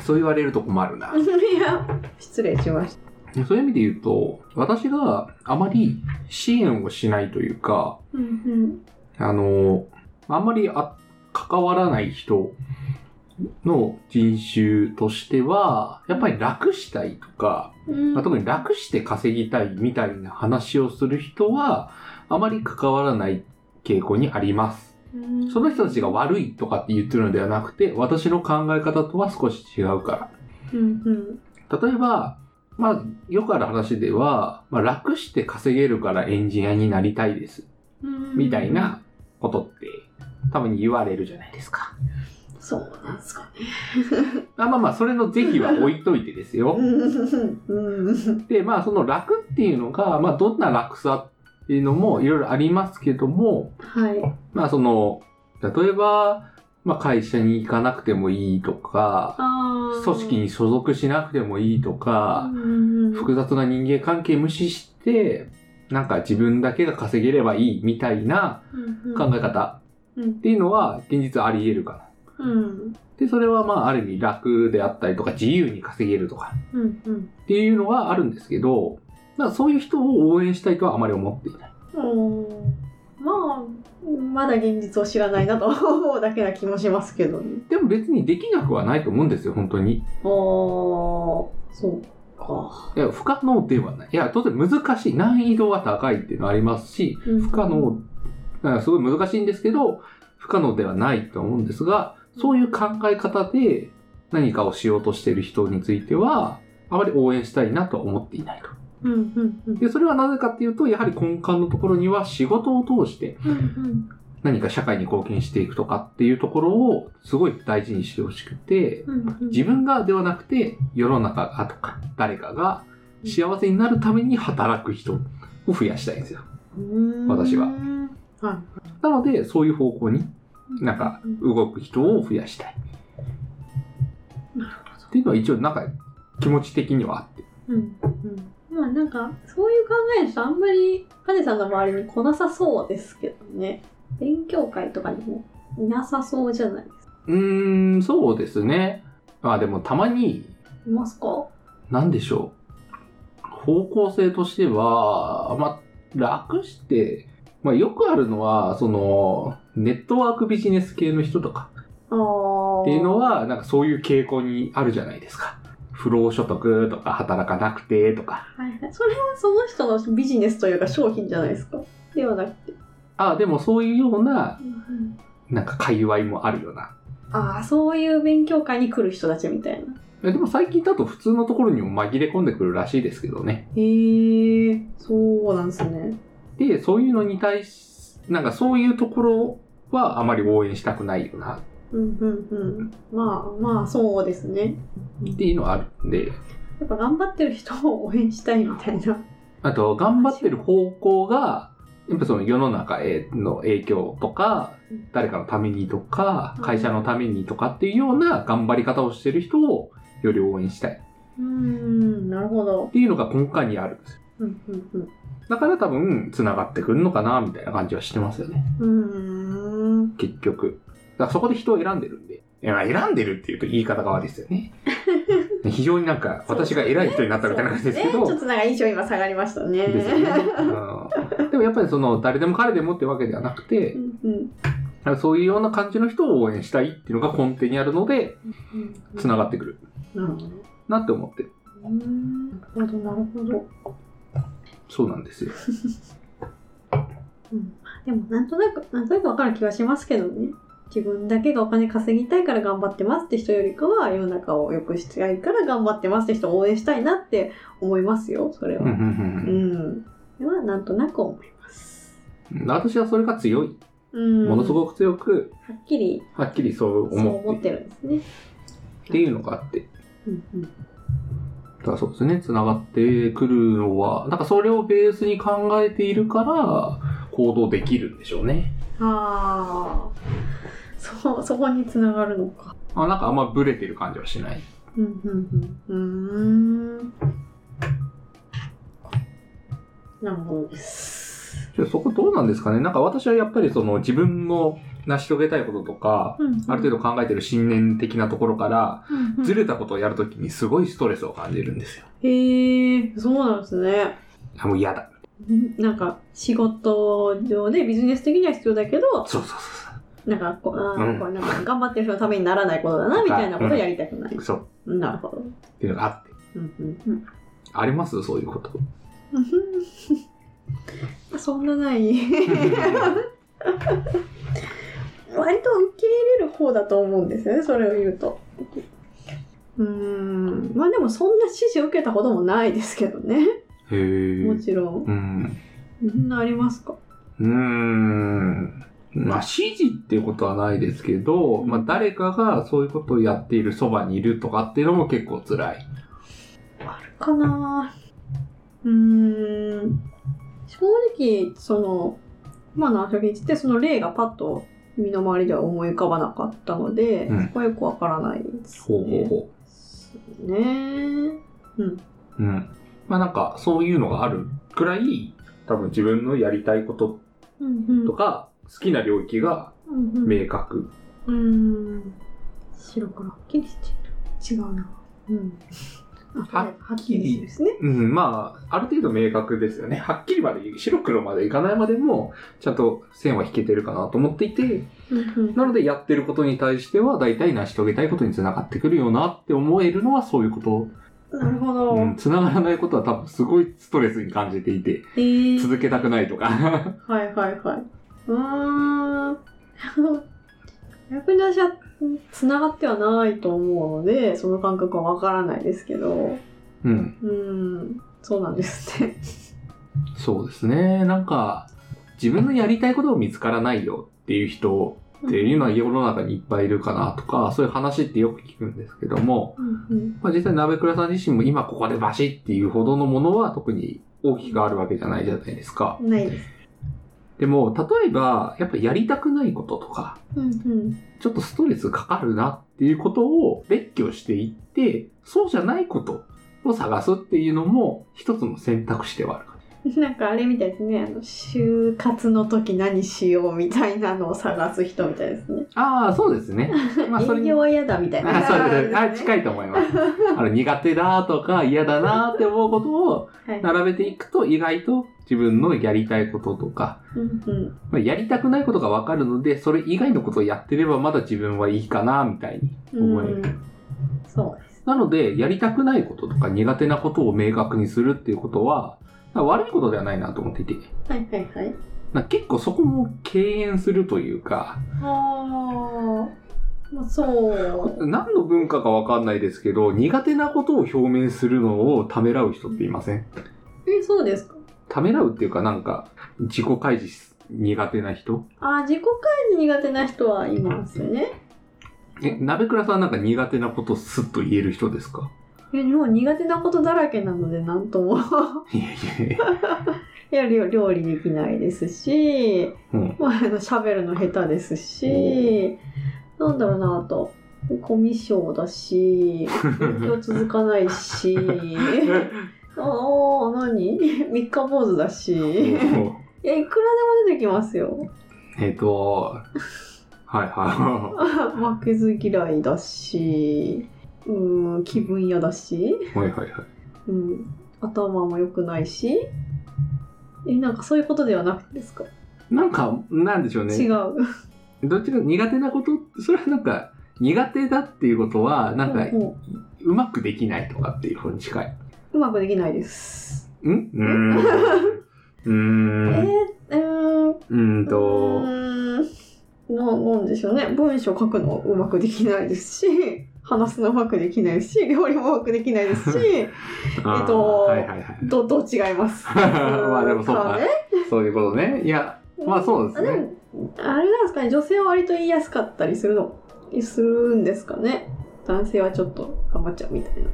[SPEAKER 2] そう言われると困るな。
[SPEAKER 1] いや失礼しました
[SPEAKER 2] そういう意味で言うと、私があまり支援をしないというか、
[SPEAKER 1] うん
[SPEAKER 2] あの、あんまりあ関わらない人の人種としては、やっぱり楽したいとか、
[SPEAKER 1] うん
[SPEAKER 2] まあ特に楽して稼ぎたいみたいな話をする人は、あまり関わらない傾向にありま
[SPEAKER 1] う
[SPEAKER 2] す。
[SPEAKER 1] ん
[SPEAKER 2] その人たちが悪いとかって言ってるのではなくて、私の考え方とは少し違うか
[SPEAKER 1] うんうん
[SPEAKER 2] ら。例えば、まあ、よくある話では、まあ、楽して稼げるからエンジニアになりたいです。
[SPEAKER 1] うん
[SPEAKER 2] みたいなことって、多分言われるじゃないですか。
[SPEAKER 3] そうなんですかね。
[SPEAKER 2] あまあまあ、それの是非は置いといてですよ
[SPEAKER 1] う。んうん
[SPEAKER 2] で、まあ、その楽っていうのが、まあ、どんな楽さっていうのもいろいろありますけども、
[SPEAKER 1] はい。
[SPEAKER 2] まあ、その、例えば、まあ、会社に行かなくてもいいとか、
[SPEAKER 1] あー
[SPEAKER 2] 組織に所属しなくてもいいとか、
[SPEAKER 1] うん
[SPEAKER 2] 複雑な人間関係無視して、なんか自分だけが稼げればいいみたいな
[SPEAKER 1] うんうん
[SPEAKER 2] 考え方
[SPEAKER 1] うん
[SPEAKER 2] っていうのは現実あり得るかな。
[SPEAKER 1] うん
[SPEAKER 2] で、それはまあある意味楽であったりとか自由に稼げるとか
[SPEAKER 1] うんうん
[SPEAKER 2] っていうのはあるんですけど、まあそういう人を応援したいとはあまり思っていない。
[SPEAKER 1] おーまあまだ現実を知らないなと思うだけな気もしますけどね。
[SPEAKER 2] でも別にできなくはないと思うんですよ、本当に。
[SPEAKER 1] ああそうか。
[SPEAKER 2] いや、不可能ではない。いや、当然難しい。難易度は高いっていうのはありますし、
[SPEAKER 1] うん
[SPEAKER 2] 不可能、だからすごい難しいんですけど、不可能ではないと思うんですが、そういう考え方で何かをしようとしている人については、あまり応援したいなとは思っていないと。
[SPEAKER 1] うんうんうん
[SPEAKER 2] で、それはなぜかっていうと、やはり根幹のところには仕事を通して
[SPEAKER 1] うんうん
[SPEAKER 2] 何か社会に貢献していくとかっていうところをすごい大事にしてほしくて、
[SPEAKER 1] うんうん
[SPEAKER 2] 自分がではなくて世の中がとか誰かが幸せになるために働く人を増やしたいんですよ。私は
[SPEAKER 1] うーんは
[SPEAKER 2] なので、そういう方向に
[SPEAKER 1] い。
[SPEAKER 2] なんか
[SPEAKER 1] うん
[SPEAKER 2] 動く人を増やしたい。
[SPEAKER 1] な
[SPEAKER 2] っていうのは一応なんか気持ち的にはあって。
[SPEAKER 1] うんうん、まあなんかそういう考えの人あんまりカネさんの周りに来なさそうですけどね勉強会とかにもいなさそうじゃないですか
[SPEAKER 2] うーん、そうですね。まあでもたまに、
[SPEAKER 1] いますか
[SPEAKER 2] なんでしょう。方向性としては、まあ楽して、まあよくあるのは、その、ネットワークビジネス系の人とか、
[SPEAKER 1] あー
[SPEAKER 2] っていうのは、なんかそういう傾向にあるじゃないですか。不労所得とか働かなくてとか。
[SPEAKER 1] はいはい、それはその人のビジネスというか商品じゃないですかではなくて、
[SPEAKER 2] ああ、でもそういうような、なんか界隈もあるよな。
[SPEAKER 1] ああそういう勉強会に来る人たちみたいな
[SPEAKER 2] えでも最近だと普通のところにも紛れ込んでくるらしいですけどね。
[SPEAKER 1] へえそうなんですね
[SPEAKER 2] で、そういうのに対し、なんかそういうところはあまり応援したくないよな
[SPEAKER 1] うんうんうんまあまあそうですね
[SPEAKER 2] っていうのはあるんで、
[SPEAKER 1] やっぱ頑張ってる人を応援したいみたいな
[SPEAKER 2] あと頑張ってる方向が、やっぱその世の中への影響とか
[SPEAKER 1] うん、
[SPEAKER 2] 誰かのためにとか
[SPEAKER 1] う、ん
[SPEAKER 2] 会社のためにとかっていうような頑張り方をしてる人をより応援したいっ
[SPEAKER 1] うーんなるほど
[SPEAKER 2] ていうのが根幹にあるんですよ。
[SPEAKER 1] うんうんうん
[SPEAKER 2] だから多分繋がってくるのかなみたいな感じはしてますよね。
[SPEAKER 1] うーん。
[SPEAKER 2] 結局。だからそこで人を選んでるんで。いや、選んでるっていうと言い方が悪いですよ ね。非常になんか私が偉い人になったみたいな感じですけ
[SPEAKER 1] そうね
[SPEAKER 2] ど
[SPEAKER 1] ちょ。っとなんか印象今下がりましたね。
[SPEAKER 2] ですよね、うんでもやっぱりその誰でも彼でもってわけではなくて、
[SPEAKER 1] うんうん
[SPEAKER 2] そういうような感じの人を応援したいっていうのが根底にあるので、
[SPEAKER 1] うん
[SPEAKER 2] 繋がってくる
[SPEAKER 1] なるほど。
[SPEAKER 2] なって思ってる。
[SPEAKER 1] うーん。なるほど、なるほど。
[SPEAKER 2] そうなんですよ。
[SPEAKER 1] でも、なんとなく、なんとなくわかる気がしますけどね。自分だけがお金稼ぎたいから頑張ってますって人よりかは、世の中を良くしたいから頑張ってますって人を応援したいなって思いますよ、それ
[SPEAKER 2] うんう
[SPEAKER 1] は。うんん。それは、なんとなく思います。
[SPEAKER 2] うん私はそれが強い。
[SPEAKER 1] うん。
[SPEAKER 2] ものす
[SPEAKER 1] は
[SPEAKER 2] ごく強く、
[SPEAKER 1] っきり、
[SPEAKER 2] はっきりそう
[SPEAKER 1] そう
[SPEAKER 2] 思
[SPEAKER 1] 思
[SPEAKER 2] っ
[SPEAKER 1] って
[SPEAKER 2] い
[SPEAKER 1] て
[SPEAKER 2] る
[SPEAKER 1] るんですね。
[SPEAKER 2] っていうのがあって。
[SPEAKER 1] うんうん。
[SPEAKER 2] だからそうですね、繋がってくるのは、なんかそれをベースに考えているから、行動できるんでしょうね。
[SPEAKER 1] ああそうそこにつながるのか
[SPEAKER 2] あなんかあんまブレてる感じはしない。
[SPEAKER 1] うんうんうんうーんなるほどです
[SPEAKER 2] じゃあそこどうなんですかねなんか私はやっぱりその自分の成し遂げたいこととか、ある
[SPEAKER 1] 度
[SPEAKER 2] 程度考えてる信念的なところから、ず
[SPEAKER 1] れ
[SPEAKER 2] れたことをやるときにすごいストレスを感じるんですよ。
[SPEAKER 1] へえそうなんですね
[SPEAKER 2] あ、もう嫌だ。
[SPEAKER 1] うんなんか仕事上でビジネス的には必要だけど
[SPEAKER 2] そうそうそう
[SPEAKER 1] なんかこうあー
[SPEAKER 2] うん
[SPEAKER 1] こうなんか頑張ってる人のためにならないことだなみたいなことをやりたくない
[SPEAKER 2] そう。、そう。
[SPEAKER 1] なるほど、
[SPEAKER 2] っていうのがあって。
[SPEAKER 1] うんうんうん
[SPEAKER 2] ありますそういうこと。
[SPEAKER 1] うんそんな ない。割と受け入れる方だと思うんですよね、それを言うと。うーん、まあでもそんな指示を受けたこともないですけどね、
[SPEAKER 2] へえ。
[SPEAKER 1] もちろん。
[SPEAKER 2] うん。
[SPEAKER 1] みんなありますか
[SPEAKER 2] うーん。まあ、指示っていうことはないですけど、まあ、誰かがそういうことをやっているそばにいるとかっていうのも結構辛い。
[SPEAKER 1] かなうーん正直その今の遊びってその例がパッと身の回りでは思い浮かばなかったので、
[SPEAKER 2] うん
[SPEAKER 1] そこはよくわからないですね。
[SPEAKER 2] ほうほうほ
[SPEAKER 1] ねうん
[SPEAKER 2] う。うん。まあ、なんか、そういうのがあるくらい、多分自分のやりたいこと
[SPEAKER 1] うんうん
[SPEAKER 2] とか、好きな領域が
[SPEAKER 1] うんうん
[SPEAKER 2] 明確。
[SPEAKER 1] うーん白黒はっきりしてる違うなうんあ
[SPEAKER 2] は
[SPEAKER 1] はっきりしてるですね
[SPEAKER 2] うん、まあ、ある程度明確ですよね。はっきりまで、白黒までいかないまでも、ちゃんと線は引けてるかなと思っていて、
[SPEAKER 1] うん
[SPEAKER 2] なのでやってることに対しては、大体成し遂げたいことにつながってくるよなって思えるのはそういうこと
[SPEAKER 1] うんなるほど、
[SPEAKER 2] うん、繋がらないことは多分すごいストレスに感じていて、
[SPEAKER 1] えー
[SPEAKER 2] 続けたくないと か。
[SPEAKER 1] はいはいはい。うーん。逆に私は繋がってはないと思うので、その感覚はわからないですけど、
[SPEAKER 2] うん、
[SPEAKER 1] うーん、そうなんですね。
[SPEAKER 2] そうですね。なんか、自分のやりたいことを見つからないよっていう人っていうのは世の中にいっぱいいるかなとか、そういう話ってよく聞くんですけども、
[SPEAKER 1] うんうん
[SPEAKER 2] まあ、実際鍋倉さん自身も今ここでバシっていうほどのものは特に大きくあるわけじゃないじゃないですか。
[SPEAKER 1] ないです。
[SPEAKER 2] でも、例えば、やっぱやりたくないこととか、
[SPEAKER 1] うんうん
[SPEAKER 2] ちょっとストレスかかるなっていうことを列挙していって、そうじゃないことを探すっていうのも一つの選択肢ではあるか
[SPEAKER 1] なんかあれみたいですねあの就活の時何しようみたいなのを探す人みたいですね
[SPEAKER 2] な。ああ、そうです ね。まあ、それ
[SPEAKER 1] 営
[SPEAKER 2] に。
[SPEAKER 1] 業
[SPEAKER 2] あ
[SPEAKER 1] は嫌だみたいな
[SPEAKER 2] そうですね。あ
[SPEAKER 1] ね
[SPEAKER 2] 近いと思います。あの苦手だとか嫌だなって思うことを
[SPEAKER 1] はい
[SPEAKER 2] 並べていくと意外と自分のやりたいこととか、
[SPEAKER 1] うんうん
[SPEAKER 2] まあ、やりたくないことがわかるので、それ以外のことをやってればまだ自分はいいかなみたいに思える。
[SPEAKER 1] うんそうです
[SPEAKER 2] なので、やりたくないこととか苦手なことを明確にするっていうことは、まあ悪いことではないなと思っていて、
[SPEAKER 1] はいはいはい
[SPEAKER 2] なんか結構そこも敬遠するというか、
[SPEAKER 1] あーまあそう
[SPEAKER 2] 何の文化かわかんないですけど、苦手なことを表明するのをためらう人っていません
[SPEAKER 1] え、そうですか。
[SPEAKER 2] ためらうっていうかなんか、自己開示し苦手な人
[SPEAKER 1] あ、自己開示苦手な人はいますね。
[SPEAKER 2] え、鍋倉さんなんか苦手なことスッと言える人ですか
[SPEAKER 1] え、もう苦手なことだらけなので、なんとも。
[SPEAKER 2] いやいやいや。
[SPEAKER 1] いや、料料理できないですし、
[SPEAKER 2] うん。
[SPEAKER 1] まあ、あの、喋るの下手ですし、なんだろうな、あと。コミュ障だし、勉強続かない し、ああ、何三日坊主だし、いや、いくらでも出てきますよ。
[SPEAKER 2] えっと、はいは
[SPEAKER 1] 負けず嫌いだし、うん、気分屋だし。
[SPEAKER 2] い。はいはいはい。
[SPEAKER 1] うん、頭も良くないしえなんかそういうことではなくてですか、
[SPEAKER 2] なんか、なんでしょうね。
[SPEAKER 1] 違う
[SPEAKER 2] どっちか苦手なことそれはなんか苦手だっていうことはなんか
[SPEAKER 1] も
[SPEAKER 2] うまくできないとかっていう方に近い。
[SPEAKER 1] ううまくできないです
[SPEAKER 2] んうーん。うー
[SPEAKER 1] えー
[SPEAKER 2] ん。、
[SPEAKER 1] えー、
[SPEAKER 2] うーん
[SPEAKER 1] う
[SPEAKER 2] と、
[SPEAKER 1] ーんななんでしょうね文章書くのうまくできないですし 話すのうまくできないし料理もうまくできないですし
[SPEAKER 2] あー
[SPEAKER 1] えっと
[SPEAKER 2] はいはいはい。
[SPEAKER 1] どどう違います
[SPEAKER 2] まあでもそうか
[SPEAKER 1] ね。
[SPEAKER 2] そういうことね。いや、まあそうですね
[SPEAKER 1] あでもあれなんですかね女性は割と言いやすかったりするのするんですかね男性はちょっと頑張っちゃうみたいな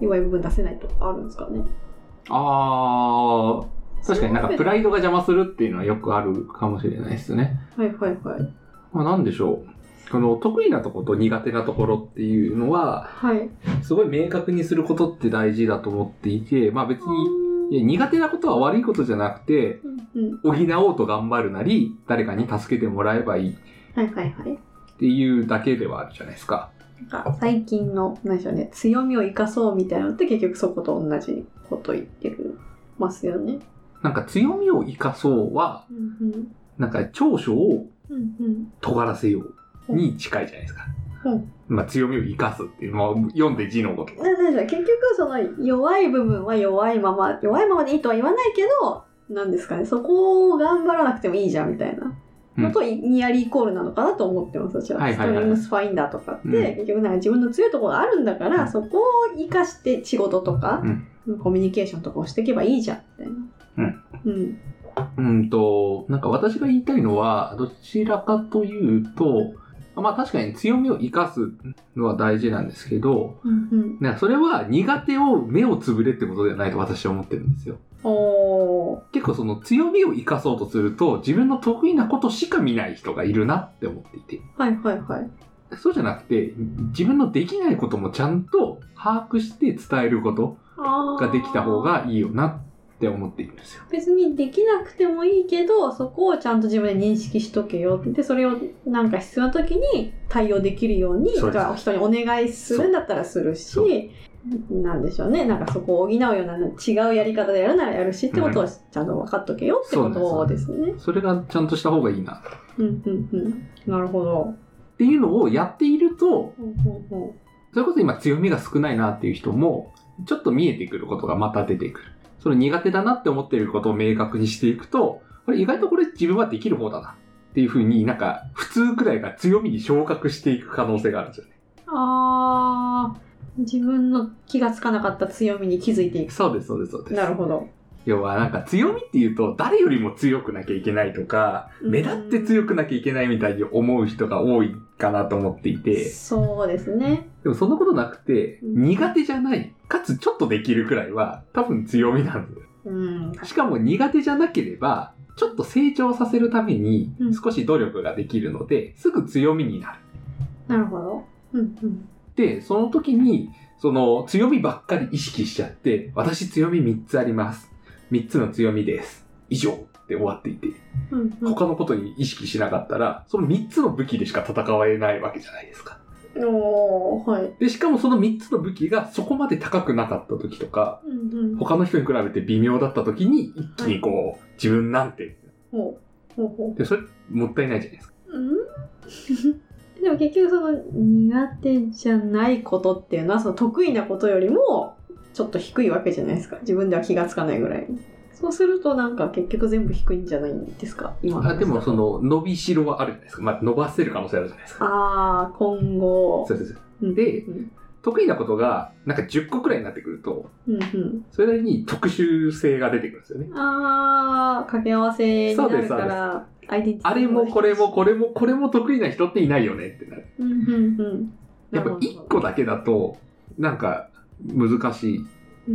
[SPEAKER 1] 弱い部分出せないとかあるんですかね
[SPEAKER 2] あー。確かになんかプライドが邪魔するっていうのはよくあるかもしれないですね。
[SPEAKER 1] はいはいはい
[SPEAKER 2] まあなんでしょう。この得意なところと苦手なところっていうのは、
[SPEAKER 1] はい
[SPEAKER 2] すごい明確にすることって大事だと思っていて、まあ別にいや苦手なことは悪いことじゃなくて、
[SPEAKER 1] うんうん
[SPEAKER 2] 補おうと頑張るなり、誰かに助けてもらえばいいっ
[SPEAKER 1] はいはいはい
[SPEAKER 2] ていうだけではあるじゃないですか。
[SPEAKER 1] なんか最近の何でしょうね強みを生かそうみたいなのって結局そこと同じこと言ってるますよね
[SPEAKER 2] なんか強みを生かそうは、
[SPEAKER 1] うんうん
[SPEAKER 2] なんか長所を
[SPEAKER 1] うんうん
[SPEAKER 2] 尖らせように近いじゃないですか。
[SPEAKER 1] うん
[SPEAKER 2] まあ強みを生かすっていう、まあ読んで字のこと。
[SPEAKER 1] ななんでしょう結局その弱い部分は弱いまま弱いままでいいとは言わないけどなんですかねそこを頑張らなくてもいいじゃんみたいなのと、ニアリーイコールなのかなと思ってます私は,、
[SPEAKER 2] はいはいは
[SPEAKER 1] ス
[SPEAKER 2] い
[SPEAKER 1] トリームスファインダーとかって、
[SPEAKER 2] うん
[SPEAKER 1] 結局なんか自分の強いところがあるんだから、
[SPEAKER 2] うん
[SPEAKER 1] そこを生かして仕事とか、コミュニケーションとかをしていけばいいじゃんみたいな。うん
[SPEAKER 2] うんと、なんか私が言いたいのは、どちらかというと、まあ確かに強みを生かすのは大事なんですけど、
[SPEAKER 1] うんうん。
[SPEAKER 2] ね、それは苦手を目をつぶれってことではないと私は思ってるんですよ。
[SPEAKER 1] おー。
[SPEAKER 2] 結構その強みを生かそうとすると、自分の得意なことしか見ない人がいるなって思っていて。
[SPEAKER 1] はいはいはい。
[SPEAKER 2] そうじゃなくて、自分のできないこともちゃんと把握して伝えること
[SPEAKER 1] あ
[SPEAKER 2] ができた方。がいいよなって思っているんですよ。
[SPEAKER 1] 別にできなくてもいいけど、そこをちゃんと自分で認識しとけよって、それをなんか必要な時に対応できるように、
[SPEAKER 2] そうです
[SPEAKER 1] だから人にお願いするんだったらするし
[SPEAKER 2] そう、
[SPEAKER 1] なんでしょうね、なんかそこを補うような違うやり方でやるならやるしってことをちゃんと分かっとけよってことですね。
[SPEAKER 2] それがちゃんとした方がいいな。っ
[SPEAKER 1] うんうんうん。なるほど。
[SPEAKER 2] ていうのをやっていると、
[SPEAKER 1] うんうんうん
[SPEAKER 2] それこそ今強みが少ないなっていう人も、ちょっと見えてくることがまた出てくる。その苦手だなって思っていることを明確にしていくと、あれ意外とこれ自分はできる方だなっていうふうになんか普通くらいが強みに昇格していく可能性があるんですよね。
[SPEAKER 1] あー、自分の気がつかなかった強みに気づいていく。
[SPEAKER 2] そうです、そうです、そうです。
[SPEAKER 1] なるほど。
[SPEAKER 2] 要はなんか強みっていうと誰よりも強くなきゃいけないとか、
[SPEAKER 1] うん
[SPEAKER 2] 目立って強くなきゃいけないみたいに思う人が多いかなと思っていて、
[SPEAKER 1] そうですね。
[SPEAKER 2] でもそんなことなくて、
[SPEAKER 1] うん
[SPEAKER 2] 苦手じゃない、かつちょっとできるくらいは多分強みなんだよ。
[SPEAKER 1] うん。
[SPEAKER 2] しかも苦手じゃなければ、ちょっと成長させるために
[SPEAKER 1] うん
[SPEAKER 2] 少し努力ができるので、すぐ強みになる。
[SPEAKER 1] なるほど。うんうん。
[SPEAKER 2] で、その時に、その強みばっかり意識しちゃって、私強み3つあります。3つの強みです。以上って終わっていて。
[SPEAKER 1] うんうん、
[SPEAKER 2] 他のことに意識しなかったら、その3つの武器でしか戦えないわけじゃないですか。
[SPEAKER 1] おーはい。
[SPEAKER 2] で、しかもその3つの武器がそこまで高くなかった時とか、
[SPEAKER 1] うんうん。
[SPEAKER 2] 他の人に比べて微妙だった時に、一気にこう、自分なんて。
[SPEAKER 1] ほうほうほ
[SPEAKER 2] で、それ、もったいないじゃないですか。
[SPEAKER 1] う。うん でも結局その苦手じゃないことっていうのはその得意なことよりもちょっと低いわけじゃないですか。自分では気がつかないぐらいに。そうするとなんか結局全部低いんじゃないんですか今の
[SPEAKER 2] あでも、その、伸びしろはあるじゃないですか。まあ、伸ばせる可能性あるじゃないですか。
[SPEAKER 1] ああ、今後。
[SPEAKER 2] そうそうそう。
[SPEAKER 1] うん
[SPEAKER 2] で
[SPEAKER 1] うん
[SPEAKER 2] 得意なことが、なんか10個くらいになってくると、
[SPEAKER 1] うん
[SPEAKER 2] それなりに特殊性が出てくるんですよね
[SPEAKER 1] う。ん、ああ、掛け合わせになるから、アイデンティティ
[SPEAKER 2] あれもこれもこれもこれも得意な人っていないよねってなる。
[SPEAKER 1] うんうんうん。
[SPEAKER 2] やっぱ一個だけだと、なんか難しい。
[SPEAKER 1] うんうん
[SPEAKER 2] 例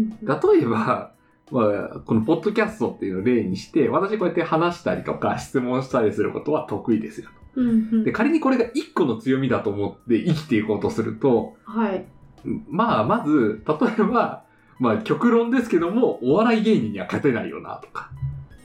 [SPEAKER 2] えば、まあ、このポッドキャストっていうのを例にして、私こうやって話したりとか質問したりすることは得意ですよ。
[SPEAKER 1] うんうん
[SPEAKER 2] で、仮にこれが一個の強みだと思って生きていこうとすると、
[SPEAKER 1] はい。
[SPEAKER 2] まあ、まず、例えば、まあ、極論ですけども、お笑い芸人には勝てないよな、とか。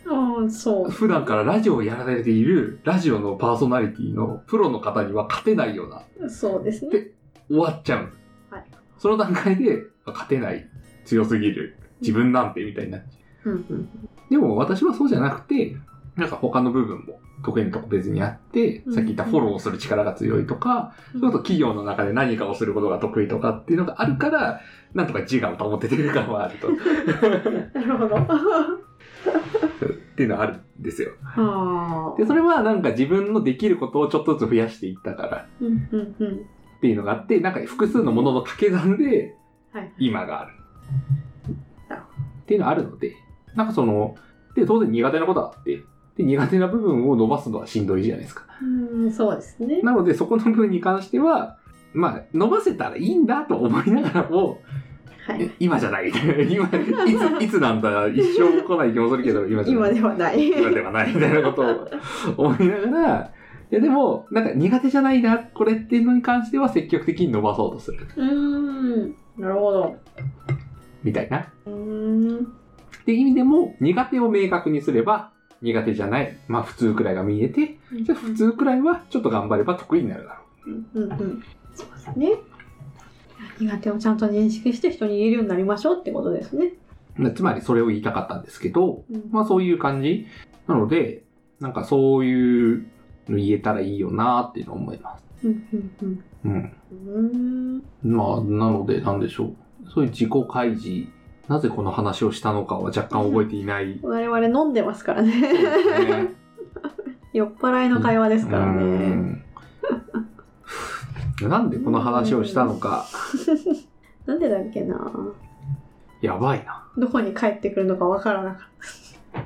[SPEAKER 1] うん、そう。
[SPEAKER 2] 普段からラジオをやられている、ラジオのパーソナリティのプロの方には勝てないよな、
[SPEAKER 1] そうですね。
[SPEAKER 2] 終わっちゃう。
[SPEAKER 1] はい
[SPEAKER 2] その段階で、あ勝てない、強すぎる、自分なんてみたいになっち
[SPEAKER 1] う
[SPEAKER 2] ゃ
[SPEAKER 1] んうん。
[SPEAKER 2] う。でも私はそうじゃなくて、なんか他の部分も得意なとこ別にあって、
[SPEAKER 1] うん
[SPEAKER 2] さっき言ったフォローをする力が強いとか、
[SPEAKER 1] うん
[SPEAKER 2] それこそ企業の中で何かをすることが得意とかっていうのがあるから、なんとか自我を保ててる感はあると。
[SPEAKER 1] なるほど。
[SPEAKER 2] っていうのはあるんですよ。
[SPEAKER 1] ああ。
[SPEAKER 2] で、それはなんか自分のできることをちょっとずつ増やしていったから
[SPEAKER 1] うんうんうん。
[SPEAKER 2] っていうのがあって、なんか複数のものの掛け算で
[SPEAKER 1] はい。
[SPEAKER 2] 今がある
[SPEAKER 1] なるほ。
[SPEAKER 2] っていうのはあるので、なんかその、で、当然苦手なことはあって、で、苦手な部分を伸ばすのはしんどいじゃないですか。
[SPEAKER 1] うん、そうですね。
[SPEAKER 2] なので、そこの部分に関しては、まあ、伸ばせたらいいんだと思いながらも、
[SPEAKER 1] はい
[SPEAKER 2] え。今じゃない。 今、いつ、いつなんだ、一生来ない気もするけど、今じゃな
[SPEAKER 1] 今
[SPEAKER 2] い。
[SPEAKER 1] ではない。
[SPEAKER 2] 今ではない、みたいなことを思いながら、いやでも、なんか苦手じゃないな、これっていうのに関しては積極的に伸ばそうとする。
[SPEAKER 1] うーん。なるほど。
[SPEAKER 2] みたいな。
[SPEAKER 1] うーん。
[SPEAKER 2] って意味でも苦手を明確にすれば苦手じゃないまあ普通くらいが見えてじゃあ普通くらいはちょっと頑張れば得意になるだろ
[SPEAKER 1] うんうんうん。そうですね。苦手をちゃんと認識して人に言えるようになりましょうってことですね。
[SPEAKER 2] うなつまりそれを言いたかったんですけど
[SPEAKER 1] うん
[SPEAKER 2] まあそういう感じなのでなんかそういうの言えたらいいよなっていうのを思います
[SPEAKER 1] うんうんうん。
[SPEAKER 2] うん
[SPEAKER 1] うーん。
[SPEAKER 2] まあなのでなんでしょうそういう自己開示なぜこの話をしたのかは若干覚えていない
[SPEAKER 1] 我々飲んでますから
[SPEAKER 2] そう
[SPEAKER 1] ね。
[SPEAKER 2] ですね
[SPEAKER 1] 酔っ払いの会話ですから
[SPEAKER 2] う
[SPEAKER 1] ね。
[SPEAKER 2] ん なんでこの話をしたのか
[SPEAKER 1] なんでだっけな。
[SPEAKER 2] やばいな
[SPEAKER 1] どこに帰ってくるのかわからなかっ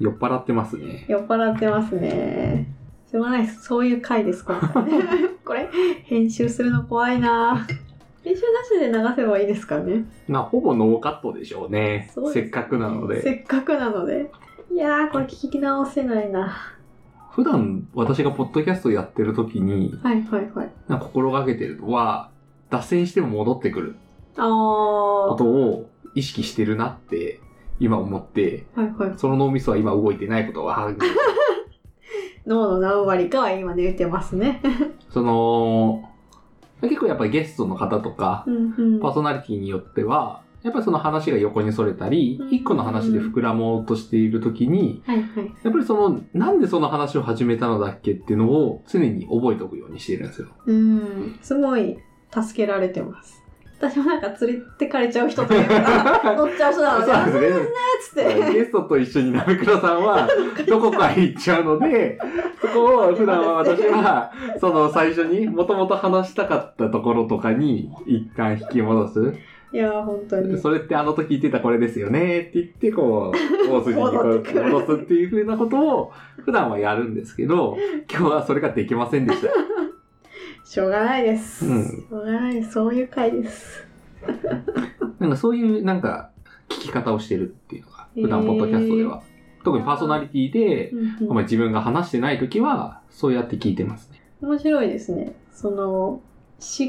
[SPEAKER 2] い酔っ払ってますね。
[SPEAKER 1] 酔っ払ってますね。しょうがないです。そういう回です、 今回。これ、編集するの怖いな編集なしで流せばいいですかね。
[SPEAKER 2] な、ほぼノーカットでしょうね。
[SPEAKER 1] そうです
[SPEAKER 2] せっかくなので。
[SPEAKER 1] せっかくなので。いやー、これ聞き直せないな。
[SPEAKER 2] 普段私がポッドキャストやってる時に、
[SPEAKER 1] はいはいはい。
[SPEAKER 2] なんか心がけてるのは、脱線しても戻ってくる
[SPEAKER 1] あ
[SPEAKER 2] こ
[SPEAKER 1] ー。
[SPEAKER 2] とを意識してるなって、今思って、
[SPEAKER 1] はいはい。
[SPEAKER 2] その脳みそは今動いてないことが判明
[SPEAKER 1] 脳の何割かは今寝てますね。
[SPEAKER 2] その、結構やっぱりゲストの方とか、
[SPEAKER 1] うんうん。
[SPEAKER 2] パーソナリティによっては、やっぱりその話が横にそれたり
[SPEAKER 1] う、ん
[SPEAKER 2] 一個の話で膨らもうとしている時に、
[SPEAKER 1] はいはい。
[SPEAKER 2] やっぱりその、なんでその話を始めたのだっけっていうのを常に覚えておくようにしているんですよ。
[SPEAKER 1] うん。すごい、助けられてます。私もなんか連れてかれちゃう人という か、乗っちゃう人なので、あ
[SPEAKER 2] そうですね。
[SPEAKER 1] つって。
[SPEAKER 2] ゲストと一緒に鍋倉さんはどこかへ行っちゃうので、そこを普段は私は、その最初にもともと話したかったところとかに一旦引き戻す。
[SPEAKER 1] いやー、本当に。
[SPEAKER 2] それってあの時言ってたこれですよねって言って、こ う、大筋にこ
[SPEAKER 1] 戻ってく
[SPEAKER 2] う
[SPEAKER 1] る
[SPEAKER 2] 戻すっていうふうなことを普段はやるんですけど、今日はそれができませ んでした。
[SPEAKER 1] しょうがないです。
[SPEAKER 2] うん
[SPEAKER 1] しょうがないです。そういう回です。
[SPEAKER 2] なんかそういうなんか聞き方をしてるっていうのが、普段ポッドキャストでは。特にパーソナリティで、
[SPEAKER 1] うん
[SPEAKER 2] まあ自分が話してない時は、そうやって聞いてますね。
[SPEAKER 1] 面白いですね。その、思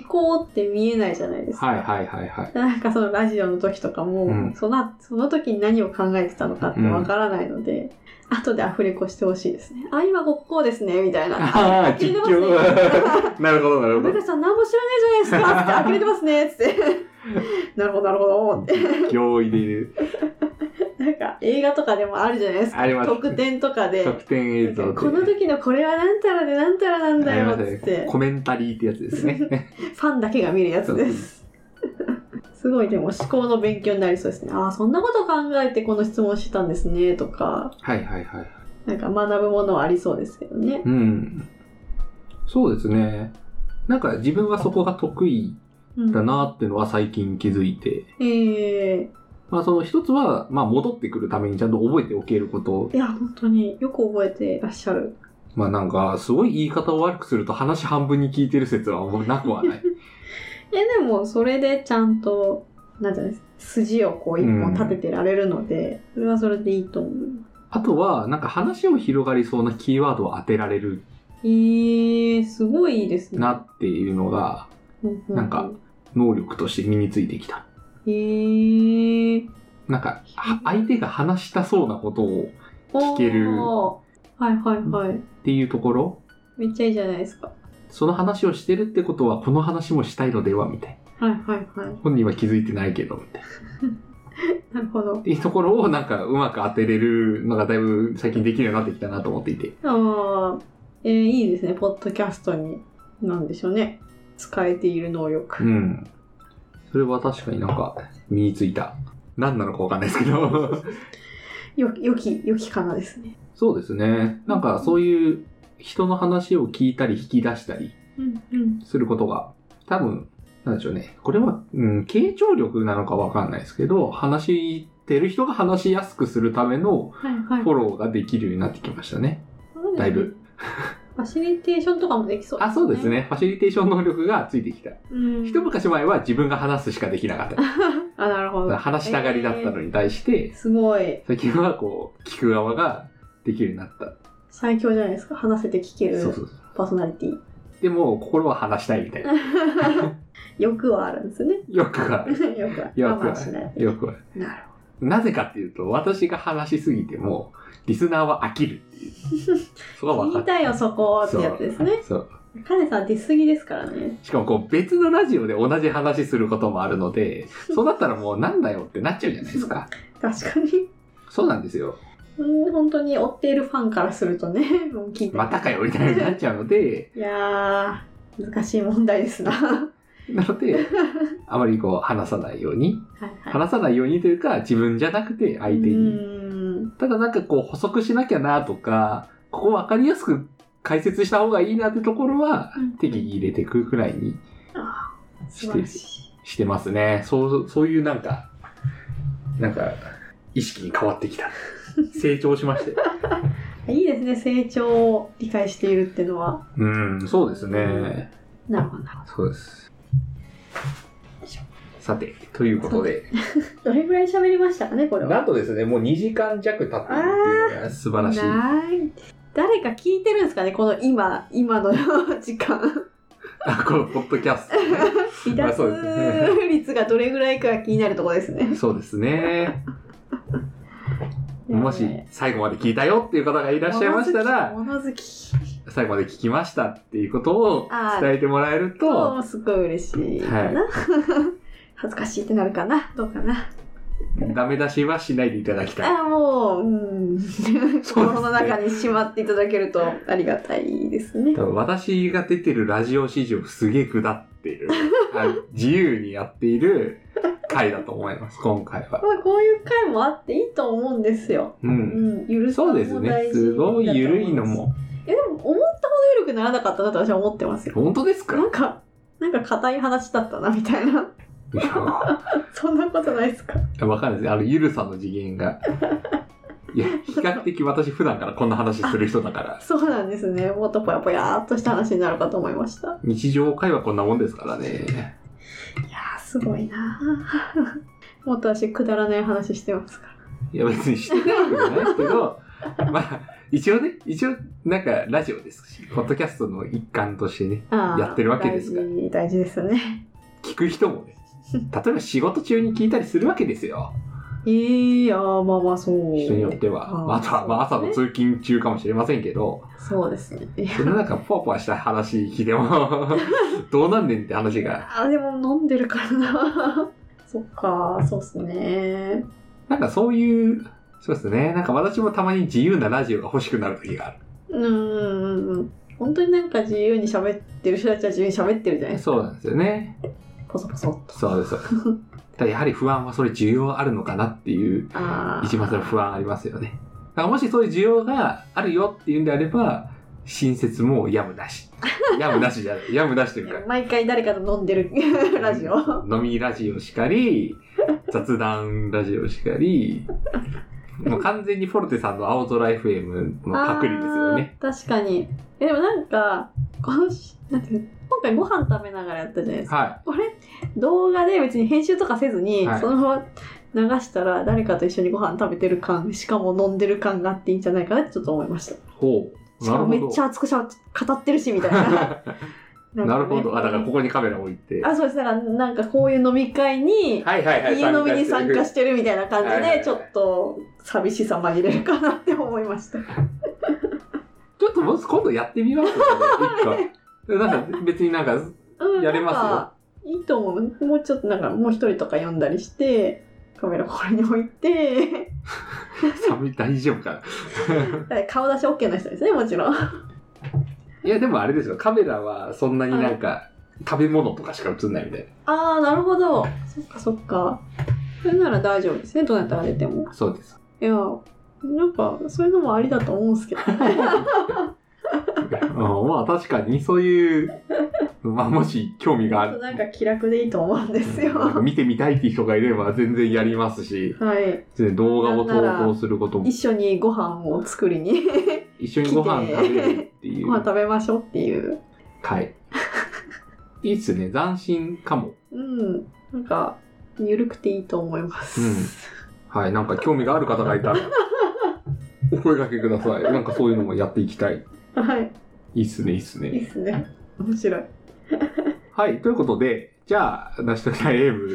[SPEAKER 1] 考って見えないじゃないですか。
[SPEAKER 2] はいはいは いはい。
[SPEAKER 1] なんかそのラジオの時とかも、
[SPEAKER 2] うん
[SPEAKER 1] そのその時に何を考えてたのかってわからないので、後でアフレコしてほしいですね。あ、今こここうですね、みたいな。
[SPEAKER 2] ああ、
[SPEAKER 1] 聞い
[SPEAKER 2] 実
[SPEAKER 1] てますね
[SPEAKER 2] 況。 なるほどなるほ
[SPEAKER 1] 梅
[SPEAKER 2] ど。
[SPEAKER 1] 川さん何も知らないじゃないですかって呆れてますねっつっ てなるほどなるほどって
[SPEAKER 2] 実況を入れる。
[SPEAKER 1] なんか映画とかでもあるじゃないですか
[SPEAKER 2] あります。
[SPEAKER 1] 特典とかで
[SPEAKER 2] 特典映像で。
[SPEAKER 1] この時のこれはなんたらでなんたらなんだよ
[SPEAKER 2] あり
[SPEAKER 1] っつ
[SPEAKER 2] ま
[SPEAKER 1] っ
[SPEAKER 2] すね
[SPEAKER 1] て
[SPEAKER 2] コメンタリーってやつで すね。
[SPEAKER 1] ファンだけが見るやつです すごいでも思考の勉強になりそうですねああそんなこと考えてこの質問してたんですねとか
[SPEAKER 2] はいはいはい。
[SPEAKER 1] なんか学ぶものはありそうですけどね
[SPEAKER 2] うん。そうですね。なんか自分はそこが得意
[SPEAKER 1] うん
[SPEAKER 2] だなってのは最近気づいて。
[SPEAKER 1] ええ
[SPEAKER 2] まあその一つは、まあ戻ってくるためにちゃんと覚えておけること。
[SPEAKER 1] いや本当によく覚えてらっしゃる
[SPEAKER 2] まあなんか、すごい言い方を悪くすると話半分に聞いてる説はなくはない。
[SPEAKER 1] えでもそれでちゃんとなんていうの筋をこう一本立ててられるので、それはそれでいいと思う
[SPEAKER 2] あとは、なんか話を広がりそうなキーワードを当てられる
[SPEAKER 1] えー、すごいいいですね
[SPEAKER 2] なっていうのが
[SPEAKER 1] うんう
[SPEAKER 2] なんか能力として身についてきた。
[SPEAKER 1] えー、
[SPEAKER 2] なんかは相手が話したそうなことを聞ける
[SPEAKER 1] おーはいはいはい
[SPEAKER 2] っていうところ、
[SPEAKER 1] めっちゃいいじゃないですか
[SPEAKER 2] その話をしてるってことはこの話もしたいのではみたいな。
[SPEAKER 1] はいはいはい
[SPEAKER 2] 本人は気づいてないけどみたいな。っ
[SPEAKER 1] なるほど
[SPEAKER 2] ていうところをなんかうまく当てれるのがだいぶ最近できるようになってきたなと思っていて。
[SPEAKER 1] あーえー、いいですねポッドキャストになんでしょうね使えている能力、
[SPEAKER 2] うん。それは確かになんか身についた。何なのかわかんないですけど。
[SPEAKER 1] よよきよきかなですね
[SPEAKER 2] そうですね。なんかそういう人の話を聞いたり引き出したり
[SPEAKER 1] うんうん
[SPEAKER 2] することが、多分、なんでしょうね。これは、うん、傾聴力なのかわかんないですけど、話してる人が話しやすくするための
[SPEAKER 1] はいはい
[SPEAKER 2] フォローができるようになってきましたね。だいぶ
[SPEAKER 1] ファシリテーションとかもできそう
[SPEAKER 2] あ、そうですね。ファシリテーション能力がついてきた。
[SPEAKER 1] うん
[SPEAKER 2] 一昔前は自分が話すしかできなかっ
[SPEAKER 1] あ、なるほど。
[SPEAKER 2] た。話したがりだったのに対して、
[SPEAKER 1] すごい。
[SPEAKER 2] 最近はこう、聞く側ができるようになった。
[SPEAKER 1] 最強じゃないですか。話せて聞け
[SPEAKER 2] そう
[SPEAKER 1] る
[SPEAKER 2] そうそう。
[SPEAKER 1] パーソナリティ。
[SPEAKER 2] でも、心は話したいみたいな。
[SPEAKER 1] 欲はあるんですね。
[SPEAKER 2] よくは、
[SPEAKER 1] 欲は。
[SPEAKER 2] よく
[SPEAKER 1] 我慢しない
[SPEAKER 2] は、。よくは。
[SPEAKER 1] なる
[SPEAKER 2] なぜかっていうと、私が話しすぎても、リスナーは飽きるっていう。そこ
[SPEAKER 1] ほ
[SPEAKER 2] は
[SPEAKER 1] ど。
[SPEAKER 2] 分か
[SPEAKER 1] 言
[SPEAKER 2] っ
[SPEAKER 1] いたいよ、そこ
[SPEAKER 2] た。
[SPEAKER 1] ってやつですね。
[SPEAKER 2] そう。
[SPEAKER 1] カネさん出過ぎですからね。
[SPEAKER 2] しかもこう別のラジオで同じ話することもあるので、そうなったらもうなんだよってなっちゃうじゃないですか。
[SPEAKER 1] 確かに。
[SPEAKER 2] そうなんですよ。
[SPEAKER 1] うん、本当に追っているファンからするとね、 もう聞いて。
[SPEAKER 2] またかよみたいになっちゃうので、
[SPEAKER 1] いやー、難しい問題ですな。は
[SPEAKER 2] なので、あまりこう話さないように、
[SPEAKER 1] いはい。
[SPEAKER 2] 話さないようにというか自分じゃなくて相手
[SPEAKER 1] う
[SPEAKER 2] に。
[SPEAKER 1] ん。
[SPEAKER 2] ただなんかこう補足しなきゃなとか、ここ分かりやすく解説した方がいいなってところは
[SPEAKER 1] うん、
[SPEAKER 2] 適宜入れていくくらいに
[SPEAKER 1] 素晴らし
[SPEAKER 2] し てますね。そう、そういうなんか、なんか、意識に変わってきた。成長しまして。
[SPEAKER 1] いいですね、成長を理解しているっていうのは。
[SPEAKER 2] うん、そうですね。
[SPEAKER 1] なるほどなるほ
[SPEAKER 2] そうです
[SPEAKER 1] よいしょ。
[SPEAKER 2] さて、ということで、
[SPEAKER 1] ど。どれぐらい喋りましたかね、これは。
[SPEAKER 2] なんとですね、もう2時間弱経っているっていうのが素晴らしい。
[SPEAKER 1] ない誰か聞いてるんですかね、この今、今の時間。
[SPEAKER 2] あ、このポッドキャス
[SPEAKER 1] 離
[SPEAKER 2] まあ
[SPEAKER 1] 脱
[SPEAKER 2] そうです
[SPEAKER 1] 率がどれぐらいかが気になるところですね
[SPEAKER 2] ト。。そうですね。もし
[SPEAKER 1] ね
[SPEAKER 2] 最後まで聞いたよっていう方がいらっしゃいましたら、
[SPEAKER 1] 物好き。
[SPEAKER 2] 最後まで聞きましたっていうことを
[SPEAKER 1] あー
[SPEAKER 2] 伝えてもらえると、
[SPEAKER 1] 物好きすごい嬉しいかな。 恥ずかしいってなるかなどうかな
[SPEAKER 2] ダメ出しはしないでいただきたい。
[SPEAKER 1] あもう、うん、
[SPEAKER 2] そうですね
[SPEAKER 1] 心の中にしまっていただけるとありがたいですね。
[SPEAKER 2] 多分私が出てるラジオ史上すげえ下っている、あ自由にやっている回だと思います、今回は。
[SPEAKER 1] まあ、こういう回もあっていいと思うんですよ。
[SPEAKER 2] う。
[SPEAKER 1] うんん、許すの
[SPEAKER 2] そ
[SPEAKER 1] も
[SPEAKER 2] うです
[SPEAKER 1] 大
[SPEAKER 2] ね。
[SPEAKER 1] 事
[SPEAKER 2] すごい緩い
[SPEAKER 1] だと
[SPEAKER 2] の
[SPEAKER 1] 思うん
[SPEAKER 2] も。
[SPEAKER 1] です。いやでも、思ったほど緩くならなかったなと私は思ってますよ。
[SPEAKER 2] 本当ですか
[SPEAKER 1] なんか、なんか硬い話だったなみたいな。
[SPEAKER 2] いや
[SPEAKER 1] そんなことないですか
[SPEAKER 2] わかんないです。あの、ゆるさの次元が。いや、比較的私普段からこんな話する人だから。
[SPEAKER 1] そうなんですね。もっとぽやぽやーっとした話になるかと思いました。
[SPEAKER 2] 日常会話こんなもんですからね。
[SPEAKER 1] いやー、すごいな ーもっと私、くだらない話してますから。
[SPEAKER 2] いや、別にしてないわけじゃないですけど、 まあ、一応ね、一応、なんか、ラジオですし、ポッドキャストの一環としてね、
[SPEAKER 1] あー
[SPEAKER 2] やってるわけですから
[SPEAKER 1] 大事大事ですね。
[SPEAKER 2] 聞く人もね、例えば仕事中に聞いたりするわけですよ。
[SPEAKER 1] えー、あーまあまあそう。
[SPEAKER 2] 人によっては。
[SPEAKER 1] あー
[SPEAKER 2] まああとは、まあ、朝の通勤中かもしれませんけど、
[SPEAKER 1] そうですね。いや
[SPEAKER 2] その中、ぽわぽわした話聞い ても、どうなんねんって話が。
[SPEAKER 1] あーでも飲んでるからな。 そっか、そうっすね。
[SPEAKER 2] なんかそういう、そうですね。なんか私もたまに自由なラジオが欲しくなる時があ
[SPEAKER 1] うーん。本当になんか自由に喋ってる人たちは自由に喋ってるじゃない
[SPEAKER 2] る。
[SPEAKER 1] です
[SPEAKER 2] そうなんですよね。
[SPEAKER 1] か。ポソポソっと。
[SPEAKER 2] そうです。そうですただやはり不安はそれ需要あるのかなっていう、
[SPEAKER 1] あー
[SPEAKER 2] 一番それ不安ありますよね。だからもしそういう需要があるよっていうんであれば、新設もやむなし。やむなしじゃない。 やむなしというか。
[SPEAKER 1] 毎回誰かと飲んでる ラジオ。
[SPEAKER 2] 飲みラジオしかり、雑談ラジオしかり、もう完全にフォルテさんの青空 FM のパクリですよね。
[SPEAKER 1] あー確かに。えでもなんか、このしなんていうの今回ご飯食べながらやったじゃないですか。
[SPEAKER 2] は
[SPEAKER 1] これ、動画で別に編集とかせずに、
[SPEAKER 2] はい
[SPEAKER 1] そのまま流したら誰かと一緒にご飯食べてる感、しかも飲んでる感があっていいんじゃないかなってちょっと思いました。
[SPEAKER 2] い。ほう。
[SPEAKER 1] しか
[SPEAKER 2] なる
[SPEAKER 1] も
[SPEAKER 2] ほ
[SPEAKER 1] めっ
[SPEAKER 2] ど。
[SPEAKER 1] ちゃ熱くしゃ語ってるしみたいな。んか
[SPEAKER 2] な
[SPEAKER 1] ね
[SPEAKER 2] るほど。あ、だからここにカメラ置いて。
[SPEAKER 1] あ、そうです。だからなんかこういう飲み会に、
[SPEAKER 2] はいはいはい。
[SPEAKER 1] 家飲みに参加しててるみたいな感じ
[SPEAKER 2] はいはいは
[SPEAKER 1] で
[SPEAKER 2] い
[SPEAKER 1] ちょっと寂しさ紛れるかなって思いました。
[SPEAKER 2] ちょっともう今度やってみますか、ね、一個。なんか別になんか、
[SPEAKER 1] うん、
[SPEAKER 2] やれますよ
[SPEAKER 1] なんかいいと思う。もうちょっとなんかもう一人とか呼んだりして、カメラこれに置いて、
[SPEAKER 2] 寒い大丈夫かな。
[SPEAKER 1] 顔出し OK な人ですね、もちろん。
[SPEAKER 2] いやでもあれですよ。カメラはそんなになんか、食べ物とかしか映んないみたい
[SPEAKER 1] あー、なるほど。そっかそっか。それなら大丈夫ですね、どうやったら出ても。
[SPEAKER 2] な。そう です。
[SPEAKER 1] いや、なんかそういうのもありだと思うんですけど。
[SPEAKER 2] うんまあ確かにそういう、まあもし興味があ る。
[SPEAKER 1] なんか気楽でいいと思うんですよ。
[SPEAKER 2] なんか
[SPEAKER 1] は
[SPEAKER 2] 見てみたい っていう人がいれば全然やりますし、
[SPEAKER 1] い。
[SPEAKER 2] 全然動画を投稿することも
[SPEAKER 1] 一、緒にご飯を作りに
[SPEAKER 2] 一緒にご飯食べるってい
[SPEAKER 1] ご飯
[SPEAKER 2] う
[SPEAKER 1] 食べ ましょうっていう。
[SPEAKER 2] 回。 いいっすね。斬新かも。
[SPEAKER 1] うん。なんか、ゆるくていいと思います。
[SPEAKER 2] うんはい、なんか興味がある方がいたら、お声掛けください。なんかそういうのもやっていきたい。
[SPEAKER 1] はい。
[SPEAKER 2] いいっすね、いいっす
[SPEAKER 1] いい
[SPEAKER 2] ね。
[SPEAKER 1] ですね。面白い。
[SPEAKER 2] はい、ということで、じゃあ、成し遂げたいエイム、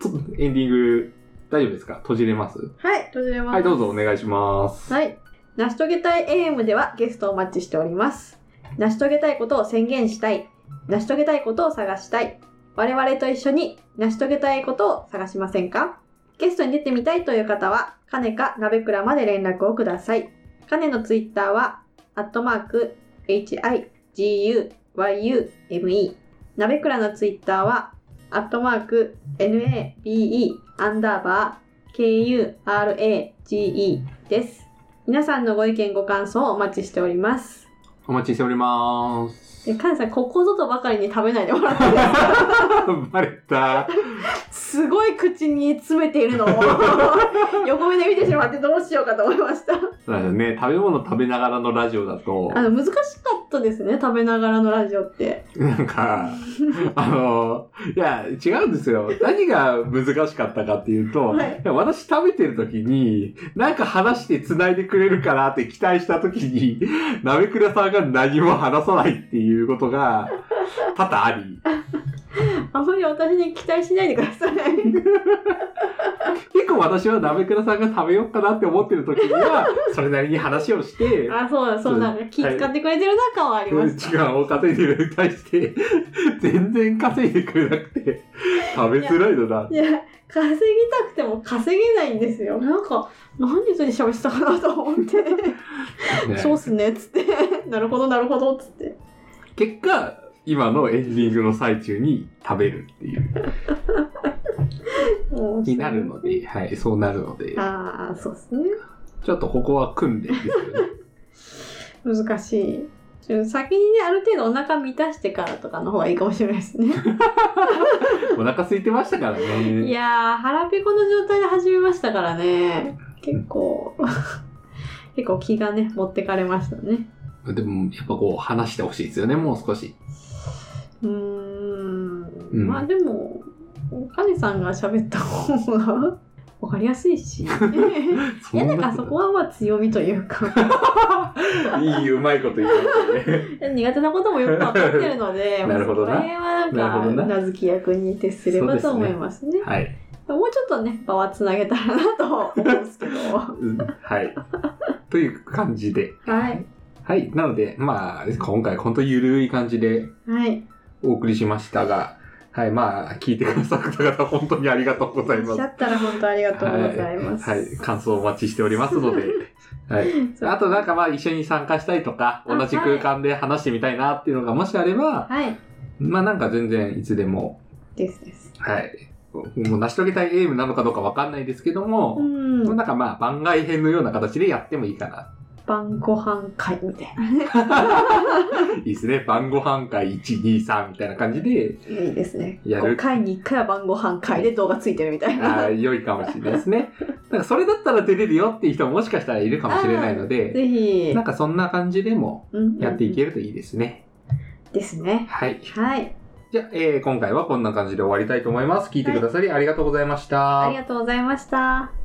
[SPEAKER 2] ちょっとエンディング、大丈夫ですか閉じれます
[SPEAKER 1] はい、閉じれます。
[SPEAKER 2] はい、どうぞお願いします。
[SPEAKER 1] はい。成し遂げたい AM ではゲストをお待ちしております。成し遂げたいことを宣言したい。成し遂げたいことを探したい。我々と一緒に成し遂げたいことを探しませんかゲストに出てみたいという方は、カネか鍋倉まで連絡をください。カネのツイッターは、アットマーク、higuyume。鍋倉のツイッターは、アットマーク、nabe、アンダーバー、KURAGE です。皆さんのご意見ご感想をお待ちしております。
[SPEAKER 2] お待ちしております。
[SPEAKER 1] で、カネさん、ここぞとばかりに食べないでもらっていいですか
[SPEAKER 2] バレた。
[SPEAKER 1] すごい口に詰めているのを 横目で見てしまってどうしようかと思いました。
[SPEAKER 2] そうですね。食べ物食べながらのラジオだと、
[SPEAKER 1] あの、難しかったですね、食べながらのラジオって。
[SPEAKER 2] なんか、あの、いや、違うんですよ。何が難しかったかっていうと、
[SPEAKER 1] はい
[SPEAKER 2] や私食べてる時に、なんか話して繋いでくれるかなって期待した時に、なめくらさんが何も話さないっていうことが多々あり、
[SPEAKER 1] あまり私に期待しないでくだ さい。
[SPEAKER 2] 結構私はなめくらさんが食べようかなって思ってる時には、それなりに話をして、
[SPEAKER 1] あ、そうだ、そうだ、なんか気
[SPEAKER 2] はい
[SPEAKER 1] 使ってくれてるな感はありました。
[SPEAKER 2] 時間を稼いでるのに対して、全然稼いでくれなくて、食べづらいのだ。
[SPEAKER 1] いや、稼ぎたくても稼げないんですよ。なんか、何について喋ってたかなと思って、
[SPEAKER 2] ね
[SPEAKER 1] そうっすね、つって、 なるほど、なるほど、つって。
[SPEAKER 2] 結果今のエンディングの最中に食べるっていう
[SPEAKER 1] もう
[SPEAKER 2] になるので、はい、そうなるので
[SPEAKER 1] ああ、そうですね。
[SPEAKER 2] ちょっとここは訓練ですよね
[SPEAKER 1] 難しい。ちょっと先にね、ある程度お腹満たしてからとかの方がいいかもしれないですね。
[SPEAKER 2] お腹空いてましたから
[SPEAKER 1] い
[SPEAKER 2] ね
[SPEAKER 1] やー、腹ペコの状態で始めましたからね。結構、結構気がね、持ってかれましたね。
[SPEAKER 2] でもやっぱこう話してほしいですよねもう少し
[SPEAKER 1] うーん,、
[SPEAKER 2] うん
[SPEAKER 1] まあでも、カネさんが喋った方がわかりやすい し。い
[SPEAKER 2] ん
[SPEAKER 1] や、なんかそこはまあ強みというか、
[SPEAKER 2] いいうまいこと言いまし たね
[SPEAKER 1] 苦手なこともよくわかってるので、
[SPEAKER 2] なるほどな
[SPEAKER 1] まあそこら辺
[SPEAKER 2] なるほ
[SPEAKER 1] は
[SPEAKER 2] ど
[SPEAKER 1] な
[SPEAKER 2] なん
[SPEAKER 1] か、名付き役に徹すればと思いますね。
[SPEAKER 2] はい
[SPEAKER 1] もうちょっとね、場はつなげたらなと思うんですけど。は
[SPEAKER 2] うん はいという感じで
[SPEAKER 1] い。
[SPEAKER 2] はいなのでまあ今回ほんとゆるい感じで
[SPEAKER 1] はい。
[SPEAKER 2] お送りしましたがはいまあ聞いてくださった方本当にありがとうござ
[SPEAKER 1] お
[SPEAKER 2] いま
[SPEAKER 1] っ
[SPEAKER 2] す
[SPEAKER 1] しゃったら本当ありがとうございます。
[SPEAKER 2] はい、感想をお待ちしておりますので。 はい。
[SPEAKER 1] そう
[SPEAKER 2] あとなんかまあ一緒に参加したいとか、
[SPEAKER 1] あ
[SPEAKER 2] 同じ空間で話してみたいなっていうのがもしあれば、
[SPEAKER 1] はい。
[SPEAKER 2] まあなんか全然いつでも、
[SPEAKER 1] ですです。
[SPEAKER 2] はい。もう成し遂げたいゲームなのかどうかわかんないですけど
[SPEAKER 1] う
[SPEAKER 2] も、
[SPEAKER 1] ん。
[SPEAKER 2] なんかまあ番外編のような形でやってもいいかな。
[SPEAKER 1] 晩ご飯会みたいな。
[SPEAKER 2] いいですね。晩ご飯会1、2、3みたいな感じで、
[SPEAKER 1] いいですね。
[SPEAKER 2] やる
[SPEAKER 1] 5回に1回は晩ご飯会で動画ついてるみたい
[SPEAKER 2] あ
[SPEAKER 1] な。
[SPEAKER 2] ー良いかもしれないですね。なんかそれだったら出れるよっていう人ももしかしたらいるかもしれないの で、
[SPEAKER 1] ぜひ
[SPEAKER 2] なん、かそんな感じでもやっていけるといいですね。
[SPEAKER 1] る。ですね。
[SPEAKER 2] はい。
[SPEAKER 1] はい。
[SPEAKER 2] じゃあ、えー今回はこんな感じで終わりたいと思います。聞いてくださりありがとうございました。
[SPEAKER 1] ありがとうございました。